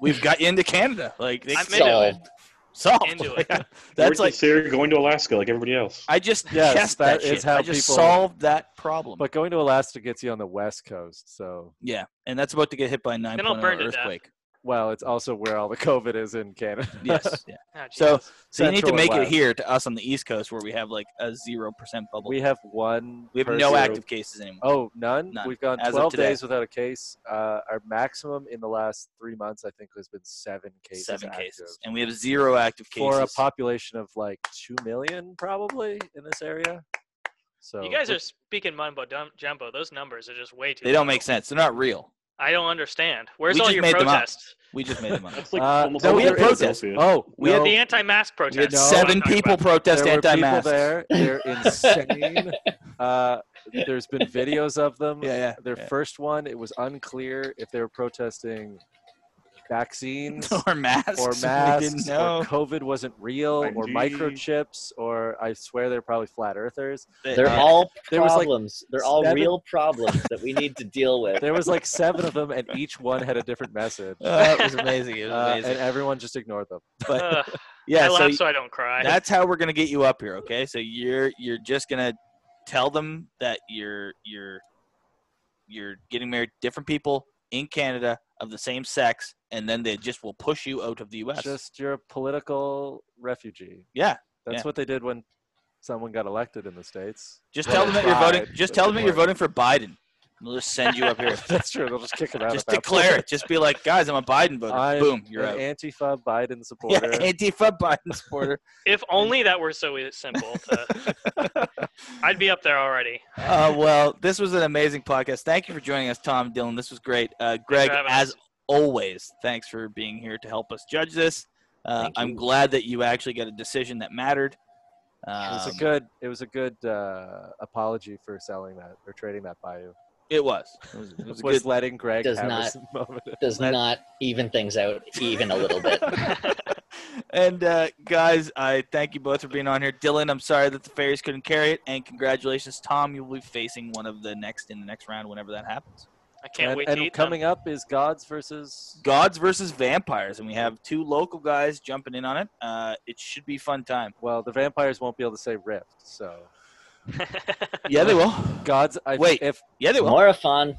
Speaker 1: We've got you into Canada. Like they
Speaker 4: I'm
Speaker 1: can
Speaker 4: into
Speaker 1: solve.
Speaker 4: it.
Speaker 1: Solve.
Speaker 4: Into it.
Speaker 1: That's
Speaker 5: Or
Speaker 1: like
Speaker 5: so you're going to Alaska, like everybody else.
Speaker 1: I just
Speaker 2: Yes,
Speaker 1: chest
Speaker 2: that
Speaker 1: that,
Speaker 2: is
Speaker 1: shit.
Speaker 2: how
Speaker 1: I just
Speaker 2: people-
Speaker 1: solved that problem.
Speaker 2: But going to Alaska gets you on the West Coast, so
Speaker 1: yeah, and that's about to get hit by a 9.0
Speaker 4: I'll burn to death.
Speaker 1: earthquake.
Speaker 2: well, it's also where all the COVID is in Canada.
Speaker 1: Yes. yeah.
Speaker 4: Oh,
Speaker 1: So-
Speaker 4: Jesus.
Speaker 1: So you need to
Speaker 2: Central and
Speaker 1: make it
Speaker 2: West.
Speaker 1: here to us on the East Coast where we have like a zero percent bubble.
Speaker 2: We have one.
Speaker 1: We have
Speaker 2: per
Speaker 1: no
Speaker 2: zero.
Speaker 1: active cases anymore.
Speaker 2: Oh, none.
Speaker 1: None.
Speaker 2: We've gone
Speaker 1: As of
Speaker 2: 12
Speaker 1: today.
Speaker 2: days without a case. Uh, our maximum in the last three months, I think, has been seven cases.
Speaker 1: Seven
Speaker 2: active.
Speaker 1: cases, and we have zero active cases.
Speaker 2: for a population of like two million, probably in this area. So
Speaker 4: you guys are speaking mumbo dum- jumbo. Those numbers are just way too.
Speaker 1: they don't
Speaker 4: low.
Speaker 1: make sense. They're not real.
Speaker 4: I don't understand. Where's
Speaker 1: We
Speaker 4: all
Speaker 1: just
Speaker 4: your
Speaker 1: made them up.
Speaker 4: protests?
Speaker 1: We just made them up.
Speaker 5: That's like
Speaker 2: Uh,
Speaker 5: almost
Speaker 2: no,
Speaker 5: all
Speaker 2: we had
Speaker 5: there is
Speaker 1: protests.
Speaker 5: Philadelphia.
Speaker 2: Oh,
Speaker 1: We had
Speaker 2: no,
Speaker 1: no,
Speaker 4: The anti-mask protests.
Speaker 2: know,
Speaker 4: that's what I'm
Speaker 1: seven
Speaker 4: talking
Speaker 1: people
Speaker 4: about.
Speaker 1: protest
Speaker 2: there were people
Speaker 1: anti-masks.
Speaker 2: there. They're insane. uh, there's been videos of them.
Speaker 1: Yeah, yeah.
Speaker 2: Their first one, it was unclear if they were protesting vaccines
Speaker 1: or masks.
Speaker 2: or
Speaker 1: We
Speaker 2: masks
Speaker 1: didn't know.
Speaker 2: or COVID wasn't real or
Speaker 5: 5G.
Speaker 2: microchips or I swear they're probably flat earthers.
Speaker 1: They-
Speaker 3: They're
Speaker 1: uh,
Speaker 3: all
Speaker 2: There was, like,
Speaker 3: problems. They're all
Speaker 2: seven-
Speaker 3: real problems that we need to deal with.
Speaker 2: There was like seven of them, and each one had a different message,
Speaker 1: uh, it was amazing. It was
Speaker 2: uh, and
Speaker 1: amazing.
Speaker 2: everyone just ignored them.
Speaker 4: Ugh,
Speaker 1: yeah,
Speaker 4: I
Speaker 1: so
Speaker 4: laugh
Speaker 1: y-
Speaker 4: so I don't cry.
Speaker 1: that's how we're gonna get you up here. Okay, so you're you're just gonna tell them that you're you're you're getting married to different people in Canada of the same sex, and then they just will push you out of the U.S.
Speaker 2: Just you're a political refugee.
Speaker 1: yeah,
Speaker 2: That's
Speaker 1: Yeah.
Speaker 2: what they did when someone got elected in the states.
Speaker 1: just
Speaker 2: Well,
Speaker 1: tell them that you're voting.
Speaker 2: tried,
Speaker 1: Just
Speaker 2: but
Speaker 1: tell them
Speaker 2: didn't
Speaker 1: that you're voting
Speaker 2: work.
Speaker 1: for Biden. They'll just send you up here.
Speaker 2: That's true. They'll just kick him out.
Speaker 1: just
Speaker 2: of that
Speaker 1: declare
Speaker 2: place.
Speaker 1: it. Just be like, guys, I'm a Biden voter.
Speaker 2: I'm
Speaker 1: Boom, you're
Speaker 2: An
Speaker 1: out.
Speaker 2: Antifa Biden
Speaker 1: Yeah,
Speaker 2: supporter.
Speaker 1: Antifa Biden supporter.
Speaker 4: if only that were so e-, simple. To, I'd be up there already.
Speaker 1: uh, well, this was an amazing podcast. Thank you for joining us, Tom Dylan. This was great. Uh, Greg,
Speaker 4: having
Speaker 1: as
Speaker 4: us.
Speaker 1: always, thanks for being here to help us judge this. Uh,
Speaker 3: Thank
Speaker 1: I'm
Speaker 3: you.
Speaker 1: glad that you actually got a decision that mattered.
Speaker 2: it was
Speaker 1: Um,
Speaker 2: a good. It was a good uh, apology for selling that or trading that by you.
Speaker 1: it was. It was, it was a
Speaker 2: was
Speaker 1: good.
Speaker 2: letting Greg
Speaker 3: Does
Speaker 2: have
Speaker 3: not-
Speaker 2: his moment.
Speaker 3: Does not even things out even a little bit.
Speaker 1: and uh, guys, I thank you both for being on here. Dylan, I'm sorry that the fairies couldn't carry it, and congratulations, Tom. You will be facing one of the next in the next round whenever that happens.
Speaker 4: I can't
Speaker 2: and
Speaker 4: wait
Speaker 2: and
Speaker 4: to eat
Speaker 2: coming up is gods versus
Speaker 1: Gods versus vampires, and we have two local guys jumping in on it. Uh, it should be a fun time.
Speaker 2: Well, the vampires won't be able to say rift, so
Speaker 4: them.
Speaker 1: Yeah, they will.
Speaker 2: gods. I,
Speaker 1: Wait.
Speaker 2: if
Speaker 1: Yeah, they will.
Speaker 3: Morophon.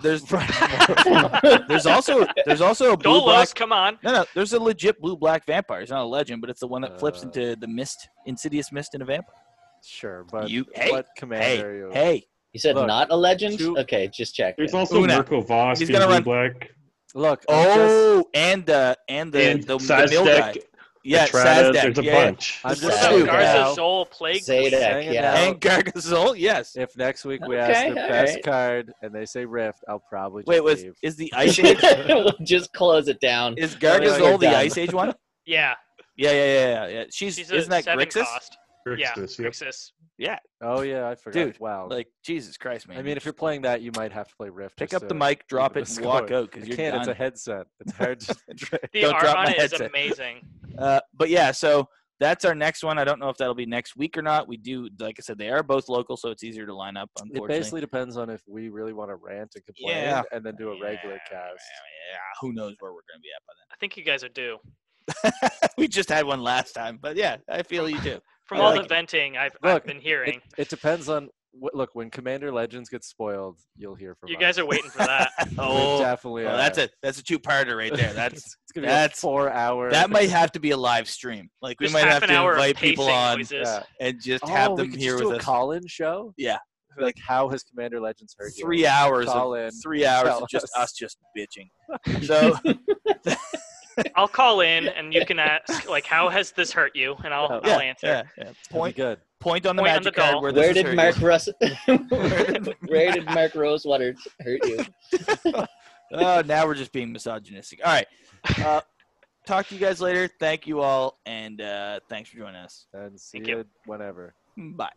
Speaker 1: There's
Speaker 2: Right.
Speaker 1: there's also there's also a blue black.
Speaker 4: Dolos, come on.
Speaker 1: No, no, there's a legit blue black vampire. It's not a legend, but it's the one that flips
Speaker 2: Uh,
Speaker 1: into the mist, insidious mist in a vampire.
Speaker 2: sure, but
Speaker 1: You- hey,
Speaker 2: what commander are you?
Speaker 1: Hey,
Speaker 3: You said
Speaker 2: Look,
Speaker 3: not a legend?
Speaker 2: two-
Speaker 3: okay, just check.
Speaker 5: There's
Speaker 3: then.
Speaker 5: also
Speaker 1: Una.
Speaker 5: Mirko Voss,
Speaker 1: He's
Speaker 5: he's
Speaker 1: gonna
Speaker 5: gonna
Speaker 1: run-
Speaker 5: black,
Speaker 2: Look, I'm just-
Speaker 1: oh, and uh, and the
Speaker 5: and
Speaker 1: the, the mill guy.
Speaker 5: Sazdek,
Speaker 1: Yeah,
Speaker 5: Atradas,
Speaker 1: Sazdak.
Speaker 5: There's a
Speaker 1: yeah, yeah.
Speaker 5: bunch.
Speaker 2: I'm
Speaker 4: What
Speaker 2: just
Speaker 4: about
Speaker 3: Zayda.
Speaker 2: saying now,
Speaker 4: Garza Zol Plague?
Speaker 3: Zayda.
Speaker 2: hanging
Speaker 3: yeah.
Speaker 2: out.
Speaker 1: And Gargazol, yes.
Speaker 2: If next week we
Speaker 3: Okay,
Speaker 2: ask the
Speaker 3: all
Speaker 2: best
Speaker 3: right.
Speaker 2: card and they say Rift, I'll probably just
Speaker 1: Wait, was
Speaker 2: leave.
Speaker 1: is the Ice Age?
Speaker 3: We'll just close it down.
Speaker 1: is
Speaker 2: Yeah, you're
Speaker 1: Gargazol the
Speaker 2: done.
Speaker 1: Ice Age one?
Speaker 4: Yeah,
Speaker 1: Yeah, yeah, yeah, yeah. yeah. She's,
Speaker 4: she's a
Speaker 1: isn't that
Speaker 4: seven
Speaker 1: Grixis?
Speaker 4: cost. Yeah,
Speaker 5: Grixis, yep.
Speaker 4: Grixis.
Speaker 2: Oh yeah, I forgot.
Speaker 1: Dude,
Speaker 2: wow.
Speaker 1: Like Jesus Christ, man.
Speaker 2: I mean, if you're playing that, you might have to play Rift.
Speaker 1: pick
Speaker 2: just
Speaker 1: up the
Speaker 2: to-
Speaker 1: mic, drop
Speaker 2: the
Speaker 1: it, and walk
Speaker 2: score.
Speaker 1: out
Speaker 2: I
Speaker 1: because you're
Speaker 2: can't. It's a
Speaker 1: done.
Speaker 2: head-set. It's hard. to
Speaker 4: The
Speaker 1: Don't
Speaker 4: art
Speaker 1: drop
Speaker 4: on
Speaker 1: my
Speaker 4: it is
Speaker 1: headset.
Speaker 4: amazing.
Speaker 1: Uh, but yeah, so that's our next one. I don't know if that'll be next week or not. We do, like I said, they are both local, so it's easier to line up.
Speaker 2: It
Speaker 1: Unfortunately,
Speaker 2: basically depends on if we really want to rant and complain,
Speaker 1: Yeah.
Speaker 2: and then do a regular
Speaker 1: Yeah,
Speaker 2: cast.
Speaker 1: Yeah, who knows where we're going to be at by
Speaker 4: I think you guys are due.
Speaker 1: then. we just had one last time, but yeah, I feel you too.
Speaker 4: From
Speaker 1: I
Speaker 4: all
Speaker 1: like
Speaker 4: the
Speaker 1: it.
Speaker 4: venting I've,
Speaker 2: Look,
Speaker 4: I've been hearing,
Speaker 2: It, it depends on. What, look, when Commander Legends gets spoiled, you'll hear from
Speaker 4: you
Speaker 2: us.
Speaker 4: guys are waiting for that.
Speaker 2: We
Speaker 1: Oh,
Speaker 2: definitely.
Speaker 1: well,
Speaker 2: are.
Speaker 1: that's a that's a two parter right there. That's
Speaker 2: it's gonna be
Speaker 1: that's-
Speaker 2: a four-hour.
Speaker 1: that might have to be a live stream. Like we
Speaker 4: Just
Speaker 1: might
Speaker 4: half
Speaker 1: have
Speaker 4: an
Speaker 1: to
Speaker 4: hour
Speaker 1: invite
Speaker 4: of pacing
Speaker 1: people on
Speaker 4: noises.
Speaker 2: Yeah.
Speaker 1: and just
Speaker 2: Oh,
Speaker 1: have
Speaker 2: we
Speaker 1: them
Speaker 2: could
Speaker 1: here
Speaker 2: just do
Speaker 1: with
Speaker 2: a
Speaker 1: us.
Speaker 2: call-in show.
Speaker 1: Yeah.
Speaker 2: Like, how has Commander Legends hurt you?
Speaker 1: three hours
Speaker 2: Call
Speaker 1: of
Speaker 2: in,
Speaker 1: three hours
Speaker 2: tell
Speaker 1: of just
Speaker 2: us.
Speaker 1: us just bitching. So
Speaker 4: I'll call in and you can ask, like, how has this hurt you? And I'll,
Speaker 1: Oh, yeah,
Speaker 4: I'll answer.
Speaker 1: yeah, yeah.
Speaker 2: Point
Speaker 1: point
Speaker 2: good.
Speaker 1: point on the
Speaker 4: Point on
Speaker 1: magic
Speaker 4: the
Speaker 1: card
Speaker 4: doll.
Speaker 1: where this
Speaker 3: Where
Speaker 1: is
Speaker 3: did
Speaker 1: hurting
Speaker 3: Mark Russ?
Speaker 1: did-
Speaker 3: Where did Mark Rosewater hurt you?
Speaker 1: you. Oh, now we're just being misogynistic. All right. Uh, talk to you guys later. Thank you all, and uh, thanks for joining us.
Speaker 2: And see
Speaker 4: Thank
Speaker 2: you
Speaker 4: you.
Speaker 2: whenever.
Speaker 1: Bye.